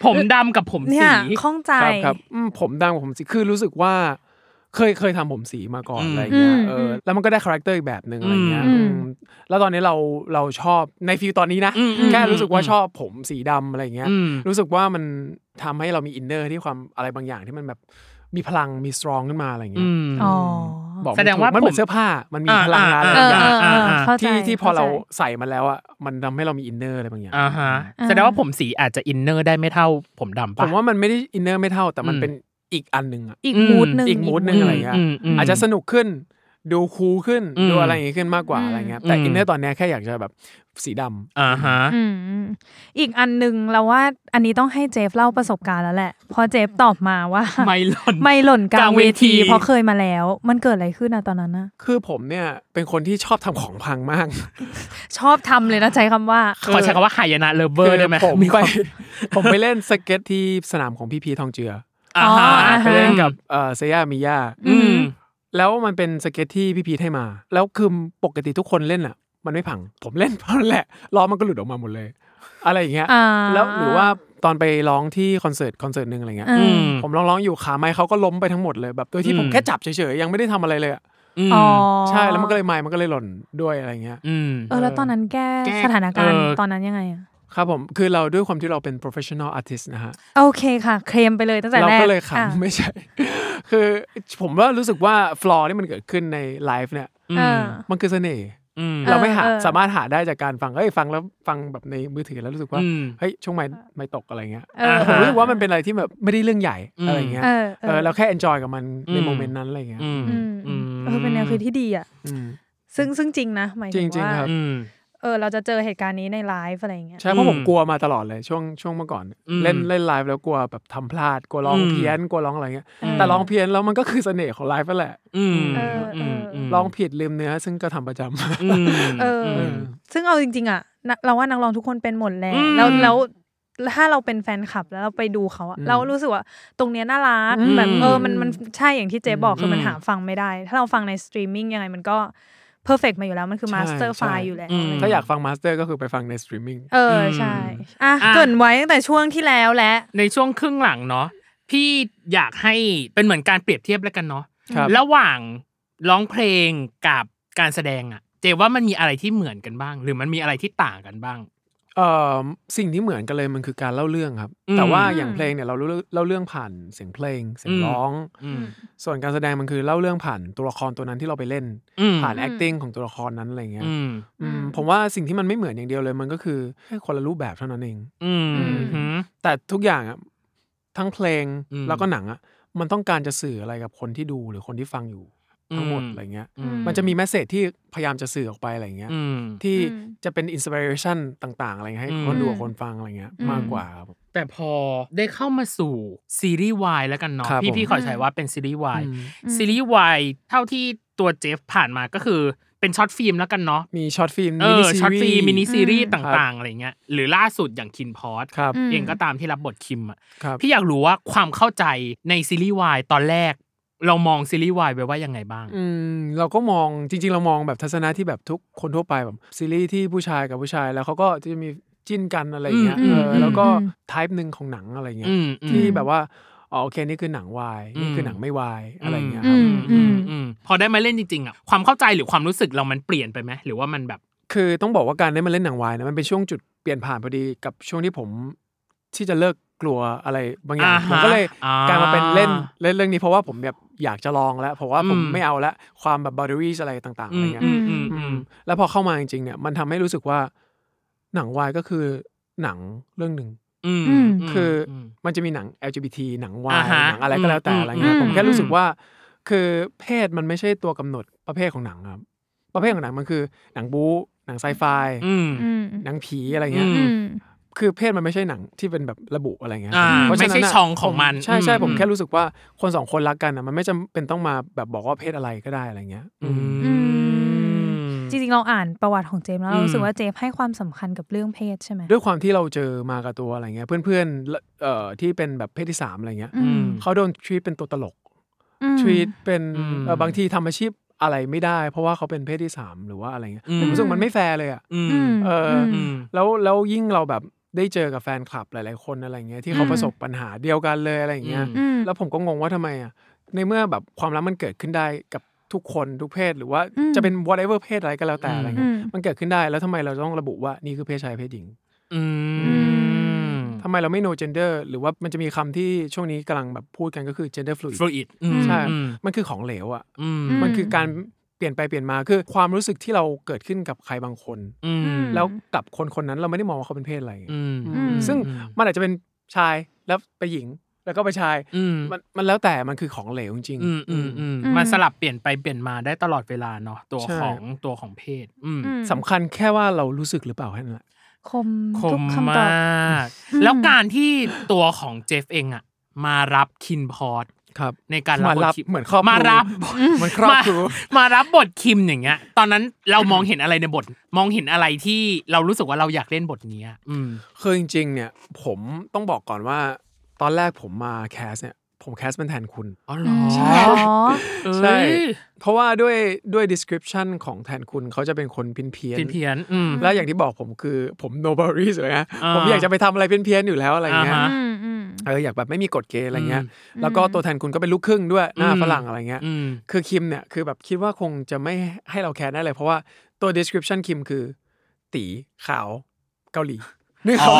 [SPEAKER 1] ผมดำกับผมสี
[SPEAKER 2] เนี่ยข้องใจ
[SPEAKER 3] ครับครับอืมผมดังกว่าผมสีคือรู้สึกว่า เคยเคยทำผมสีมาก่อนอะไรเงี้ย
[SPEAKER 2] อืม
[SPEAKER 3] เออแล้วมันก็ได้คาแรคเตอร์อีกแบบหนึ่งอะไรเงี้ย
[SPEAKER 2] อืม
[SPEAKER 3] อืมแล้วตอนนี้เราเราชอบในฟิลตอนนี้นะ
[SPEAKER 1] อืมอืม
[SPEAKER 3] แค่รู้สึกว่าชอบผมสีดำอะไรเงี้ย
[SPEAKER 1] อืม
[SPEAKER 3] รู้สึกว่ามันทำให้เรามีอินเนอร์ที่ความอะไรบางอย่างที่มันแบบมีพลังมีสตรองขึ้นมาอะไรเงี้ย
[SPEAKER 2] อ๋อ
[SPEAKER 3] บอกไม่
[SPEAKER 1] แสดง
[SPEAKER 3] ถูก
[SPEAKER 1] ว่ามั
[SPEAKER 3] มันเหมื
[SPEAKER 1] ผ
[SPEAKER 3] อ
[SPEAKER 1] ม
[SPEAKER 3] นเสื้อผ้ามันมี
[SPEAKER 1] อ่า
[SPEAKER 3] พลังงานอะไร
[SPEAKER 2] เออเอ
[SPEAKER 3] อ
[SPEAKER 2] ย่างอเออ
[SPEAKER 1] อ่า
[SPEAKER 2] เข้าใจ
[SPEAKER 3] ที่ที่พอเรา
[SPEAKER 2] ข้ใจ
[SPEAKER 3] ใส่มันแล้วอ่ะมันทำให้เรามีอินเนอร์อะไรบางอย่าง
[SPEAKER 1] อ่าฮะ
[SPEAKER 2] อ่า
[SPEAKER 1] แสดงว่าผมสีอาจจะอินเนอร์ได้ไม่เท่าผมดำ
[SPEAKER 3] ผ
[SPEAKER 1] ปะ
[SPEAKER 3] มว่ามันไม่ได้อินเนอร์ไม่เท่าแต่มัน
[SPEAKER 1] อืม
[SPEAKER 3] เป็นอีกอันหนึ่งอะ
[SPEAKER 2] อีก
[SPEAKER 1] อืม
[SPEAKER 2] มูดหนึ่ง
[SPEAKER 3] อีกมูดหนึ่งอะไรเงี้ย
[SPEAKER 1] อืมอืม
[SPEAKER 3] อาจจะสนุกขึ้น ดูคูลขึ้น
[SPEAKER 1] อืม
[SPEAKER 3] ดูอะไรอย่างงี้ขึ้นมากกว่า
[SPEAKER 2] อืม
[SPEAKER 3] อะไรเงี้ย แต่
[SPEAKER 1] อืม
[SPEAKER 3] อินเนอร์ตอนเนี้ยแค่อยากจะแบบสีดำ
[SPEAKER 1] อ่าฮะ
[SPEAKER 2] อืมอีกอันหนึ่งเราว่าอันนี้ต้องให้เจฟเล่าประสบการณ์แล้วแหละเพอเจฟตอบมาว่า
[SPEAKER 1] ไมลอน
[SPEAKER 2] ไม่หล่นกลางเวที
[SPEAKER 1] กลางเวที
[SPEAKER 2] เพราะเคยมาแล้ว มันเกิดอะไรขึ้นอะตอนนั้นนะ
[SPEAKER 3] คือผมเนี่ยเป็นคนที่ชอบทำของพังมาก
[SPEAKER 2] ชอบทำเลยนะใช้คำว่า
[SPEAKER 1] ขอใช้คำว่าหายนะเลเวอร์ได้ไหม
[SPEAKER 3] คือผม
[SPEAKER 1] มีค
[SPEAKER 3] ไป
[SPEAKER 1] วาม
[SPEAKER 3] ผมไปเล่นสเก็ตที่สนามของพี่พีทองเจือ
[SPEAKER 1] อ่าฮะ
[SPEAKER 2] อ๋ออ่าฮะ
[SPEAKER 3] ไปเล่นกับเอ่อเซย่ามิย่า
[SPEAKER 1] อืม
[SPEAKER 3] แล้วมันเป็นสเก็ตที่พี่พีทให้มา แล้วคือปกติทุกคนเล่นอ่ะ มันไม่พัง ผมเล่น เพราะนั่นแหละล้อมันก็หลุดออกมาหมดเลย อะไรอย่างเงี้ย
[SPEAKER 2] อ่า
[SPEAKER 3] แล้วหรือว่าตอนไปร้องที่คอนเสิร์ตคอนเสิร์ตหนึ่งอะไรเงี้ย
[SPEAKER 2] เอออ
[SPEAKER 3] ผมร้องร้องๆอยู่ขาไม้เขาก็ล้มไปทั้งหมดเลยแบบโดยที่ผ
[SPEAKER 1] อื
[SPEAKER 3] ม
[SPEAKER 1] ม
[SPEAKER 3] แค่จับเฉยๆยังไม่ได้ทำอะไรเลยอะ
[SPEAKER 1] ม
[SPEAKER 2] อ๋อ
[SPEAKER 3] ใช่แล้วมันก็เลยไม้มันก็เลยหล่นด้วยอะไรเงี้ย
[SPEAKER 1] อืม
[SPEAKER 2] เออแล้วตอนนั้นแก้
[SPEAKER 1] แก้
[SPEAKER 2] สถานการณ์
[SPEAKER 1] เออ
[SPEAKER 2] ตอนนั้นยังไงอะ
[SPEAKER 3] ครับผมคือเราด้วยความที่เราเป็น professional artist นะฮะ
[SPEAKER 2] โอเคค่ะ เคลมไปเลยตั้งแต่
[SPEAKER 3] เรา
[SPEAKER 2] แรก
[SPEAKER 3] ก็เลย
[SPEAKER 2] อ่ะ
[SPEAKER 3] ขำไม่ใช่ คือผมว่ารู้สึกว่าฟลอร์ที่มันเกิดขึ้นในไลฟ์เนี่ย
[SPEAKER 2] เออ
[SPEAKER 3] มันคือเสน่ห์
[SPEAKER 1] อืม
[SPEAKER 2] เออ
[SPEAKER 3] เราไม่หา
[SPEAKER 2] เออ
[SPEAKER 3] สามารถหาได้จากการฟังเอ้ยฟังแล้วฟังแบบในมือถือแล้วรู้สึกว่า
[SPEAKER 1] อืม
[SPEAKER 3] เฮ้ยช่วงไม่ไม่ตกอะไรเงี้ย
[SPEAKER 2] เออ
[SPEAKER 3] ผมรู้สึกว่ามันเป็นอะไรที่แบบไม่ได้เรื่องใหญ่
[SPEAKER 1] อืม
[SPEAKER 3] อะไรเงี้ย
[SPEAKER 2] เออ
[SPEAKER 3] เออเราแค่ enjoy กับมันในโมเมนต์นั้นอะไรเงี้ย
[SPEAKER 1] อืม
[SPEAKER 2] อืมอืมเออเป็นแนวคิดที่ดีอ่ะ
[SPEAKER 3] อืม
[SPEAKER 2] ซึ่งซึ่งจริงนะหมายถึง
[SPEAKER 3] จริง
[SPEAKER 2] ว่า
[SPEAKER 3] ๆครับ
[SPEAKER 1] อืม
[SPEAKER 2] เออเราจะเจอเหตุการณ์นี้ในไลฟ์อะไรอย่างเงี้ย
[SPEAKER 3] ใช่เพราะผม
[SPEAKER 1] อืม
[SPEAKER 3] กลัวมาตลอดเลยช่วงช่วงเมื่อก่อน
[SPEAKER 1] อืม
[SPEAKER 3] เล่นเล่นไลฟ์แล้วกลัวแบบทำพลาดกลัวร้อง
[SPEAKER 1] อืม
[SPEAKER 3] เพี้ยนกลัวร้องอะไรเงี้ย
[SPEAKER 2] อืม
[SPEAKER 3] แต่ร้องเพี้ยนแล้วมันก็คือเสน่ห์ของไลฟ์นั่นแหละ
[SPEAKER 1] อืม
[SPEAKER 2] เอออื
[SPEAKER 1] ม
[SPEAKER 2] เอออื
[SPEAKER 1] ม
[SPEAKER 3] ร้องผิดลืมเนื้อ ซึ่งก็ทำประจำ
[SPEAKER 1] อืม
[SPEAKER 2] เอออื
[SPEAKER 1] ม
[SPEAKER 2] ซึ่งเอาจริงๆอ่ะนะเราว่านักร้องทุกคนเป็นหมดแหละ
[SPEAKER 1] อืม
[SPEAKER 2] แล้วแล้วถ้าเราเป็นแฟนคลับแล้วเราไปดูเขาอะ
[SPEAKER 3] อืม
[SPEAKER 2] เรารู้สึกว่าตรงเนี้ยน่ารัก
[SPEAKER 1] อืม
[SPEAKER 2] แบบเออมันมันใช่อย่างที่เจ๊บอกคืออ
[SPEAKER 1] ม
[SPEAKER 2] มันหาฟังไม่ได้ ถ้าเราฟังในสตรีมมิ่งยังไงมันก็เพอร์เฟกมาอยู่แล้วมันคือ
[SPEAKER 3] ใช่
[SPEAKER 2] มาสเตอร์ไฟ
[SPEAKER 3] ใช่
[SPEAKER 2] อยู่แล้ว
[SPEAKER 1] อืม
[SPEAKER 3] ถ้าอยากฟังมาสเตอร์ก็คือไปฟังในสตรีมมิ่ง
[SPEAKER 2] เออใช่อ่ะ
[SPEAKER 1] อ่ะ
[SPEAKER 2] เกรินไว้ตั้งแต่ช่วงที่แล้วและ
[SPEAKER 1] ในช่วงครึ่งหลังเนาะพี่อยากให้เป็นเหมือนการเปรียบเทียบแล้วกันเนาะ
[SPEAKER 3] ครับ
[SPEAKER 1] ระหว่างร้องเพลงกับการแสดงอะเจว่ามันมีอะไรที่เหมือนกันบ้าง หรือมันมีอะไรที่ต่างกันบ้าง
[SPEAKER 3] เอ่อสิ่งที่เหมือนกันเลยมันคือการเล่าเรื่องครับ
[SPEAKER 1] อืม
[SPEAKER 3] แต่ว่าอย่าง
[SPEAKER 2] อืม
[SPEAKER 3] เพลงเนี่ยเราเล่าเล่าเรื่องผ่านเสียงเพลงเสีย
[SPEAKER 1] อื
[SPEAKER 3] ง
[SPEAKER 1] ม
[SPEAKER 3] ร้อง
[SPEAKER 1] อืม
[SPEAKER 3] ส่วนการแสดงมันคือเล่าเรื่องผ่านตัวละครตัวนั้นที่เราไปเล่น
[SPEAKER 1] อืม
[SPEAKER 3] ผ่าน acting ของตัวละครนั้นอะไรเงี้ย
[SPEAKER 1] อืม
[SPEAKER 3] อืมผมว่าสิ่งที่มันไม่เหมือนอย่างเดียวเลยมันก็คือแค่คนละรูปแบบเท่านั้นเอง
[SPEAKER 1] อืมอืม
[SPEAKER 3] แต่ทุกอย่างอะทั้งเพลง
[SPEAKER 1] อืม
[SPEAKER 3] แล้วก็หนังอะมันต้องการจะสื่ออะไรกับคนที่ดูหรือคนที่ฟังอยู่ทั้งหมดอะไรเงี้ย
[SPEAKER 1] อืม
[SPEAKER 3] มันจะมีแมสเซจที่พยายามจะสื่อออกไปอะไรเงี้ย
[SPEAKER 1] อืม
[SPEAKER 3] ที่
[SPEAKER 2] อืม
[SPEAKER 3] จะเป็นอินสปิเรชันต่าง ๆ อะไรเงี้ยให้
[SPEAKER 1] อืม
[SPEAKER 3] คนดูกับคนฟังอะไรเงี้ย
[SPEAKER 2] อืม
[SPEAKER 3] มากกว่าครับ
[SPEAKER 1] แต่พอได้เข้ามาสู่ซีรีส์วายแล้วกันเนาะ
[SPEAKER 3] ครับ
[SPEAKER 1] พี่
[SPEAKER 3] ผม
[SPEAKER 1] พี่ขอใช้ว่าเป็นซีรีส์วาย
[SPEAKER 3] อืม
[SPEAKER 2] อืม
[SPEAKER 1] ซีรีส์วายเท่าที่ตัวเจฟผ่านมาก็คือเป็นช็อตฟิล์มแล้วกันเนาะ
[SPEAKER 3] มีช็อตฟิล์ม
[SPEAKER 1] เออช็อตฟิล์มมินิซีรีส์
[SPEAKER 2] อืม
[SPEAKER 1] ต่างๆอะไรเงี้ยหรือล่าสุดอย่างคินพอส
[SPEAKER 3] ครับ
[SPEAKER 1] เองก็ตามที่รับบทคิมอะ
[SPEAKER 3] ครับ
[SPEAKER 1] พี่อยากรู้ว่าความเข้าใจในซีรีส์วายตอนแรก เรามองซีรีส์วายไว้ว่ายังไงบ้าง
[SPEAKER 3] อืมเราก็มองจริง ๆ เรามองแบบทัศนะที่แบบทุกคนทั่วไปแบบซีรีส์ที่ผู้ชายกับผู้ชายแล้วเขาก็จะมีจิ้นกันอะไรเงี้ย
[SPEAKER 1] อืม
[SPEAKER 3] เอออ
[SPEAKER 1] ม
[SPEAKER 3] แล้วก็
[SPEAKER 2] อืม
[SPEAKER 3] ไทป์หนึ่งของหนังอะไรเงี้ย
[SPEAKER 1] อืมอืม
[SPEAKER 3] ที่แบบว่าอ๋อโอเคนี่คือหนังวาย
[SPEAKER 1] อืม
[SPEAKER 3] นี่คือหนังไม่วายอะไรอย่างเงี้ยค
[SPEAKER 2] อื
[SPEAKER 3] รับ
[SPEAKER 2] มอืม
[SPEAKER 1] อืมพอได้มาเล่นจริงๆอ่ะความเข้าใจหรือความรู้สึกเรามันเปลี่ยนไปไหมหรือว่ามันแบบ
[SPEAKER 3] คือต้องบอกว่าการได้มาเล่นหนังวายนะมันเป็นช่วงจุดเปลี่ยนผ่านพอดีกับช่วงที่ผมที่จะเลิก กลัวอะไรบางอย่าง
[SPEAKER 1] อ่าฮะ
[SPEAKER 3] ผมก็เลย
[SPEAKER 1] อ่าก
[SPEAKER 3] ลารมาเป็นเล่นเล่นเรื่องนี้เพราะว่าผมแบบอยากจะลองแล้วผมว่าผม
[SPEAKER 1] อืม
[SPEAKER 3] ไม่เอาละความแบบบอด r ี s อะไรต่างๆอะ
[SPEAKER 1] อื
[SPEAKER 3] ไร
[SPEAKER 1] ม
[SPEAKER 3] เงี้ย
[SPEAKER 1] อืมอืมอืม
[SPEAKER 3] แล้วพอเข้ามาจริงๆเนี่ยมันทำให้รู้สึกว่าหนังวายก็คือหนังเรื่องหนึ่ง
[SPEAKER 1] อืม
[SPEAKER 2] อืม
[SPEAKER 1] ม
[SPEAKER 3] คือมันจะมีหนัง LGBT หนังวา
[SPEAKER 1] อ่าย ฮะ
[SPEAKER 3] หนังอะไรก็แล้วแต่
[SPEAKER 1] อืม
[SPEAKER 3] อะไรเงี้ย
[SPEAKER 1] อืม
[SPEAKER 3] ผมแค่
[SPEAKER 1] อืม
[SPEAKER 3] รู้สึกว่า คือเพศมันไม่ใช่ตัวกำหนดประเภทของหนังครับ ประเภทของหนังมันคือ หนังบู๊หนังไซไฟ
[SPEAKER 1] อืม
[SPEAKER 2] อืม
[SPEAKER 3] หนังผีอะไรเงี้ย
[SPEAKER 1] อื
[SPEAKER 2] อืม
[SPEAKER 3] คือเพศมันไม่ใช่หนังที่เป็นแบบระบุอะไรเงี้ย
[SPEAKER 1] อ่า
[SPEAKER 3] เพราะฉะ
[SPEAKER 1] ไม่
[SPEAKER 3] นั้น
[SPEAKER 1] ใช่
[SPEAKER 3] น่ะ
[SPEAKER 1] ช่องของมัน
[SPEAKER 3] ผใช่ใช่
[SPEAKER 1] อืม
[SPEAKER 3] ผมแค่รู้สึกว่าคนสองคนรักกันอ่ะมันไม่จำเป็นต้องมาแบบบอกว่าเพศอะไรก็ได้อะไรเงี้ยอืม
[SPEAKER 1] อืม
[SPEAKER 2] จริงๆเราอ่านประวัติของเจมส์แล้วเรา
[SPEAKER 1] อืม
[SPEAKER 2] รู้สึกว่าเจมส์ให้ความสำคัญกับเรื่องเพศใช่ไหม
[SPEAKER 3] ด้วยความที่เราเจอมากับตัวอะไรเงี้ย เพื่อนๆและเอ่อที่เป็นแบบเพศที่สามอะไรเงี้ย
[SPEAKER 2] อืม
[SPEAKER 3] เขาโดนทวีตเป็นตัวตลก
[SPEAKER 2] อืม
[SPEAKER 3] ทวีตเป็น
[SPEAKER 1] อืม
[SPEAKER 3] เอ่อบางทีทำอาชีพอะไรไม่ได้ เพราะว่าเขาเป็นเพศที่สามหรือว่าอะไรเงี้ย
[SPEAKER 1] อืม
[SPEAKER 3] ผมรู้สึกมันไม่แฟร์เลยอ่ะ
[SPEAKER 1] อืม
[SPEAKER 2] อืม
[SPEAKER 3] เออ
[SPEAKER 1] อื
[SPEAKER 2] ม
[SPEAKER 1] ม
[SPEAKER 3] แล้วแล้วยิ่งเราแบบได้เจอกับแฟนคลับหลาย ๆคนอะไรเงี้ยที่เขา
[SPEAKER 2] อืม
[SPEAKER 3] ประสบปัญหาเดียวกันเลยอะไรเงี้ย
[SPEAKER 1] อืม
[SPEAKER 2] อืม
[SPEAKER 3] แล้วผมก็งงว่าทำไมอ่ะในเมื่อแบบความรักมันเกิดขึ้นได้กับทุกคนทุกเพศหรือว่า
[SPEAKER 2] อืม
[SPEAKER 3] จะเป็น whatever เพศอะไรก็แล้วแต่อะไร
[SPEAKER 2] อื
[SPEAKER 3] เงี้ย
[SPEAKER 2] ม
[SPEAKER 3] มันเกิดขึ้นได้แล้วทำไมเราต้องระบุว่านี่คือเพศชายเพศหญิง
[SPEAKER 1] อืม
[SPEAKER 3] ทำไมเราไม่ no gender หรือว่ามันจะมีคำที่ช่วงนี้กำลังแบบพูดกันก็คือ gender
[SPEAKER 1] ฟ
[SPEAKER 3] fluid
[SPEAKER 1] ลูอิดอืม
[SPEAKER 3] ใช่
[SPEAKER 1] อืม
[SPEAKER 3] มันคือของเหลวอะ
[SPEAKER 1] อืม
[SPEAKER 3] มันคือการเปลี่ยนไปเปลี่ยนมาคือความรู้สึกที่เราเกิดขึ้นกับใครบางคน
[SPEAKER 1] อืม
[SPEAKER 2] ม
[SPEAKER 3] แล้วกับคนคนนั้นเราไม่ได้มองว่าเขาเป็นเพศอะไร
[SPEAKER 1] อืม
[SPEAKER 2] อืม
[SPEAKER 3] ซึ่ง
[SPEAKER 1] อืม
[SPEAKER 3] มันอาจจะเป็นชายแล้วไปหญิงแล้วก็ไปชาย
[SPEAKER 1] อืม
[SPEAKER 3] มันมันแล้วแต่มันคือของเหลวจริงๆ
[SPEAKER 1] อืมอืมอืม
[SPEAKER 2] อืม
[SPEAKER 1] มันสลับเปลี่ยนไปเปลี่ยนมาได้ตลอดเวลาเนาะตัวของตัวของเพศ อืม
[SPEAKER 2] อืม
[SPEAKER 3] สำคัญแค่ว่าเรารู้สึกหรือเปล่าแค่นั้นแหละ
[SPEAKER 2] คม
[SPEAKER 1] ค
[SPEAKER 2] ทุ
[SPEAKER 1] ม
[SPEAKER 2] กคำตอ
[SPEAKER 1] มาก
[SPEAKER 2] บอืม
[SPEAKER 1] แล้วการที่ตัวของเจฟเองอะมารับคินพอร์ต
[SPEAKER 3] ครับ
[SPEAKER 1] ในการ
[SPEAKER 3] มารั
[SPEAKER 1] รับบ
[SPEAKER 3] เหมือนครอบครัว
[SPEAKER 1] มารับ
[SPEAKER 3] เหมือนครอบครัว
[SPEAKER 1] มามารับบทคิมอย่างเงี้ย ตอนนั้นเรามองเห็นอะไรในบท มองเห็นอะไรที่เรารู้สึกว่าเราอยากเล่นบทเนี้ย อืม
[SPEAKER 3] คือจริงๆเนี่ยผมต้องบอกก่อนว่า ตอนแรกผมมาแคสเนี่ยผมแคสเป็นแทนคุณ
[SPEAKER 1] อ๋อเหรอ
[SPEAKER 2] อ๋อ
[SPEAKER 3] ใช่
[SPEAKER 1] เอ้ย
[SPEAKER 3] เพราะว่าด้วยด้วย description ของแทนคุณเขาจะเป็นคนเพี้ยนเพี้ยน
[SPEAKER 1] เพี้ยนๆอืม
[SPEAKER 3] แล้วอย่างที่บอกผมคือผม nobody เลยนะ
[SPEAKER 1] อ่า
[SPEAKER 3] ผมอยากจะไปทำอะไรเพี้ยนเพี้ยนๆอยู่แล้วอะไรเงี้ย
[SPEAKER 1] อ่าฮะ
[SPEAKER 2] อืมอืม
[SPEAKER 3] เอออยากแบบไม่มีกฎเกณฑ์อะไรเงี้ย
[SPEAKER 1] อื
[SPEAKER 3] แล้วก็ตัวแทนคุณก็เป็นลูกครึ่งด้วยหน้า
[SPEAKER 1] อืม
[SPEAKER 3] ฝรั่งอะไรเงี้ย
[SPEAKER 1] อืม
[SPEAKER 3] คือคิมเนี่ยคือแบบคิดว่าคงจะไม่ให้เราแคร์ได้เลย เพราะว่าตัว description คิมคือ ตีขาวเกาหลีนี่
[SPEAKER 1] อ๋
[SPEAKER 3] เขา
[SPEAKER 1] อ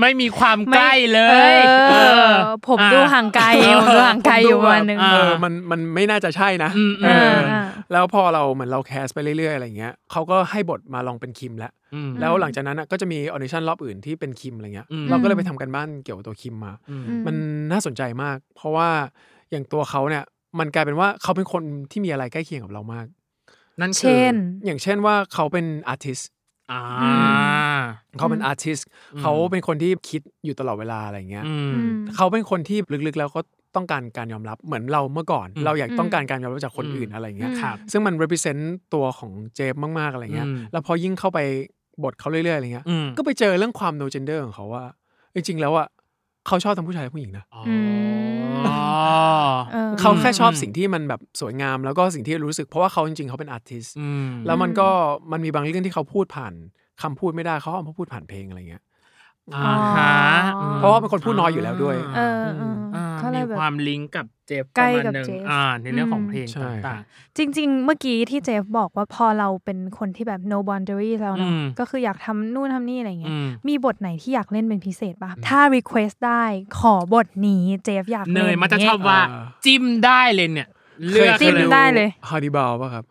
[SPEAKER 1] ไม่มีความใกล้เลย
[SPEAKER 2] เออ ผมดูห่างไกลผมดูห่างไกลอยู่วันหนึ่ง
[SPEAKER 1] อ่า
[SPEAKER 3] เออมันมันไม่น่าจะใช่นะ
[SPEAKER 1] อืม
[SPEAKER 3] เอออา แล้วพอเราเหมือนเราแคสไปเรื่อยๆอะไรเงี้ยเขาก็ให้บทมาลองเป็นคิมแล้ว
[SPEAKER 1] อืม
[SPEAKER 3] แล้วหลังจากนั้นน่ะก็จะมีออดิชั่นรอบอื่นที่เป็นคิมอะไรเงี้ย
[SPEAKER 1] อืม
[SPEAKER 3] เราก็เลยไปทำกันบ้านเกี่ยวกับตัวคิมมา
[SPEAKER 1] อืม
[SPEAKER 3] มันน่าสนใจมาก เพราะว่าอย่างตัวเขาเนี่ยมันกลายเป็นว่าเขาเป็นคนที่มีอะไรใกล้เคียงกับเรามาก
[SPEAKER 1] นั่นคือ
[SPEAKER 2] เช่น
[SPEAKER 3] อย่างเช่นว่าเขาเป็นอาร์ติส
[SPEAKER 1] อ่า
[SPEAKER 3] เขาเป็นอาร์ติส
[SPEAKER 1] อืม
[SPEAKER 3] เขาเป็นคนที่คิดอยู่ตลอดเวลาอะไรเงี้ย
[SPEAKER 1] อืม
[SPEAKER 3] เขาเป็นคนที่ลึกๆแล้วก็ต้องการการยอมรับเหมือนเราเมื่อก่อน
[SPEAKER 1] อืม
[SPEAKER 3] เราอยากต้องการการยอมรับจากคนอื่น
[SPEAKER 1] อืม
[SPEAKER 3] อะไรเงี้ย
[SPEAKER 1] ครับ
[SPEAKER 3] ซึ่งมัน represent ตัวของเจฟมาก ๆ อะไรเงี้ย
[SPEAKER 1] อืม
[SPEAKER 3] แล้วพอยิ่งเข้าไปบทเขาเรื่อย ๆ อะไรเงี้ย
[SPEAKER 1] อืม
[SPEAKER 3] ก็ไปเจอเรื่องความ no gender ของเขาว่า จริง ๆ แล้วอ่ะเขาชอบทั้งผู้ชายและผู้หญิงนะ
[SPEAKER 1] อ๋อ
[SPEAKER 2] ม ออ
[SPEAKER 3] เขาแค่ชอบสิ่งที่มันแบบสวยงาม แล้วก็สิ่งที่รู้สึกเพราะว่าเขาจริง ๆ เขาเป็น artist
[SPEAKER 1] อืม
[SPEAKER 3] แล้วมันก็มันมีบางเรื่องที่เขาพูดผ่านคำพูดไม่ได้เขาเอามาพูดผ่านเพลงอะไรเงี้ย
[SPEAKER 1] อ่าฮะ
[SPEAKER 2] อ๋ออื
[SPEAKER 1] ม
[SPEAKER 3] เพราะว่าเป็นคนพูดน้อยอยู่แล้วด้วย
[SPEAKER 2] เออเออ
[SPEAKER 1] อ่า
[SPEAKER 2] เขาเล
[SPEAKER 1] มี
[SPEAKER 2] ยแบบ
[SPEAKER 1] ความลิงก์กับเจฟ
[SPEAKER 2] ใกล้กับ
[SPEAKER 1] ประมาณหนึ่ง
[SPEAKER 2] เจฟ
[SPEAKER 1] อ่า ในเรื่องของ
[SPEAKER 2] อืม
[SPEAKER 1] เพลง
[SPEAKER 3] ใช่
[SPEAKER 1] ต่าง
[SPEAKER 2] จริง ๆ เมื่อกี้ที่เจฟบอกว่าพอเราเป็นคนที่แบบ no boundary แล้วเน
[SPEAKER 1] อื
[SPEAKER 2] อะ
[SPEAKER 1] ม
[SPEAKER 2] ก็คืออยากทำนู่นทำนี่อะไร
[SPEAKER 1] ๆ
[SPEAKER 2] เงี้
[SPEAKER 1] อื
[SPEAKER 2] ย
[SPEAKER 1] ม
[SPEAKER 2] มีบทไหนที่อยากเล่นเป็นพิเศษปะถ้า request ได้ขอบทนี้เจฟอยาก
[SPEAKER 1] เน
[SPEAKER 2] เล่น
[SPEAKER 1] ยมันจะชอบว่า
[SPEAKER 3] เออ
[SPEAKER 1] จิ้มได้เลยเนี่ย เลือก
[SPEAKER 2] จิ้ม
[SPEAKER 1] เลย
[SPEAKER 2] ได้เลย
[SPEAKER 3] ฮาร์ดิบาลป่ะครับ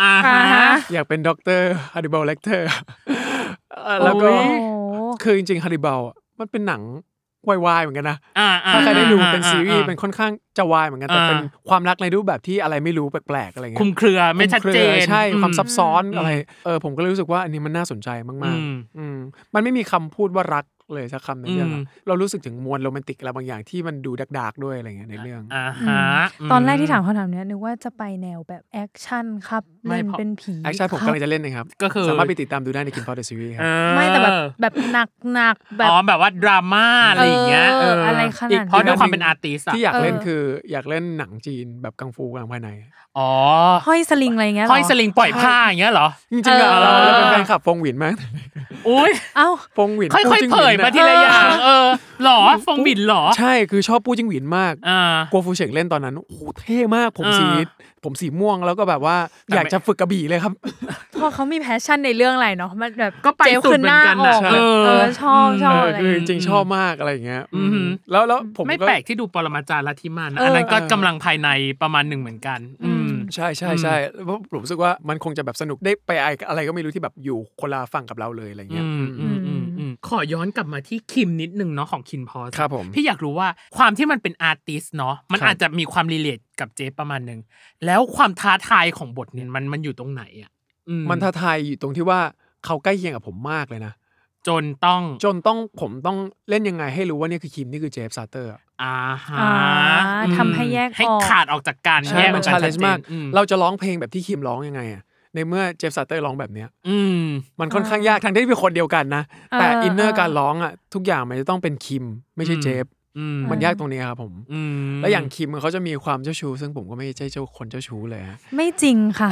[SPEAKER 1] อ่า
[SPEAKER 2] อ่า
[SPEAKER 1] ฮะ
[SPEAKER 2] ฮะ
[SPEAKER 3] อยากเป็นด็อกเตอร์ฮาร์ดิบาลเลกเตอ ร์แล้วก็
[SPEAKER 2] โอ้โห
[SPEAKER 3] คือจริงๆฮาริบาลอะมันเป็นหนังวายๆเหมือนกันนะ
[SPEAKER 1] อ่าอ่
[SPEAKER 3] ถ้าใครได้ดูเป็น
[SPEAKER 1] อ่า
[SPEAKER 3] ซีรีส์
[SPEAKER 1] อ่า
[SPEAKER 3] เป็นค่อนข้างจะวายเหมือนกัน แต่
[SPEAKER 1] อ่า
[SPEAKER 3] เป็นความรักในรูปแบบที่อะไรไม่รู้แปลกๆอะไร
[SPEAKER 1] คุ
[SPEAKER 3] เงี้
[SPEAKER 1] ม
[SPEAKER 3] ย
[SPEAKER 1] เครือไม่ชัดเจน
[SPEAKER 3] คลุมครือใช่
[SPEAKER 1] อื
[SPEAKER 3] ความซับซ้อน
[SPEAKER 1] อืม
[SPEAKER 3] อะไรเออผมก็เลยรู้สึกว่าอันนี้มันน่าสนใจ
[SPEAKER 1] อื
[SPEAKER 3] มาก
[SPEAKER 1] ม
[SPEAKER 3] ๆอืมมันไม่มีคำพูดว่ารักเลยสักคำในเรื่องอะ
[SPEAKER 1] อืม
[SPEAKER 3] เรารู้สึกถึงมวลโรแมนติกอะไรบางอย่างที่มันดูดาร์กๆด้วยอะไรเงี้ยในเรื่อง
[SPEAKER 1] อ่าฮะม
[SPEAKER 2] ตอนแรกที่ถามคำถามเนี้ยนึกว่าจะไปแนวแบบแอคชั่นครับ
[SPEAKER 1] ไม่
[SPEAKER 2] เล่น
[SPEAKER 1] พอ
[SPEAKER 2] เป็นผี
[SPEAKER 3] แอคชั่นผม
[SPEAKER 2] ครับ
[SPEAKER 3] กำลังจะเล่นนะครับ
[SPEAKER 1] ก็คือ
[SPEAKER 3] สามารถไปติดตามดูได้ในคิมพอดซีรีส์ค
[SPEAKER 1] เอ
[SPEAKER 3] รับ
[SPEAKER 1] อ
[SPEAKER 2] ไม่แต่แบบแบบหนักหนักๆแบบ
[SPEAKER 1] อ๋อแบบว่าดราม่าอะไรอย่างเงี้ย
[SPEAKER 2] เอออะไรขนาดนั้น
[SPEAKER 1] เพราะด้วยความเป็นอาร์ติสอะ
[SPEAKER 3] ที่อยากเล่น
[SPEAKER 2] เออ
[SPEAKER 3] คืออยากเล่นหนังจีนแบบกังฟูกำลังภายใน
[SPEAKER 1] อ๋อ
[SPEAKER 2] ห้อยสลิงอะไรเางเงี้ยเหร
[SPEAKER 1] ห้อยสลิงปล่อยผ้าอย่างเงี้ยเหรอ
[SPEAKER 3] จริงๆอะ
[SPEAKER 1] เออ
[SPEAKER 3] เราเราเป็นแฟนคลับฟงหวินมาก
[SPEAKER 1] อุ้ย
[SPEAKER 2] เอ้า
[SPEAKER 3] ฟงหวิน
[SPEAKER 1] ค่
[SPEAKER 3] ปู
[SPEAKER 1] อย
[SPEAKER 3] จิ้ง
[SPEAKER 1] ๆ
[SPEAKER 3] ห
[SPEAKER 1] เผ
[SPEAKER 3] วิน
[SPEAKER 1] ยมา
[SPEAKER 3] น่ะ
[SPEAKER 1] ทีละอย่างเออหรอฟงบินหรอ
[SPEAKER 3] ใช่คือชอบปูจิ้งหวินมาก
[SPEAKER 1] อ่า
[SPEAKER 3] กัวฟูเฉงเล่นตอนนั้นโอ้โหเท่มากผม
[SPEAKER 1] อ่า
[SPEAKER 3] สี ผมสีม่วงแล้วก็แบบว่า
[SPEAKER 1] แต่
[SPEAKER 3] อยาก
[SPEAKER 1] ไม่
[SPEAKER 3] จะฝึกกระบี่เลยครับ
[SPEAKER 2] พอเขามีแพชชั่นในเรื่องอะไรเนาะมันแบบ
[SPEAKER 1] ก็ไป
[SPEAKER 2] เจ๊
[SPEAKER 1] สุด
[SPEAKER 2] ขึ้น
[SPEAKER 1] เหมื
[SPEAKER 2] ห
[SPEAKER 1] อน
[SPEAKER 2] น้า
[SPEAKER 1] กัน
[SPEAKER 2] อ
[SPEAKER 1] น่ะ
[SPEAKER 2] อก
[SPEAKER 1] เอ
[SPEAKER 2] เอ
[SPEAKER 1] อ
[SPEAKER 2] อชอบชอบ
[SPEAKER 3] เออ
[SPEAKER 2] อะไร
[SPEAKER 3] คือจริงๆชอบมากอะไรอย่างเงี้ย
[SPEAKER 1] อือหือ
[SPEAKER 3] แล้วแล้วผม
[SPEAKER 1] ไม่
[SPEAKER 3] ก็
[SPEAKER 1] แปลกที่ดูปรมาจารย์ลัทธิมัน
[SPEAKER 3] เอออั
[SPEAKER 1] อันนั้นก็
[SPEAKER 3] เออ
[SPEAKER 1] กำลังภายในประมาณหนึ่งเหมือนกัน อืม
[SPEAKER 2] อืม
[SPEAKER 3] ใช่ใช่ใช่เพราะผมรู้สึกว่ามันคงจะแบบสนุกได้ไปอะไรก็ไม่รู้ที่แบบอยู่คนละฝั่งกับเราเลยอะไรเงี้ย
[SPEAKER 1] อืมอืมอืมขอย้อนกลับมาที่คิมนิดนึงเนาะของคินพอส
[SPEAKER 3] ครับผม
[SPEAKER 1] พี่อยากรู้ว่าความที่มันเป็นอาร์ติสเนาะมัน
[SPEAKER 3] ครับ
[SPEAKER 1] อาจจะมีความรีเลทกับเจฟประมาณหนึ่งแล้วความท้าทายของบทเนี่ยมันมันอยู่ตรงไหนอ่ะอื
[SPEAKER 3] มันท้าทายอยู่ตรงที่ว่าเขาใกล้เคียงกับผมมากเลยนะ
[SPEAKER 1] จนต้อง
[SPEAKER 3] จนต้องผมต้องเล่นยังไงให้รู้ว่าเนี่ยคือคิมนี่คือเจฟซาเตอร์อะ
[SPEAKER 1] อ่าฮะ
[SPEAKER 2] อ่า
[SPEAKER 1] อืม
[SPEAKER 2] ทำให้แยก
[SPEAKER 1] ให้
[SPEAKER 2] ออก
[SPEAKER 1] ขาดออกจากกัน
[SPEAKER 3] ใช่
[SPEAKER 1] แยกอ
[SPEAKER 3] มั
[SPEAKER 1] อน กจาก
[SPEAKER 3] ชา
[SPEAKER 1] กั
[SPEAKER 3] เล
[SPEAKER 1] นชัด
[SPEAKER 3] นจ์
[SPEAKER 1] เจ
[SPEAKER 3] มาก
[SPEAKER 1] นอื
[SPEAKER 3] เราจะร้องเพลงแบบที่คิมร้องยังไงอะในเมื่อเจฟซาเตอร์ร้องแบบเนี้ย
[SPEAKER 1] อืม
[SPEAKER 3] มันค่อนข้างยากทั้งที่เป็นคนเดียวกันนะ แต่
[SPEAKER 2] เอออิ
[SPEAKER 3] อินเนอร์
[SPEAKER 2] เออ
[SPEAKER 3] การร้องอะทุกอย่างมันจะต้องเป็นคิมไม่ใช่
[SPEAKER 1] อืม
[SPEAKER 3] เจฟ
[SPEAKER 1] อืม
[SPEAKER 3] มันยากตรงเนี้ยครับผม
[SPEAKER 1] อืม
[SPEAKER 3] แล้วอย่างคิมเขาจะมีความเจ้าชู้ซึ่งผมก็ไม่ใช่เจ้าคนเจ้าชู้เลยฮะ
[SPEAKER 2] ไม่จริงค่ะ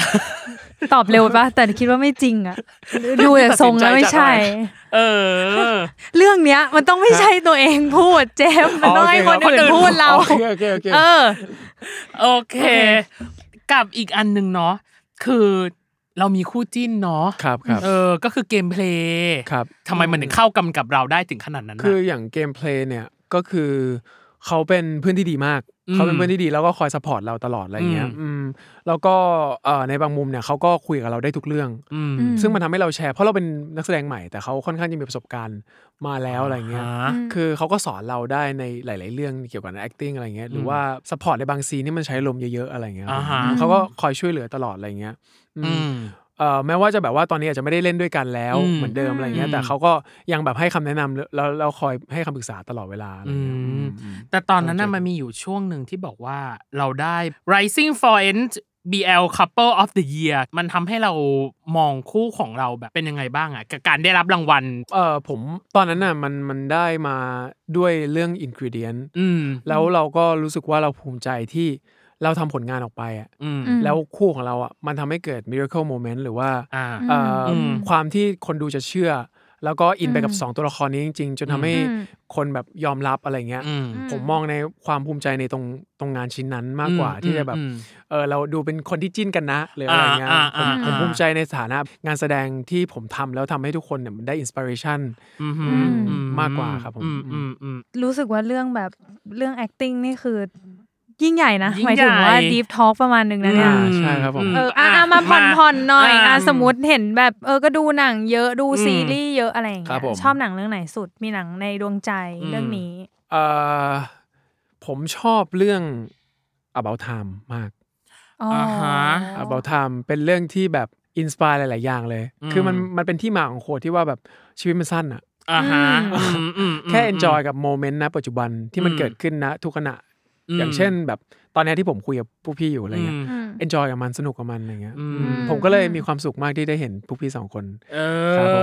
[SPEAKER 2] ตอบเร็วป่ะ แต่คิดว่าไม่จริงอ่ะ ดูแต่ทรงแล้วไม่ใช่
[SPEAKER 3] ตัดสินใจจากอะไร
[SPEAKER 1] เออ
[SPEAKER 2] เรื่องเนี้ย มันต้องไม่ใช่ตัวเองพูดเจมส์มันต้องให้คนอื่นพูดเรา
[SPEAKER 3] โอเคโอเคโอเค
[SPEAKER 2] เออ
[SPEAKER 1] โอเค
[SPEAKER 2] โอเค
[SPEAKER 1] กับอีกอันหนึ่งเนาะคือเรามีคู่จิ้นเนาะ
[SPEAKER 3] ครับครับ
[SPEAKER 1] เออ ก็คือเกมเพลย์
[SPEAKER 3] ครับ
[SPEAKER 1] ทำไมมันถึงเข้ากันกับเราได้ถึงขนาดนั้นน่ะ
[SPEAKER 3] คืออย่างเกมเพลย์เนี่ยก็คือเขาเป็นเพื่อนที่ดีมาก
[SPEAKER 1] อืม
[SPEAKER 3] เขาเป็นเพื่อนที่ดีแล้วก็คอยสปอร์ตเราตลอดอะไรเงี้
[SPEAKER 1] อื
[SPEAKER 3] ย
[SPEAKER 1] ม
[SPEAKER 3] อืมแล้วก็เอ่อในบางมุมเนี่ยเขาก็คุยกับเราได้ทุกเรื่อง
[SPEAKER 1] ม
[SPEAKER 2] อืม
[SPEAKER 3] ซึ่งมันทำให้เราแชร์เพราะเราเป็นนักแสดงใหม่แต่เขาค่อนข้างจะมีประสบการณ์มาแล้วอะไรเงี้ย
[SPEAKER 1] อ่า
[SPEAKER 3] คือเขาก็สอนเราได้ในหลาย ๆ เรื่องเกี่ยวกับ acting อะไรเงี้ยหรือว่า support ในบางซีนที่มันใช้ลมเยอะ ๆ อะไรเงี้ย
[SPEAKER 1] อ่าฮะ
[SPEAKER 3] เขาก็คอยช่วยเหลือตลอดอะไรเงี้ยอืม
[SPEAKER 1] อืม
[SPEAKER 3] เอ่อแม้ว่าจะแบบว่าตอนนี้อาจจะไม่ได้เล่นด้วยกันแล้ว
[SPEAKER 1] อืม
[SPEAKER 3] เหมือนเดิมอะไรเงี้
[SPEAKER 1] อืม
[SPEAKER 3] ยแต่เขาก็ยังแบบให้คำแนะนำแล้วแล้วคอยให้คำปรึกษาตลอดเวลาอะไร
[SPEAKER 1] อื
[SPEAKER 3] เงี้ย
[SPEAKER 1] ม
[SPEAKER 3] อืม
[SPEAKER 1] แต่ตอนนั้นน่ะ
[SPEAKER 3] โอเค
[SPEAKER 1] มันมีอยู่ช่วงหนึ่งที่บอกว่าเราได้ Rising for End BL Couple of the Year มันทำให้เรามองคู่ของเราแบบเป็นยังไงบ้างอะกับการได้รับรางวัล
[SPEAKER 3] เอ่อผมตอนนั้นน่ะมันมันได้มาด้วยเรื่อง ingredient
[SPEAKER 1] อืม
[SPEAKER 3] แล้วเราก็รู้สึกว่าเราภูมิใจที่เราทำผลงานออกไปอ่ะ
[SPEAKER 1] อืม
[SPEAKER 2] อืม
[SPEAKER 3] แล้วคู่ของเราอ่ะมันทำให้เกิด miracle moment หรือว่า
[SPEAKER 1] อ่า
[SPEAKER 3] เอ่ออ
[SPEAKER 1] ม
[SPEAKER 3] ความที่คนดูจะเชื่อ แล้วก็อินไปกับ
[SPEAKER 2] อืม
[SPEAKER 3] สองตัวละครนี้จริง ๆ จนทำให้
[SPEAKER 2] อืม
[SPEAKER 3] คนแบบยอมรับอะไรเงี้ย
[SPEAKER 1] อืม
[SPEAKER 3] ผมมองในความภูมิใจในตรงตรงงานชิ้นนั้นมากกว่าที่จะแบบ
[SPEAKER 1] อืม
[SPEAKER 3] เออเราดูเป็นคนที่จิ้นกันนะหรืออะไรเงี้ย
[SPEAKER 1] อ่า
[SPEAKER 3] ผ
[SPEAKER 1] อ่าม อ่า
[SPEAKER 3] ผมภูมิใจในฐานะงานแสดงที่ผมทำแล้วทำให้ทุกคนเนี่ยมันได้อินสปิเรชัน
[SPEAKER 1] อืม
[SPEAKER 3] อืมมากกว่าครับผม
[SPEAKER 1] อืมอืมอืม
[SPEAKER 2] รู้สึกว่าเรื่องแบบเรื่อง acting นี่คือ ยิ่งใหญ่นะ
[SPEAKER 1] ยิ่ง
[SPEAKER 2] หมายถึงว่า
[SPEAKER 1] ใหญ่
[SPEAKER 2] deep talk ประมาณหนึ่งนะเนี่ย
[SPEAKER 3] อืม ใช่ครับผม
[SPEAKER 2] เอออ่ะอ่ะมาผ่อนผ่อนหน่อยอ่ะ
[SPEAKER 1] อ่ะ
[SPEAKER 2] สมมติเห็นแบบเออก็ดูหนังเยอะดู
[SPEAKER 1] อืม
[SPEAKER 2] ซีรีส์เยอะอะไรอย่าง
[SPEAKER 3] ครั
[SPEAKER 2] เงี้ย
[SPEAKER 3] บผม
[SPEAKER 2] ชอบหนังเรื่องไหนสุดมีหนังในดวงใจ
[SPEAKER 1] อืม
[SPEAKER 2] เรื่องนี้
[SPEAKER 3] เออผมชอบเรื่อง about time มาก
[SPEAKER 2] อ๋อ
[SPEAKER 1] อ่าฮะ
[SPEAKER 3] about time เป็นเรื่องที่แบบอินสปายหลาย ๆ อย่างเลย
[SPEAKER 1] อืม
[SPEAKER 3] คือมันมันเป็นที่มาของโคดที่ว่าแบบชีวิตมันสั้นอะ
[SPEAKER 1] อ่าฮะ
[SPEAKER 2] อืม
[SPEAKER 1] อืมอืมม
[SPEAKER 3] แค่ enjoy กับโมเมนต์นะปัจจุบันที่มัน
[SPEAKER 1] อืม
[SPEAKER 3] เกิดขึ้นนะทุกขณะ
[SPEAKER 1] ม
[SPEAKER 3] อย่างเช่น แบบตอนเนี้ยที่ผมคุยกับผู้พี่อยู่อะไรเงี้ย
[SPEAKER 1] ม
[SPEAKER 2] อืม
[SPEAKER 3] enjoy กับมันสนุกกับมันอะไรเงี้ย
[SPEAKER 1] อืม
[SPEAKER 3] อืมผมก็เลย
[SPEAKER 2] อืม
[SPEAKER 3] มีความสุขมากที่ได้เห็นผู้พี่สองคน
[SPEAKER 1] เอ
[SPEAKER 3] ครับผม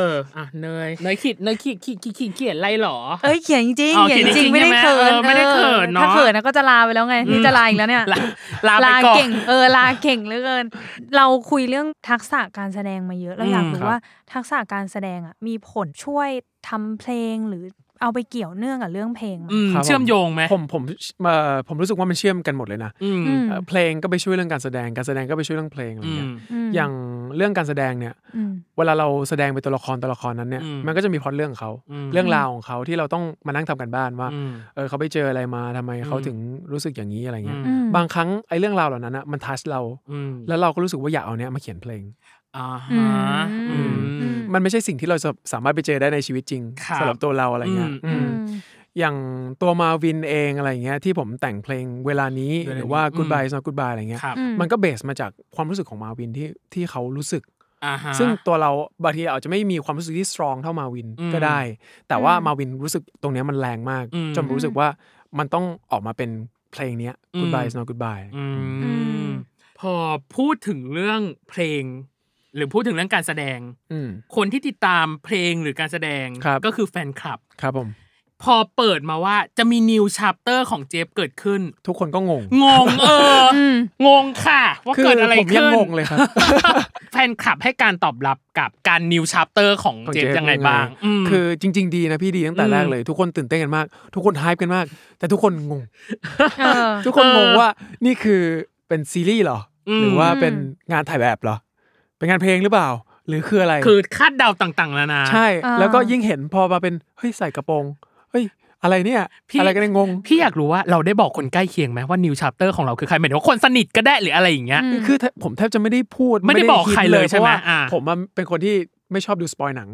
[SPEAKER 1] ออ่ะเนยเนยขีดเนยขีดขีดขีดขีดเขียนไรหรอ
[SPEAKER 2] เอ้ยเขียนจริง
[SPEAKER 1] อ๋อ
[SPEAKER 2] ๆเขียนจริ
[SPEAKER 1] เขียนจริ
[SPEAKER 2] งๆ
[SPEAKER 1] งๆ
[SPEAKER 2] ไม่ได้
[SPEAKER 1] ใช่
[SPEAKER 2] เขิ
[SPEAKER 1] ไหมเออ
[SPEAKER 2] น
[SPEAKER 1] ไม่ได้เขิน
[SPEAKER 2] ออ
[SPEAKER 1] เนอะ
[SPEAKER 2] ถ้าเขินนะก็จะลาไปแล้วไง
[SPEAKER 1] อื
[SPEAKER 2] นี่
[SPEAKER 1] ม
[SPEAKER 2] จะลาอีกแล้วเนี่ย
[SPEAKER 1] ลาลาไปก่อน
[SPEAKER 2] เก่งเออลาเก่งเหลือเกินเราคุยเรื่องทักษะการแสดงมาเยอะเราอยาก
[SPEAKER 1] อืม
[SPEAKER 2] รู้
[SPEAKER 3] ครับ
[SPEAKER 2] ว่าทักษะการแสดงอ่ะมีผลช่วยทำเพลงหรือเอาไปเกี่ยวเนื่องกับเรื่องเพลงไหม
[SPEAKER 1] อืม
[SPEAKER 3] ครับผ
[SPEAKER 1] เชื่อมโยงไหม
[SPEAKER 3] ผมผมเอ่อผมรู้สึกว่ามันเชื่อมกันหมดเลยนะ
[SPEAKER 1] อืม
[SPEAKER 2] อืม
[SPEAKER 3] เอ่อเพลงก็ไปช่วยเรื่องการแสดงการแสดงก็ไปช่วยเรื่องเพลงอะไร
[SPEAKER 1] อื
[SPEAKER 3] เงี้
[SPEAKER 1] ม
[SPEAKER 3] ย
[SPEAKER 2] ม
[SPEAKER 3] อย่างเรื่องการแสดงเนี่ย
[SPEAKER 2] อืม
[SPEAKER 3] เวลาเราแสดงเป็นตัวละครตัวละครนั้นเนี่ย
[SPEAKER 1] อืม
[SPEAKER 3] มันก็จะมีพล็อตเรื่องของเขา
[SPEAKER 1] อืม
[SPEAKER 3] เรื่องราวของเขาที่เราต้องมานั่งทำกันบ้านว่า
[SPEAKER 1] อืม
[SPEAKER 3] เออเขาไปเจออะไรมาทำไมเขา
[SPEAKER 1] อืม
[SPEAKER 3] ถึงรู้สึกอย่างนี้อะไรเงี้ย
[SPEAKER 2] อืม
[SPEAKER 3] บางครั้งไอ้เรื่องราวเหล่านั้นอะมันทัชเรา
[SPEAKER 1] อืม
[SPEAKER 3] แล้วเราก็รู้สึกว่าอยากเอาเนี้ยมาเขียนเพลง
[SPEAKER 1] อ่า
[SPEAKER 2] อื
[SPEAKER 1] ฮะ
[SPEAKER 2] ม
[SPEAKER 1] อืม
[SPEAKER 2] อืม
[SPEAKER 3] มันไม่ใช่สิ่งที่เราจะสามารถไปเจอได้ในชีวิตจริง
[SPEAKER 1] ครับ
[SPEAKER 3] สำหรับตัวเราอะไรเงี้ย
[SPEAKER 1] อืม
[SPEAKER 3] อืม อย่างตัวมาวินเองอะไรอย่างเงี้ยที่ผมแต่งเพลงเวลานี้
[SPEAKER 1] เวลานี้
[SPEAKER 3] หรือว่า
[SPEAKER 1] อืม
[SPEAKER 3] goodbye is not goodbye อะไรเงี้ย
[SPEAKER 1] ครับ
[SPEAKER 2] อืม
[SPEAKER 3] มันก็เบสมาจากความรู้สึกของมาวินที่ที่เขารู้สึก
[SPEAKER 1] อ่าฮะ
[SPEAKER 3] ซึ่งตัวเราบางทีอาจจะไม่มีความรู้สึกที่ strong เท่ามาวิน
[SPEAKER 1] อืม
[SPEAKER 3] ก็ได้ แต่ว่า
[SPEAKER 2] อืม
[SPEAKER 3] มาวินรู้สึกตรงเนี้ยมันแรงมาก
[SPEAKER 1] อืม
[SPEAKER 3] จนรู้สึกว่ามันต้องออกมาเป็นเพลงเนี้ย
[SPEAKER 1] อืม
[SPEAKER 3] goodbye is not goodbye
[SPEAKER 1] อื
[SPEAKER 2] อื
[SPEAKER 1] ม
[SPEAKER 2] ม
[SPEAKER 1] พอพูดถึงเรื่องเพลง หรือพูดถึงเรื่องการแสดง
[SPEAKER 3] อืม
[SPEAKER 1] คนที่ติดตามเพลงหรือการแสดง
[SPEAKER 3] ครับ
[SPEAKER 1] ก็คือแฟนคลับ
[SPEAKER 3] ครับผม
[SPEAKER 1] พอเปิดมาว่าจะมีนิวชาปเตอร์ของเจฟเกิดขึ้น
[SPEAKER 3] ทุกคนก็งง
[SPEAKER 1] งงเอออ
[SPEAKER 2] ม
[SPEAKER 1] งงค่ะ ว่า
[SPEAKER 3] คือ
[SPEAKER 1] เกิดอะไร
[SPEAKER 3] ผมยัง
[SPEAKER 1] ขึ้น
[SPEAKER 3] งงเลยครับ
[SPEAKER 1] แฟนคลับให้การตอบรับกับการนิวชาปเตอร์ของ
[SPEAKER 3] ของ
[SPEAKER 1] เจฟ
[SPEAKER 3] เจฟ
[SPEAKER 1] ยังไงบ้าง
[SPEAKER 3] ยัง
[SPEAKER 1] ม
[SPEAKER 3] ไงคือจริง ๆ ดีนะพี่ดีตั้งแต่
[SPEAKER 1] อืม
[SPEAKER 3] แรกเลย ทุกคนตื่นเต้นกันมาก ทุกคนฮ p ปกันมาก แต่ทุกคนงง
[SPEAKER 2] เออ
[SPEAKER 3] ทุกคนงง
[SPEAKER 1] เออ
[SPEAKER 3] ว่านี่คือเป็นซีรีส์เหรออ
[SPEAKER 1] ม
[SPEAKER 3] หรือว่าเป็นงานถ่ายแบบเหรอ เป็นงานเพลงหรือเปล่า หรือคืออะไร
[SPEAKER 1] คือคาดเดาต่างๆแล้วนะ
[SPEAKER 3] ใช่
[SPEAKER 2] อ่า
[SPEAKER 3] แล้วก็ยิ่งเห็นพอมาเป็น เฮ้ยใส่กระโปรง เฮ้ย อะไรเนี่ย
[SPEAKER 1] พี่
[SPEAKER 3] อะไรกันเนี่ยงง
[SPEAKER 1] พี่อยากรู้ว่าเราได้บอกคนใกล้เคียงไหมว่านิวชาปเตอร์ของเราคือใครหมายถึงว่าคนสนิทก็ได้หรืออะไรอย่างเงี้ย
[SPEAKER 2] อืม
[SPEAKER 3] คือแทบผมแทบจะไม่ได้พูด
[SPEAKER 1] ไม่ได้บอกใครเลย
[SPEAKER 3] คิด
[SPEAKER 1] ใช่ไหม
[SPEAKER 3] พาะว่า
[SPEAKER 1] อ่า
[SPEAKER 3] ผมมันเป็นคนที่ไม่ชอบดูสปอยหนัง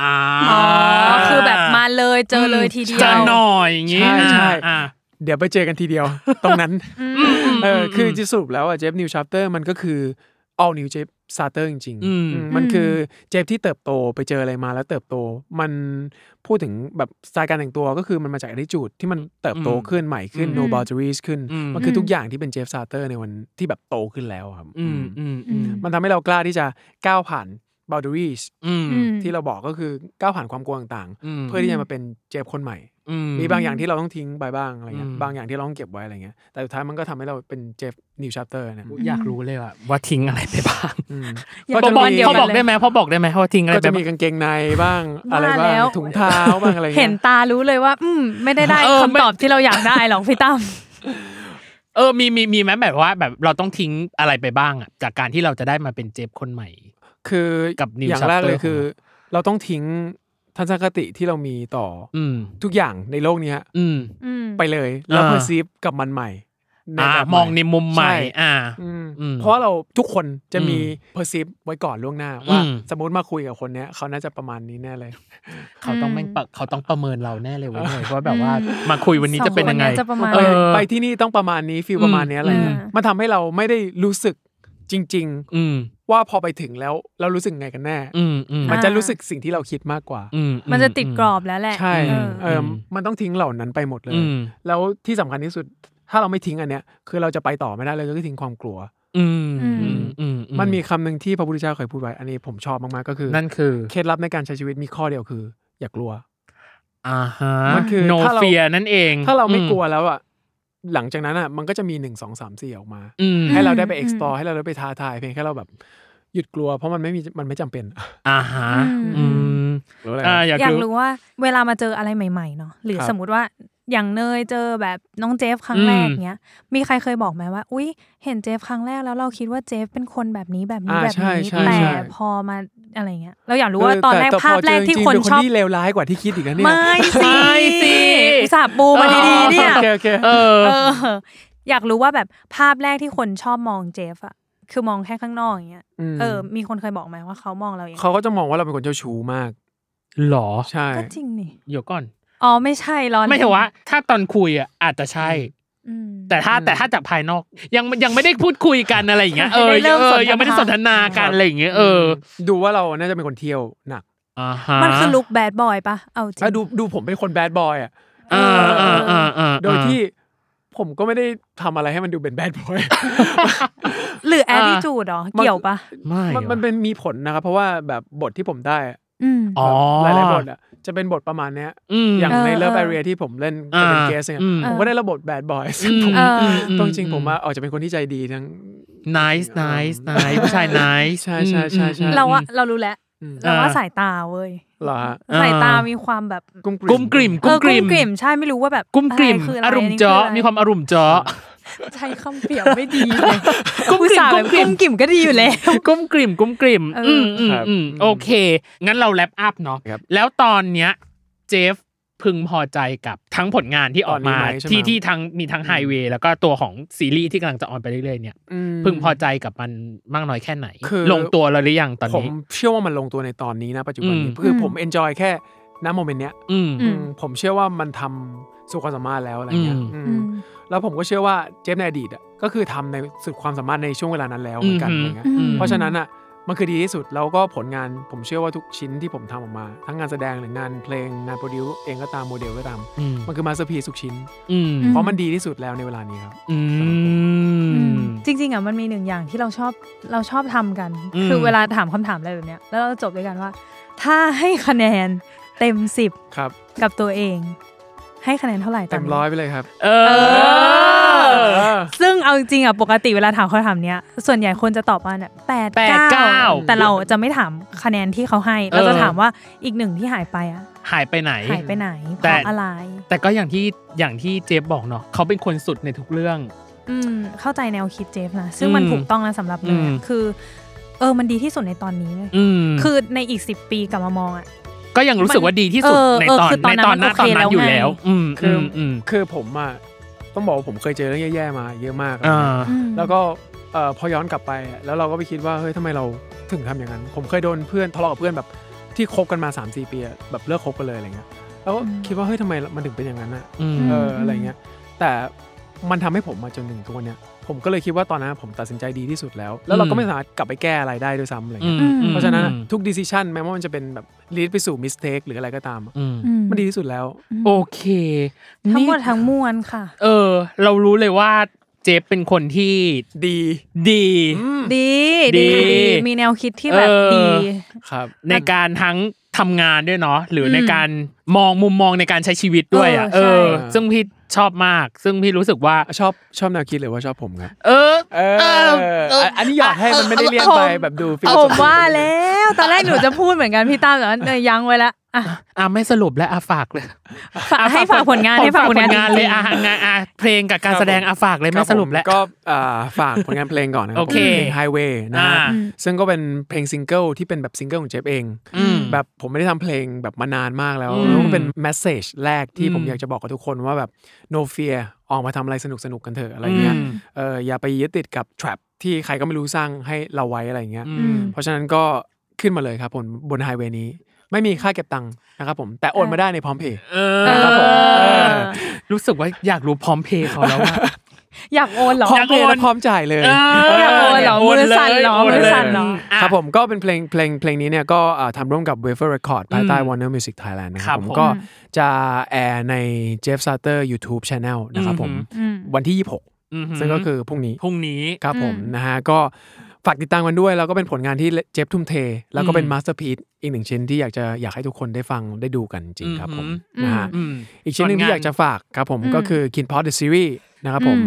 [SPEAKER 1] อ๋อ
[SPEAKER 2] อ๋อคือแบบมาเลยเจอเลยทีเดียว
[SPEAKER 1] เจอหน่อยอย่างงี้
[SPEAKER 3] ใช่ใช่
[SPEAKER 1] อ่า
[SPEAKER 3] เดี๋ยวไปเจอกันทีเดียว ตรงนั้น เออคือจะสรุปแล้วอ่ะเจฟนิวชาร์เตอร์มันก็คือ all new เจฟซาเตอร์จริงๆ
[SPEAKER 1] อืม
[SPEAKER 3] อืมมันคือเจฟที่เติบโตไปเจออะไรมาแล้วเติบโต มันพูดถึงแบบสไตล์การแต่งตัวก็คือมันมาจากอ t t i t u d e ที่มันเติบโตขึ้นใหม่ขึ้น no
[SPEAKER 2] อืม
[SPEAKER 3] boundaries ขึ้น
[SPEAKER 1] อืม
[SPEAKER 3] มันคืออ
[SPEAKER 2] ม
[SPEAKER 3] ทุกอย่างที่เป็นเจฟซาเตอร์ในวันที่แบบโตขึ้นแล้วอะครับ
[SPEAKER 1] อืมอืมอืม
[SPEAKER 3] มันทำให้เรากล้าที่จะก้าวผ่าน boundaries
[SPEAKER 1] อืม
[SPEAKER 2] อืม
[SPEAKER 3] ที่เราบอกก็คือก้าวผ่านความกลัวต่าง
[SPEAKER 1] อืม
[SPEAKER 3] ๆ เพื่อที่จะมาเป็นเจฟคนใหม่
[SPEAKER 1] ม
[SPEAKER 3] มีบางอย่างที่เราต้องทิ้งไปบ้างอะไรเงี้ย
[SPEAKER 1] อืม
[SPEAKER 3] บางอย่างที่เราต้องเก็บไว้อะไรเงี้ยแต่สุดท้ายมันก็ทำให้เราเป็นเจฟนิวชาร์เตอร์นะ
[SPEAKER 1] อยากรู้เลยว่าว่าทิ้งอะไรไปบ้าง
[SPEAKER 3] อืม
[SPEAKER 2] อยา
[SPEAKER 1] พ
[SPEAKER 3] ก็
[SPEAKER 1] อ
[SPEAKER 2] รู้
[SPEAKER 3] จะ
[SPEAKER 1] บอก
[SPEAKER 3] มี
[SPEAKER 2] นเดียว
[SPEAKER 1] พอบอก
[SPEAKER 2] นเลย
[SPEAKER 1] ได้ไหมพอบอกได้ไหมว่าทิ้งอะไร
[SPEAKER 3] ก็
[SPEAKER 1] ไป
[SPEAKER 3] จะ
[SPEAKER 1] บ้าง
[SPEAKER 3] มีกางเกงในบ้าง
[SPEAKER 2] ว่า
[SPEAKER 3] อะไรบ้าง
[SPEAKER 2] แล้ว
[SPEAKER 3] ถุงเท้าบ้างอะไร
[SPEAKER 2] เห็
[SPEAKER 3] เงี้
[SPEAKER 2] น
[SPEAKER 3] ย
[SPEAKER 2] ตารู้เลยว่า อืม ไม่ได้ได้
[SPEAKER 1] เออ
[SPEAKER 2] คำ
[SPEAKER 1] ไม่
[SPEAKER 2] ตอบที่เราอยากได้หรอกพี่ตั้ม
[SPEAKER 1] เออ มี มี มีไหมแบบว่า แบบ เราต้องทิ้งอะไรไปบ้างอ่ะ จากการที่เราจะได้มาเป็นเจฟคนใหม่
[SPEAKER 3] คือ
[SPEAKER 1] กับ New
[SPEAKER 3] อย่างแรก
[SPEAKER 1] Chapter
[SPEAKER 3] เลยคือ เราต้องทิ้งทัศนคติที่เรามีต่ออ
[SPEAKER 1] อืม
[SPEAKER 3] ทุกอย่างในโลกเนี้ย
[SPEAKER 1] อืม
[SPEAKER 2] อืม
[SPEAKER 3] ไปเลยแล้ว
[SPEAKER 1] อ่า
[SPEAKER 3] เพอร์ซีฟกับมันใหม่ใน
[SPEAKER 1] อ่า
[SPEAKER 3] แบบให
[SPEAKER 1] มองในมุมใหม่
[SPEAKER 3] ใช่
[SPEAKER 1] อ่า
[SPEAKER 3] อืม
[SPEAKER 1] อืม
[SPEAKER 3] เพราะเราทุกคนจะมี
[SPEAKER 1] อื
[SPEAKER 3] เพอร์ซีฟไว้ก่อนล่วงหน้าว่า
[SPEAKER 1] อืม
[SPEAKER 3] สมมติมาคุยกับคนเนี้ยเขาน่าจะประมาณนี้แน่เลย
[SPEAKER 1] เขาต้องแม่งปะเขาต้องประเมินเราแน่เลยเว้ยเว้ยว่าแบบว่า
[SPEAKER 2] อืม
[SPEAKER 1] มาคุยวันนี้จะเป็นยังไง
[SPEAKER 2] สอคจะประมาณ
[SPEAKER 1] เออ
[SPEAKER 3] ไปที่นี่ต้องประมาณนี้ฟีลประมาณเนี้ยอะไรเงี้ย
[SPEAKER 2] อืม
[SPEAKER 3] มันทำให้เราไม่ได้รู้สึกจริง
[SPEAKER 1] อืม
[SPEAKER 3] ๆ ว่าพอไปถึงแล้วเรารู้สึกไงกันแน่
[SPEAKER 1] อืม อืม
[SPEAKER 3] มันจะรู้สึกสิ่งที่เราคิดมากกว่า
[SPEAKER 1] อืม
[SPEAKER 2] มันจะติดกรอบแล้วแหละ
[SPEAKER 3] ใช่
[SPEAKER 2] เออ
[SPEAKER 3] เออมันต้องทิ้งเหล่านั้นไปหมดเลย
[SPEAKER 1] อืม
[SPEAKER 3] แล้วที่สำคัญที่สุด ถ้าเราไม่ทิ้งอันเนี้ยคือเราจะไปต่อไม่ได้เลยก็คือทิ้งความกลัว
[SPEAKER 1] อืม อืม อืมอื
[SPEAKER 3] มันมีคำหนึ่งที่พระพุทธเจ้าเคยพูดไว้อันนี้ผมชอบมากๆก็คือ
[SPEAKER 1] นั่นคือ
[SPEAKER 3] เคล็ดลับในการใช้ชีวิตมีข้อเดียวคือ อย่ากลัว
[SPEAKER 1] อ่าฮะ
[SPEAKER 3] มันคือ
[SPEAKER 1] โน
[SPEAKER 3] ถ้าเรา
[SPEAKER 1] เฟียนั่นเอง
[SPEAKER 3] ถ้าเราไม่
[SPEAKER 1] อื
[SPEAKER 3] กลัวแล้วอ่ะหลังจากนั้นอ่ะมันก็จะมีหนึ่งสองสามสี่ออกมา
[SPEAKER 1] อืม
[SPEAKER 3] ให้เราได้ไป
[SPEAKER 2] อืม
[SPEAKER 3] explore ให้เราได้ไปท้าทายเพียงแค่เราแบบหยุดกลัว เพราะมันไม่มีมันไม่จำเป็น
[SPEAKER 1] อ่าฮะ
[SPEAKER 2] อื
[SPEAKER 1] อื
[SPEAKER 2] ม
[SPEAKER 1] ม
[SPEAKER 3] รู้อะไร
[SPEAKER 1] อ่าอยาก
[SPEAKER 2] อยาก
[SPEAKER 1] รู้
[SPEAKER 2] รู้ว่าเวลามาเจออะไรใหม่ ๆ เนาะหรือ
[SPEAKER 3] ครับ
[SPEAKER 2] สมมติว่าอย่างเนยเจอแบบน้องเจฟครั้งแรก
[SPEAKER 1] อืม
[SPEAKER 2] เนี้ยมีใครเคยบอกไหมว่า อุ๊ย เห็นเจฟครั้งแรกแล้วเราคิดว่าเจฟเป็นคนแบบนี้แบบนี้
[SPEAKER 3] อ่า
[SPEAKER 2] แบบ
[SPEAKER 3] ใช่
[SPEAKER 2] นี้
[SPEAKER 3] ใช่
[SPEAKER 2] แต่
[SPEAKER 3] ใช่
[SPEAKER 2] พอมาอะไรเงี้ยเราอยากรู้ว่าตอนแรก
[SPEAKER 3] เต่
[SPEAKER 2] ภาพ
[SPEAKER 3] พอเจอ
[SPEAKER 2] แรกที่
[SPEAKER 3] จงๆ
[SPEAKER 2] คน
[SPEAKER 3] เป็
[SPEAKER 2] ชอบ
[SPEAKER 3] ที่เลวร้ายกว่าที่คิดอีกนะเนี่ย
[SPEAKER 2] ไม่สิ
[SPEAKER 1] ไม่สิ
[SPEAKER 2] อุตสาห์ปูมาดีๆเนี่ย
[SPEAKER 3] โอเคโอเค
[SPEAKER 1] เออ
[SPEAKER 2] เออ อยากรู้ว่าแบบภาพแรกที่คนชอบมองเจฟอะคือมองแค่ข้างนอกอย่างเงี้ย
[SPEAKER 3] ม
[SPEAKER 2] เออ มีคนเคยบอกไหมว่าเขามองเราอย่าง
[SPEAKER 3] เขาก็จะมองว่าเราเป็นคนเจ้าชู้มาก
[SPEAKER 1] หรอ
[SPEAKER 3] ใช่
[SPEAKER 2] ก็จริงนี่
[SPEAKER 1] เดี๋ยวก่อน
[SPEAKER 2] อ๋อไม่ใช่ร้อน
[SPEAKER 1] ไม่ใช่ว่า ถ้าตอนคุยอ่ะอาจจะใช่
[SPEAKER 2] อืม
[SPEAKER 1] แต่ถ้าแต่ถ้าจากภายนอก ยังยังไม่ได้พูดคุยกันอะไรอย่างเงี้ยเออ
[SPEAKER 2] ไม่ได้เริ่ม
[SPEAKER 1] เออ
[SPEAKER 2] สนทนา
[SPEAKER 1] ยังไม่ได้สนทนากันอะไรอย่างเงี้ยเออ
[SPEAKER 3] ดูว่าเราน่าจะเป็นคนเที่ยวหนัก
[SPEAKER 1] อ่าฮะ
[SPEAKER 2] มันคือลุกแบดบอยปะเอาจริง
[SPEAKER 3] อ่ะดูดูผมเป็นคนแบดบอยอ่ะ
[SPEAKER 1] อ่าอ่าอ่าอ่า
[SPEAKER 3] โดยที่ผมก็ไม่ได้ทำอะไรให้มันดูเป็นแบดบอย
[SPEAKER 2] หรือ attitude เหรอ เกี่ยวปะ
[SPEAKER 1] ไม่
[SPEAKER 3] มันมันเป็นมีผลนะครับ เพราะว่าแบบบทที่ผมได้อะ
[SPEAKER 2] อืม
[SPEAKER 1] อ๋อ
[SPEAKER 3] หลายๆบทอ่ะจะเป็นบทประมาณเนี้ย
[SPEAKER 1] อืม
[SPEAKER 3] อย่างใน
[SPEAKER 2] เออ
[SPEAKER 3] เลิฟ
[SPEAKER 2] เอ
[SPEAKER 3] แอ
[SPEAKER 2] อ
[SPEAKER 3] เรียที่ผมเล่น
[SPEAKER 1] อ่า
[SPEAKER 3] เป็นเกสเนี่ย
[SPEAKER 1] อืม
[SPEAKER 3] ผมก็ได้ระบบแบดบอยซึ่งผม
[SPEAKER 2] เออ
[SPEAKER 3] ต้องจริงผมว่าออกจะเป็นคนที่ใจดีทั้ง
[SPEAKER 1] nice nice nice ผู้ชาย nice
[SPEAKER 3] ใช่ใช่ใช่ใช่
[SPEAKER 2] เราว่าเรารู้แล้ว
[SPEAKER 3] อืม
[SPEAKER 2] เราว่า
[SPEAKER 1] อ่า
[SPEAKER 2] สายตาเว้ย
[SPEAKER 3] เหรอฮะ
[SPEAKER 1] อ่า
[SPEAKER 2] สายตามีความแบบ
[SPEAKER 3] กุ้ง
[SPEAKER 1] กุ้มกริ่ม
[SPEAKER 2] เออกุ้มกลิ่มใช่ไม่รู้ว่าแบบ
[SPEAKER 1] กุ้มกลิ่ม
[SPEAKER 2] ะไคืะไ
[SPEAKER 1] อารมณ์เจาะ
[SPEAKER 2] น
[SPEAKER 1] มี
[SPEAKER 2] นี้
[SPEAKER 1] ความอารมณ์เจาะ
[SPEAKER 2] ใช้คำเปรียบไม่ดีเลย
[SPEAKER 1] กุ้มกลิ่ม
[SPEAKER 2] อุตส่าห์แบบ
[SPEAKER 1] กุ้
[SPEAKER 2] กุ้
[SPEAKER 1] ม
[SPEAKER 2] ม
[SPEAKER 1] ก
[SPEAKER 2] ก
[SPEAKER 1] ลิ่
[SPEAKER 2] ลิ่
[SPEAKER 1] ม
[SPEAKER 2] มก็ดีอยู่แล้ว
[SPEAKER 1] กุ้มกลิ่มกุ้มกลิ่ม
[SPEAKER 2] เอออื
[SPEAKER 1] อืมอืมอืมโอเค งั้นเราแรปอัพเนาะ
[SPEAKER 3] ครับ
[SPEAKER 1] แล้วตอนเนี้ยเจฟพึงพอใจกับทั้งผลงานที่ออกมา
[SPEAKER 3] ตอนนี้ไหมใช่ไหม
[SPEAKER 1] ที่ที่ทั้งมีทั้งไฮเวย์แล้วก็ตัวของซีรีส์ที่กำลังจะออนไปเรื่อยๆเนี่ย
[SPEAKER 3] อืม
[SPEAKER 1] พึงพอใจกับมันมากน้อยแค่ไหน
[SPEAKER 3] คือ
[SPEAKER 1] ลงตัวแล้วหรือยังตอน
[SPEAKER 3] ผม
[SPEAKER 1] นี้
[SPEAKER 3] เชื่อว่ามันลงตัวในตอนนี้นะปัจจุบัน
[SPEAKER 1] อื
[SPEAKER 3] นี้
[SPEAKER 1] ม
[SPEAKER 3] คืออ
[SPEAKER 2] ม
[SPEAKER 3] ผมเอนจอยแค่ณโมเมนต์เนี้ย
[SPEAKER 1] อืม
[SPEAKER 2] อืม
[SPEAKER 3] อืมผมเชื่อว่ามันทำสู่ความสามารถแล้วอะไรเงี้ย
[SPEAKER 1] อืม
[SPEAKER 3] อืม
[SPEAKER 2] อืม
[SPEAKER 3] แล้วผมก็เชื่อว่าเจฟในอดีตอะก็คือทำในสุดความสามารถในช่วงเวลานั้นแล้วเหมือนกันอะไรเงี้ย
[SPEAKER 1] อืม
[SPEAKER 3] เพราะฉะนั้นอ่ะมันคือดีที่สุดแล้วก็ผลงานผมเชื่อว่าทุกชิ้นที่ผมทำออกมา ทั้งงานแสดงหรืองานเพลงงานโปรดิวเองก็ตามโมเดลก็ตาม
[SPEAKER 1] อืม
[SPEAKER 3] มันคือมาสเตอร์พีทุกชิ้น
[SPEAKER 1] อืม
[SPEAKER 3] เพราะมันดีที่สุดแล้วในเวลานี้ครับ
[SPEAKER 1] อืม
[SPEAKER 2] จริงๆอ่ะมันมีหนึ่งอย่างที่เราชอบเราชอบทำกัน
[SPEAKER 1] อืม
[SPEAKER 2] คือเวลาถามคำถามอะไรแบบเนี้ยแล้วเราจบด้วยกันว่า ถ้าให้คะแนนเต็มสิบ
[SPEAKER 3] ครับ
[SPEAKER 2] กับตัวเอง ให้คะแนนเท่าไหร่ตอน
[SPEAKER 3] เต็ม
[SPEAKER 2] นี้
[SPEAKER 3] ร้อยไปเลยครับ
[SPEAKER 1] เอ
[SPEAKER 2] เอ
[SPEAKER 1] อ
[SPEAKER 2] อ ซึ่งเอาจริงๆอ่ะปกติเวลาถามคำถามเนี้ยส่วนใหญ่คนจะตอบว่าเนี่ยแปด
[SPEAKER 1] แปดเก้า
[SPEAKER 2] เก้าแต่เราจะไม่ถามคะแนนที่เขาให้ เราจะ
[SPEAKER 1] เออ
[SPEAKER 2] ถามว่าอีกหนึ่งที่หายไปอ่ะ
[SPEAKER 1] หายไปไหน
[SPEAKER 2] หายไปไหนเพ
[SPEAKER 1] แต่
[SPEAKER 2] ราะอะไร
[SPEAKER 1] แต่ก็อย่างที่อย่างที่เจฟบอกเนาะเขาเป็นคนสุดในทุกเรื่อง
[SPEAKER 2] อืมเข้าใจแนวคิดเจฟนะ ซึ่งมัน
[SPEAKER 1] อืม
[SPEAKER 2] ถูกต้องนะสำหรับเลย
[SPEAKER 1] อืม
[SPEAKER 2] อะคือ เออมันดีที่สุดในตอนนี้เลย
[SPEAKER 1] อืม
[SPEAKER 2] คือในอีก 10 ปีกลับมามองอ่ะ
[SPEAKER 1] ก็ยังรู้สึกว่าดีที่สุด
[SPEAKER 2] เออ
[SPEAKER 1] ใน
[SPEAKER 2] เออ
[SPEAKER 1] ตอน
[SPEAKER 2] คือตอน
[SPEAKER 1] ในตอนห
[SPEAKER 2] นั้
[SPEAKER 1] น้าน
[SPEAKER 2] มัน
[SPEAKER 1] ตอนนั้
[SPEAKER 2] โอเค
[SPEAKER 1] นอยู่
[SPEAKER 2] แล้ว
[SPEAKER 1] แล้
[SPEAKER 2] ไง
[SPEAKER 1] ว อืม
[SPEAKER 3] คื
[SPEAKER 1] อื
[SPEAKER 3] อ
[SPEAKER 1] ม
[SPEAKER 3] อ
[SPEAKER 1] อืม
[SPEAKER 3] คือผมอ่ะต้องบอกว่าผมเคยเจอเรื่องแย่ๆมาเยอะมาก
[SPEAKER 1] อ่า
[SPEAKER 2] อืม
[SPEAKER 3] แล้วก็เอ่อพอย้อนกลับไปอะแล้วเราก็ไปคิดว่าเฮ้ยทำไมเราถึงทำอย่างนั้น ผมเคยโดนเพื่อนทะเลาะกับเพื่อนแบบที่คบกันมา 3 4 ปีอะแบบเลิกคบกันเลยอะไรเงี้ยแล้วก็คิดว่าเฮ้ยทำไมมันถึงเป็นอย่างนั้นอะ
[SPEAKER 1] อืม
[SPEAKER 3] เอออะไรเงี้ยแต่มันทำให้ผมมาจนถึงทุกวันเนี้ยผมก็เลยคิดว่าตอนนั้นผมตัดสินใจดีที่สุดแล้ว แล้วเราก็ไม่สามารถกลับไปแก้อะไรได้ด้วยซ้ำอะไร
[SPEAKER 1] อื
[SPEAKER 3] เงี้ย
[SPEAKER 1] ม
[SPEAKER 3] เพราะฉะนั้นอะ
[SPEAKER 1] อืม
[SPEAKER 3] ทุก decision แม้ว่ามันจะเป็นแบบ lead ไปสู่ mistake หรืออะไรก็ตามอะ
[SPEAKER 1] อืม
[SPEAKER 2] อืม
[SPEAKER 3] มันดีที่สุดแล้ว
[SPEAKER 1] โอเค
[SPEAKER 2] ทั้งหมด
[SPEAKER 1] นี่
[SPEAKER 2] ทั้งมวลค่ะ
[SPEAKER 1] เออ เรารู้เลยว่าเจฟเป็นคนที่
[SPEAKER 3] ดี
[SPEAKER 1] ดี
[SPEAKER 2] ดี
[SPEAKER 1] ดี
[SPEAKER 2] ดีดีมีแนวคิดที่แบบ
[SPEAKER 1] เออ
[SPEAKER 2] ดี
[SPEAKER 3] ครับ
[SPEAKER 1] ในการทั้งทำงานด้วยเนาะหรืออ
[SPEAKER 2] ม
[SPEAKER 1] ในการมองมุมมองในการใช้ชีวิตด้วยอ่ะ
[SPEAKER 2] เอ
[SPEAKER 1] เอ
[SPEAKER 2] อใช่
[SPEAKER 1] อ ซึ่งพี่ชอบมาก ซึ่งพี่รู้สึกว่า
[SPEAKER 3] ชอบชอบแนวคิดหรือว่าชอบผมครับ
[SPEAKER 1] เออ
[SPEAKER 3] เอออ่ะอันนี้อยากให้มันไม่ได้เลี่ยนไปแบบดูฟิล
[SPEAKER 2] ผมว่าแล้วตอนแรกหนูจะพูดเหมือนกันพี่ตั้มแต่ว่าเนยยังไว้ละอ่ะ
[SPEAKER 1] อ่ะไม่สรุปและอาฝากเลย
[SPEAKER 2] ฝากให้ฝากผลงานให้ฝากผลงานจ
[SPEAKER 1] เลย
[SPEAKER 2] ริงๆ
[SPEAKER 1] อ่ะงานอ่ะเพลงกับการแสดงอาฝากเลย
[SPEAKER 3] ค
[SPEAKER 1] ไม่
[SPEAKER 3] บ
[SPEAKER 1] สรุปแล้ว
[SPEAKER 3] ผมก็อ่าฝากผลงานเพลงก่อนนะครั
[SPEAKER 1] โอเค
[SPEAKER 3] ผมเพลง Highway นะฮะ
[SPEAKER 1] อ่า
[SPEAKER 3] ซึ่งก็เป็นเพลงซิงเกิลที่เป็นแบบซิงเกิลของเจฟเอง
[SPEAKER 1] อืม
[SPEAKER 3] แบบผมไม่ได้ทำเพลงแบบมานานมากแล้ว
[SPEAKER 1] อืม
[SPEAKER 3] แล้วก็เป็นแมสเซจแรกที่ผม
[SPEAKER 1] อืม
[SPEAKER 3] อยากจะบอกกับทุกคนว่าแบบ no fear ออกมาทำอะไรสนุกสนุกๆกันเถอะอะไรเงี้ย
[SPEAKER 1] อืม
[SPEAKER 3] เอออย่าไปยึดติดกับ trap ที่ใครก็ไม่รู้สร้างให้เราไว้อะไรเงี้ย
[SPEAKER 1] อืม
[SPEAKER 3] เพราะฉะนั้นก็ขึ้นมาเลยครับผมบนไฮเวย์นี้ ไม่มีค่าเก็บตังค์นะครับผมแต่โอนมาได้ในพร้อมเพย์
[SPEAKER 1] เออ
[SPEAKER 3] ครับผมเออ
[SPEAKER 1] รู้สึกว่าอยากรู้พร้อมเพย์เขาแล้วว่า
[SPEAKER 2] อยากโอนเหรอ
[SPEAKER 3] พร้อมเพย์และพร้อมจ่ายเลย
[SPEAKER 2] อยากโอนเหรอมือสั่นเหรอ
[SPEAKER 1] โเลย
[SPEAKER 2] มือสั่นเหรอ
[SPEAKER 1] ะ
[SPEAKER 3] ครับผมก็เป็นเพลงเพลงเพลงนี้เนี่ยก็อ่าทำร่วมกับ w a f e r Record ภายใต้
[SPEAKER 1] อืม
[SPEAKER 3] Warner Music Thailand นะค
[SPEAKER 1] ครั
[SPEAKER 3] รับบ ผม
[SPEAKER 1] ผม
[SPEAKER 3] ก็จะแอร์ใน Jeff Sutter YouTube Channel นะครับผม
[SPEAKER 1] อืม
[SPEAKER 2] อืม
[SPEAKER 3] วันที่
[SPEAKER 1] อืม
[SPEAKER 3] 26 ซึ่งก็คือพรุ่งนี้
[SPEAKER 1] พรุ่งนี้
[SPEAKER 3] ครับผม
[SPEAKER 2] อืม
[SPEAKER 3] นะฮะก็ฝากติดตามกันด้วย แล้วก็เป็นผลงานที่เจฟทุ่มเท แล้วก็เป็น
[SPEAKER 1] อืม
[SPEAKER 3] มาสเตอร์พี e อีกหนึ่งชิ้นที่อยากจะอยากให้ทุกคนได้ฟังได้ดูกันจริงครับผม
[SPEAKER 2] อืม
[SPEAKER 3] นะฮะ
[SPEAKER 1] อืม
[SPEAKER 3] อีกชิ้นหนึ่งที่
[SPEAKER 1] ผลงาน
[SPEAKER 3] อยากจะฝากครับผม
[SPEAKER 2] อืม
[SPEAKER 3] ก็คือ Kin Pod The Series นะครับผม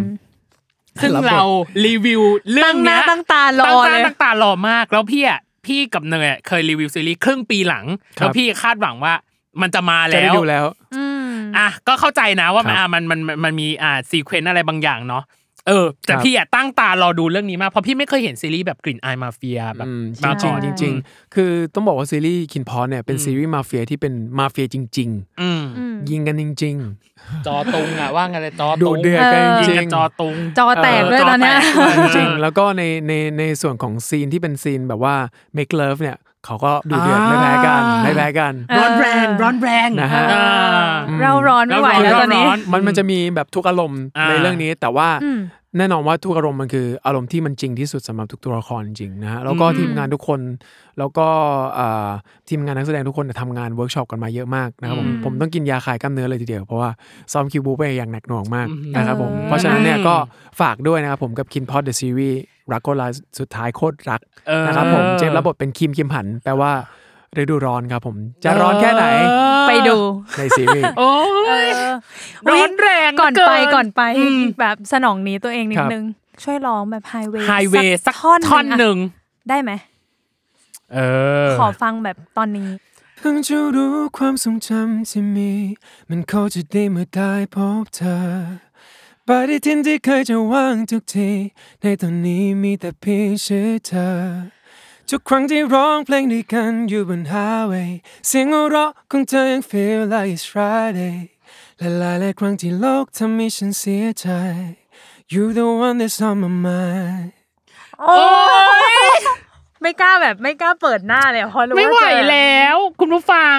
[SPEAKER 1] ซึ่งเรารีวิวเรื่อ
[SPEAKER 2] ตั้
[SPEAKER 1] ง
[SPEAKER 2] งหน้า
[SPEAKER 1] เนี้ย
[SPEAKER 2] ตั้งตารอ
[SPEAKER 1] ตั้ง
[SPEAKER 2] เลย
[SPEAKER 1] ตาตั้งตารอมากแล้วพี่อ่ะพี่กับเนยอะเคยรีวิวซีรีส์ครึ่งปีหลัง
[SPEAKER 3] ครับ
[SPEAKER 1] แล้วพี่คาดหวังว่ามันจะมา
[SPEAKER 3] จะ
[SPEAKER 1] แล้
[SPEAKER 3] ได้
[SPEAKER 1] ว
[SPEAKER 3] ดูแล้ว
[SPEAKER 2] อืม
[SPEAKER 1] อ่ะก็เข้าใจนะว่ามัน
[SPEAKER 3] ครับ
[SPEAKER 1] อ่ะมันมันมันมันมีอ่าซีเควนต์อะไรบางอย่างเนาะเออ แต่
[SPEAKER 3] ครับ
[SPEAKER 1] พี่อ่ะตั้งตารอดูเรื่องนี้มากเพราะพี่ไม่เคยเห็นซีรีส์แบบกลิ่นอายมาเฟียแบบ
[SPEAKER 3] อืม
[SPEAKER 1] มา
[SPEAKER 3] จริ
[SPEAKER 1] ก่อ
[SPEAKER 3] ง
[SPEAKER 1] น
[SPEAKER 3] ๆจริง ๆ คือต้องบอกว่าซีรีส์คินพอเนี่ยเป็น
[SPEAKER 1] อืม
[SPEAKER 3] ซีรีส์มาเฟียที่เป็นมาเฟียจริง
[SPEAKER 1] อืม
[SPEAKER 3] ๆ ยิงกันจริง
[SPEAKER 1] จอตุงอ่ะว่าไงเลยจอ
[SPEAKER 3] ๆ ดู
[SPEAKER 1] ตุง
[SPEAKER 3] เดือดกัน
[SPEAKER 2] เออ
[SPEAKER 3] จ
[SPEAKER 1] ยิง
[SPEAKER 3] ริ
[SPEAKER 1] กัน
[SPEAKER 3] ง
[SPEAKER 1] จอตุง
[SPEAKER 2] จอแตกด้วย
[SPEAKER 1] เออ
[SPEAKER 2] ตอนเนี้ย
[SPEAKER 1] จอแตกด้วย
[SPEAKER 3] จริงๆแล้วก็ในในในส่วนของซีนที่เป็นซีนแบบว่า make love เนี่ยเขาก็ดูเดือด
[SPEAKER 1] อ่า
[SPEAKER 3] ไม่แพ้กันไม่แพ้กัน
[SPEAKER 2] เอ
[SPEAKER 1] ร้อนแรงร้อนแรง
[SPEAKER 3] นะฮะ
[SPEAKER 1] อ่า
[SPEAKER 2] เราร้อนไม่ไหวแล้วตอนนี้
[SPEAKER 1] เราร้อน
[SPEAKER 3] มันมันจะมีแบบทุกอารมณ์
[SPEAKER 1] อ่า
[SPEAKER 3] ในเรื่องนี้แต่ว่า
[SPEAKER 2] อืม
[SPEAKER 3] แน่นอนว่าทุกอารมณ์มันคืออารมณ์ที่มันจริงที่สุดสำหรับทุกตัวละครจริงๆนะฮะแล้วก็ทีมงานทุกคน แล้วก็เอ่อทีมงานนักแสดงทุกคนเนี่ยทำงานเวิร์กช็อปกันมาเยอะมากนะครับผม
[SPEAKER 2] อืม
[SPEAKER 3] ผมต้องกินยาคลายกล้ามเนื้อเลยทีเดียวเพราะว่าซ้อมคิวบูไปอย่างหนักหน่วงมากนะครับผม
[SPEAKER 2] เออ
[SPEAKER 3] เพราะฉะนั้นเนี่ยก็ฝากด้วยนะครับผมกับคินพอดเดอะซีรีส์รักโคตรรักสุดท้ายโคตรรัก
[SPEAKER 1] เออ
[SPEAKER 3] นะครับผมเจมส์รับบทเป็นคิมคิมหันแปลว่าฤดูร้อนครับผมจะร้อนแค่ไหน
[SPEAKER 2] ไปดู
[SPEAKER 3] ในซีรีส์
[SPEAKER 1] โอ้
[SPEAKER 2] เอย อ
[SPEAKER 1] ร้อนแรง
[SPEAKER 2] ก่อน
[SPEAKER 1] เหลือเกิ
[SPEAKER 2] ไป
[SPEAKER 1] น
[SPEAKER 2] ก่อนไป
[SPEAKER 1] อืม
[SPEAKER 2] แบบสนองนี้ตัวเองนิ
[SPEAKER 3] ครั
[SPEAKER 2] ด
[SPEAKER 3] บ
[SPEAKER 2] นึง ช่วยร้องแบบไฮเวย์
[SPEAKER 1] ไฮเวย์สักท่อนหนึ่ง
[SPEAKER 2] ได้ไหม
[SPEAKER 1] เออ
[SPEAKER 2] ขอฟังแบบตอนนี้
[SPEAKER 3] เพิ่งจะรู้ความทรงจำที่มี มันเขาจะดีเมื่อได้พบเธอปฏิทินที่เคยจะว่างทุกที ในตอนนี้มีแต่เพียงชื่อเธอ ทุกครั้งที่ร้องเพลงด้วยกันอยู่บน highway เสียงหัวเราะของเธอยัง feel like it's Friday และหลายหลายๆครั้งที่โลกทำให้ฉันเสียใจ You the one that's on my mind
[SPEAKER 2] โอ้ยไม่กล้าแบบไม่กล้าเปิดหน้าเลยอะเพราะรู้
[SPEAKER 1] ไม่ไหว
[SPEAKER 2] ว่าเจอ
[SPEAKER 1] แล้ว คุณผู้ฟัง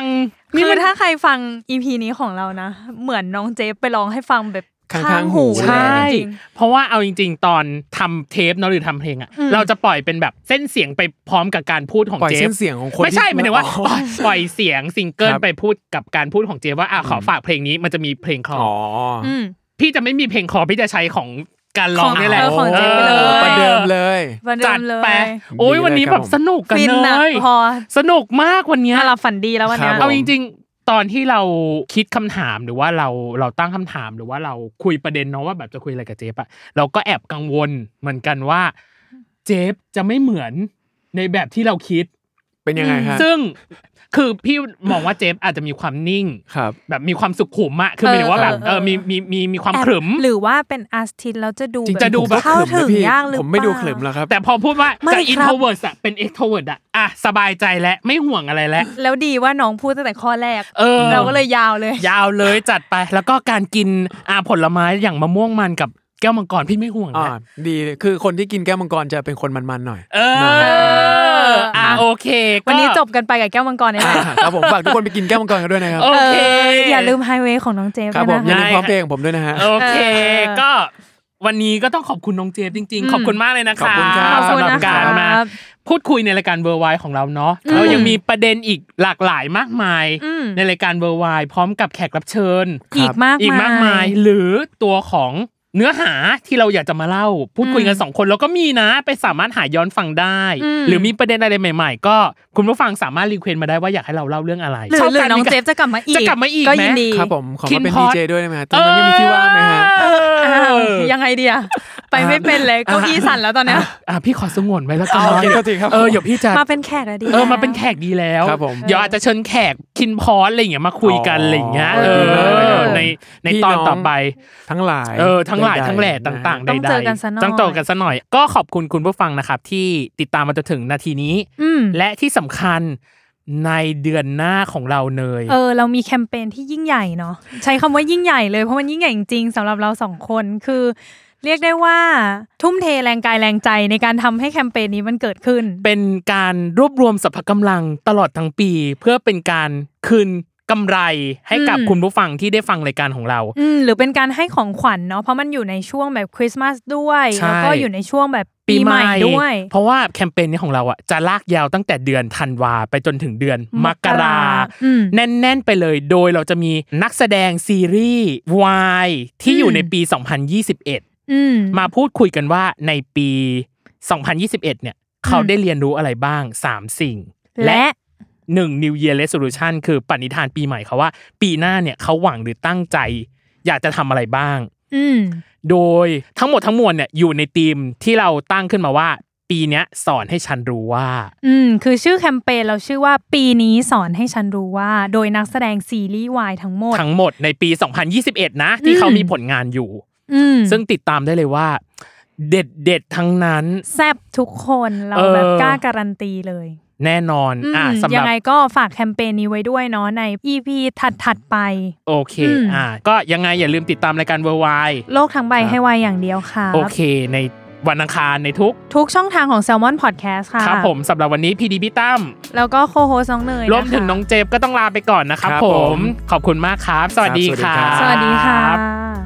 [SPEAKER 1] นี่
[SPEAKER 2] คือ
[SPEAKER 1] มัน
[SPEAKER 2] ถ้าใครฟังอีพีนี้ของเรานะ เหมือนน้องเจฟไปร้องให้ฟังแบบ
[SPEAKER 3] ข้างๆ
[SPEAKER 2] ข้างหู
[SPEAKER 3] หู
[SPEAKER 1] ใช่
[SPEAKER 2] เลยจริง
[SPEAKER 1] เพราะว่าเอาจริง ๆ ตอนทำเทปเนาะหรือทำเพลงอ่ะ เราจะปล่อยเป็นแบบเส้นเสียงไปพร้อมกับการพูดของ
[SPEAKER 3] ปล่อย
[SPEAKER 1] เจฟ
[SPEAKER 3] เส้นเสียงของคน
[SPEAKER 1] ไม่ใช่
[SPEAKER 3] ที่
[SPEAKER 1] หมายถึงว่า
[SPEAKER 3] อ๋อ
[SPEAKER 1] ปล่อยปล่อยเสียงซิงเกิล
[SPEAKER 3] ครับ
[SPEAKER 1] ไปพูดกับการพูดของเจฟว่าอ่ะขอฝากเพลงนี้มันจะมีเพลงคลอ
[SPEAKER 2] อืม
[SPEAKER 1] พี่จะไม่มีเพลงคลอพี่จะใช้ของการร้อง
[SPEAKER 2] ของ
[SPEAKER 1] นี่แหละ
[SPEAKER 2] เออของเจฟไปเลย
[SPEAKER 1] ออ
[SPEAKER 3] ประเดิมเลย
[SPEAKER 2] วันเดิ
[SPEAKER 1] จัด
[SPEAKER 2] มเลย
[SPEAKER 1] ไปโอ้ยวันนี้แบบสนุกกัน
[SPEAKER 2] ฟิน
[SPEAKER 1] เล
[SPEAKER 2] นะ
[SPEAKER 1] ย
[SPEAKER 2] พอ
[SPEAKER 1] สนุกมากวันเนี้ย
[SPEAKER 2] ถ้าเราฝันดีแล้ววันเนี้ย
[SPEAKER 3] ครับ
[SPEAKER 1] เอาจริง ๆ ตอนที่เราคิดคำถามหรือว่าเราเราตั้งคำถามหรือว่าเราคุยประเด็นเนาะว่าแบบจะคุยอะไรกับเจฟอะเราก็แอบกังวลเหมือนกันว่า เจฟจะไม่เหมือนในแบบที่เราคิด
[SPEAKER 3] เป็นยังไงฮะ
[SPEAKER 1] ซึ่งคือพี่มองว่าเจฟอาจจะมีความนิ่ง
[SPEAKER 3] ครับ
[SPEAKER 1] แบบมีความสุขุมอะคือหมายถึงว่าแบบเออมีมีมีมีความ
[SPEAKER 2] แอบ
[SPEAKER 1] ขรึม
[SPEAKER 2] หรือว่าเป็นอาร์ติสแล้วจะดู
[SPEAKER 3] จริง
[SPEAKER 2] แบบ
[SPEAKER 1] จะดูแบบ
[SPEAKER 2] เข้าถึงยากหรือ
[SPEAKER 3] ผมไม่ดูข
[SPEAKER 2] เป
[SPEAKER 3] ลึ
[SPEAKER 2] ล่า
[SPEAKER 3] มแล้วครับ
[SPEAKER 1] แต่พอพูดว่า
[SPEAKER 2] ไม่
[SPEAKER 1] จะ
[SPEAKER 2] ครับ
[SPEAKER 1] introvert อะเป็น extrovert อะอ่ะสบายใจแล้วไม่ห่วงอะไรแล้ว
[SPEAKER 2] แล้วดีว่าน้องพูดตั้งแต่ข้อแรก
[SPEAKER 1] เออ
[SPEAKER 2] ก็เลยยาวเลย
[SPEAKER 1] ยาวเลยจัดไปแล้วก็การกินอาผลไม้อย่างมะม่วงมันกับแก้วมังกรพี่ไม่ห่วง
[SPEAKER 3] อ่า
[SPEAKER 1] นะ
[SPEAKER 3] ดีคือคนที่กินแก้วมังกรจะเป็นคนมันๆหน่อย
[SPEAKER 1] เอออ่ะโอเคก็
[SPEAKER 2] วันนี้จบกันไปกับแก้วมังกรเนี่ยแห
[SPEAKER 3] อ่า
[SPEAKER 2] ละ
[SPEAKER 3] ครับผมฝากทุกคนไปกินแก้วมังกรกันด้วยนะครับ
[SPEAKER 1] โอเค
[SPEAKER 2] อย่าลืมไฮเวย์ของน้องเจฟ
[SPEAKER 3] ครับ
[SPEAKER 2] ด้
[SPEAKER 3] ผ
[SPEAKER 2] วย
[SPEAKER 3] ม
[SPEAKER 2] นะ
[SPEAKER 3] อ
[SPEAKER 2] คะ
[SPEAKER 3] ย่าลืมพร้อมเพลงของผมด้วยนะฮะ
[SPEAKER 1] โอเค
[SPEAKER 2] เออ
[SPEAKER 1] ก็วันนี้ก็ต้องขอบคุณน้องเจฟจริง
[SPEAKER 2] อืม
[SPEAKER 1] ๆ ขอบคุณมากเลยนะคะ
[SPEAKER 3] ขอบคุณครับ
[SPEAKER 1] สำหรับการ
[SPEAKER 2] ขอบคุณนะครับ
[SPEAKER 1] มาพูดคุยในรายการเบอร์ไวของเราเนาะแล้วยังมีประเด็นอีกหลากหลายมากมาย
[SPEAKER 2] อืม
[SPEAKER 1] ในรายการเบอร์ไวพร้อมกับแขกรับเชิญ
[SPEAKER 2] อีกมาก
[SPEAKER 1] อีกมากมายหรือตัวของเนื้อหาที่เราอยากจะมาเล่า พูดคุยกันสองคนแล้วก็มีนะไปสามารถหาย้อนฟังได้ หรือมีประเด็นอะไรใหม่ ๆ ก็คุณผู้ฟังสามารถรีเควสต์มาได้ว่าอยากให้เราเล่าเรื่องอะไร
[SPEAKER 2] หรือ
[SPEAKER 1] ชบ
[SPEAKER 2] หรือ
[SPEAKER 1] การ
[SPEAKER 2] น้องเจฟจะกลับมาอีก
[SPEAKER 1] จะกลับมาอีก
[SPEAKER 2] ก็
[SPEAKER 1] ไหม
[SPEAKER 2] ยินดี
[SPEAKER 3] ครับผมขอมาเป็น
[SPEAKER 1] คินพอ
[SPEAKER 3] ดี
[SPEAKER 1] ด
[SPEAKER 3] เจด้วยได้ไหมฮะตรงนั้นยังมีที่ว่างไหมฮะ
[SPEAKER 1] เออ
[SPEAKER 2] อ้าวยังไงเดียไปไม่เป็นเลยเก้าอี้สั่นแล้วตอนเนี้ย
[SPEAKER 1] อ่ะพี่ขอสงวนไว้แล้วกัน
[SPEAKER 3] เอาโอเค
[SPEAKER 1] เนาะ
[SPEAKER 3] โทษทีครับ
[SPEAKER 1] เออเดี๋ยวพี่จะ
[SPEAKER 2] มาเป็นแขกแล้วดี
[SPEAKER 1] เออมาเป็นแขกดีแล้ว
[SPEAKER 3] ครับผม
[SPEAKER 1] เดี๋ยวอาจจะเชิญแขกคินพอสอะไรอย่างเงี้ยมาคุยกันอะไรอย่างเงี้ย
[SPEAKER 3] อ๋
[SPEAKER 1] เอ
[SPEAKER 3] อ
[SPEAKER 1] อในในตอน
[SPEAKER 3] พี่น้อง
[SPEAKER 1] ต่อไป
[SPEAKER 3] ทั้งหลาย
[SPEAKER 1] เออทั้งหลาย
[SPEAKER 3] ใดๆ
[SPEAKER 1] ทั้งแหล่
[SPEAKER 3] นะฮะ
[SPEAKER 1] ต่างๆใด
[SPEAKER 2] ต้อง
[SPEAKER 1] ๆ
[SPEAKER 2] เจอกันซะหน่อย
[SPEAKER 1] ต้องเจอกันซะหน่อย ก็ขอบคุณคุณผู้ฟังนะครับ ที่ติดตามมาจนถึงนาทีนี้
[SPEAKER 2] อืม
[SPEAKER 1] และที่สำคัญในเดือนหน้าของเราเนย
[SPEAKER 2] เออเรามีแคมเปญที่ยิ่งใหญ่เนาะใช้คำว่ายิ่งใหญ่เลยเพราะมันยิ่งใหญ่จริงๆสำหรับเราสองคนคือ เรียกได้ว่าทุ่มเทแรงกายแรงใจในการทำให้แคมเปญนี้มันเกิดขึ้น
[SPEAKER 1] เป็นการรวบรวมสรรพกำลังตลอดทั้งปี เพื่อเป็นการคืนกำไรให้กับ
[SPEAKER 2] อืม
[SPEAKER 1] คุณผู้ฟังที่ได้ฟังรายการของเรา
[SPEAKER 2] อืมหรือเป็นการให้ของขวัญเนาะเพราะมันอยู่ในช่วงแบบคริสต์มาสด้วย
[SPEAKER 1] ใช่
[SPEAKER 2] แล้วก็อยู่ในช่วงแบบปีใหม่ด้วย
[SPEAKER 1] เพราะว่าแคมเปญนี้ของเราอ่ะจะลากยาวตั้งแต่เดือนธันวาไปจนถึงเดือนมกราม
[SPEAKER 2] อืม
[SPEAKER 1] แน่น ๆ ไปเลย โดยเราจะมีนักแสดงซีรีส์วายที่อยู่
[SPEAKER 2] อืม
[SPEAKER 1] ในปี 2021
[SPEAKER 2] อืม
[SPEAKER 1] มาพูดคุยกันว่าในปี 2021 เนี่ย เขาได้เรียนรู้อะไรบ้าง 3 สิ่ง
[SPEAKER 2] และ
[SPEAKER 1] 1 New Year Resolution คือปณิธานปีใหม่เขาว่า ปีหน้าเนี่ยเขาหวังหรือตั้งใจ อยากจะทำอะไรบ้าง
[SPEAKER 2] อืม
[SPEAKER 1] โดยทั้งหมดทั้งมวลเนี่ยอยู่ในธีมที่เราตั้งขึ้นมาว่า ปีเนี้ยสอนให้ฉันรู้ว่า
[SPEAKER 2] อืม คือชื่อแคมเปญเราชื่อว่าปีนี้สอนให้ฉันรู้ว่า โดยนักแสดงซีรีส์วายทั้งหมด
[SPEAKER 1] ทั้งหมดในปี 2021 นะ ที่เขา
[SPEAKER 2] อืม
[SPEAKER 1] มีผลงานอยู่
[SPEAKER 2] อืม
[SPEAKER 1] ซึ่งติดตามได้เลยว่า เด็ดเด็ดๆทั้งนั้น
[SPEAKER 2] แซบทุกคนเรา
[SPEAKER 1] เออ
[SPEAKER 2] แบบกล้าการันตีเลย
[SPEAKER 1] แน่นอน
[SPEAKER 2] อืม
[SPEAKER 1] อ่ะสำห
[SPEAKER 2] ยั
[SPEAKER 1] รับ
[SPEAKER 2] งไงก็ฝากแคมเปญนี้ไว้ด้วยเนาะใน EP ถัด ๆ ไป
[SPEAKER 1] โอเค
[SPEAKER 2] อืม
[SPEAKER 1] อ่ะก็ยังไงอย่าลืมติดตามรายการเวอร์ไว
[SPEAKER 2] โลกทั้งใบให้วายอย่างเดียวค่ะ
[SPEAKER 1] โอเค ในวันอังคารในทุก
[SPEAKER 2] ทุกช่องทางของ Salmon Podcast ค่ะ
[SPEAKER 1] ครับผมสำหรับวันนี้พีดีพี่ตั้ม
[SPEAKER 2] แล้วก็โคโฮสน้องเนย
[SPEAKER 1] รวม
[SPEAKER 2] นะคะ
[SPEAKER 1] ถึงน้องเจฟก็ต้องลาไปก่อนนะครับ
[SPEAKER 3] ครับ
[SPEAKER 1] ผ
[SPEAKER 3] ผม
[SPEAKER 1] มขอบคุณมากครับ สวัสดี
[SPEAKER 3] ครับสวัสดี
[SPEAKER 1] ค
[SPEAKER 3] ครั
[SPEAKER 1] รับ บ
[SPEAKER 2] สวัสดีค่ะ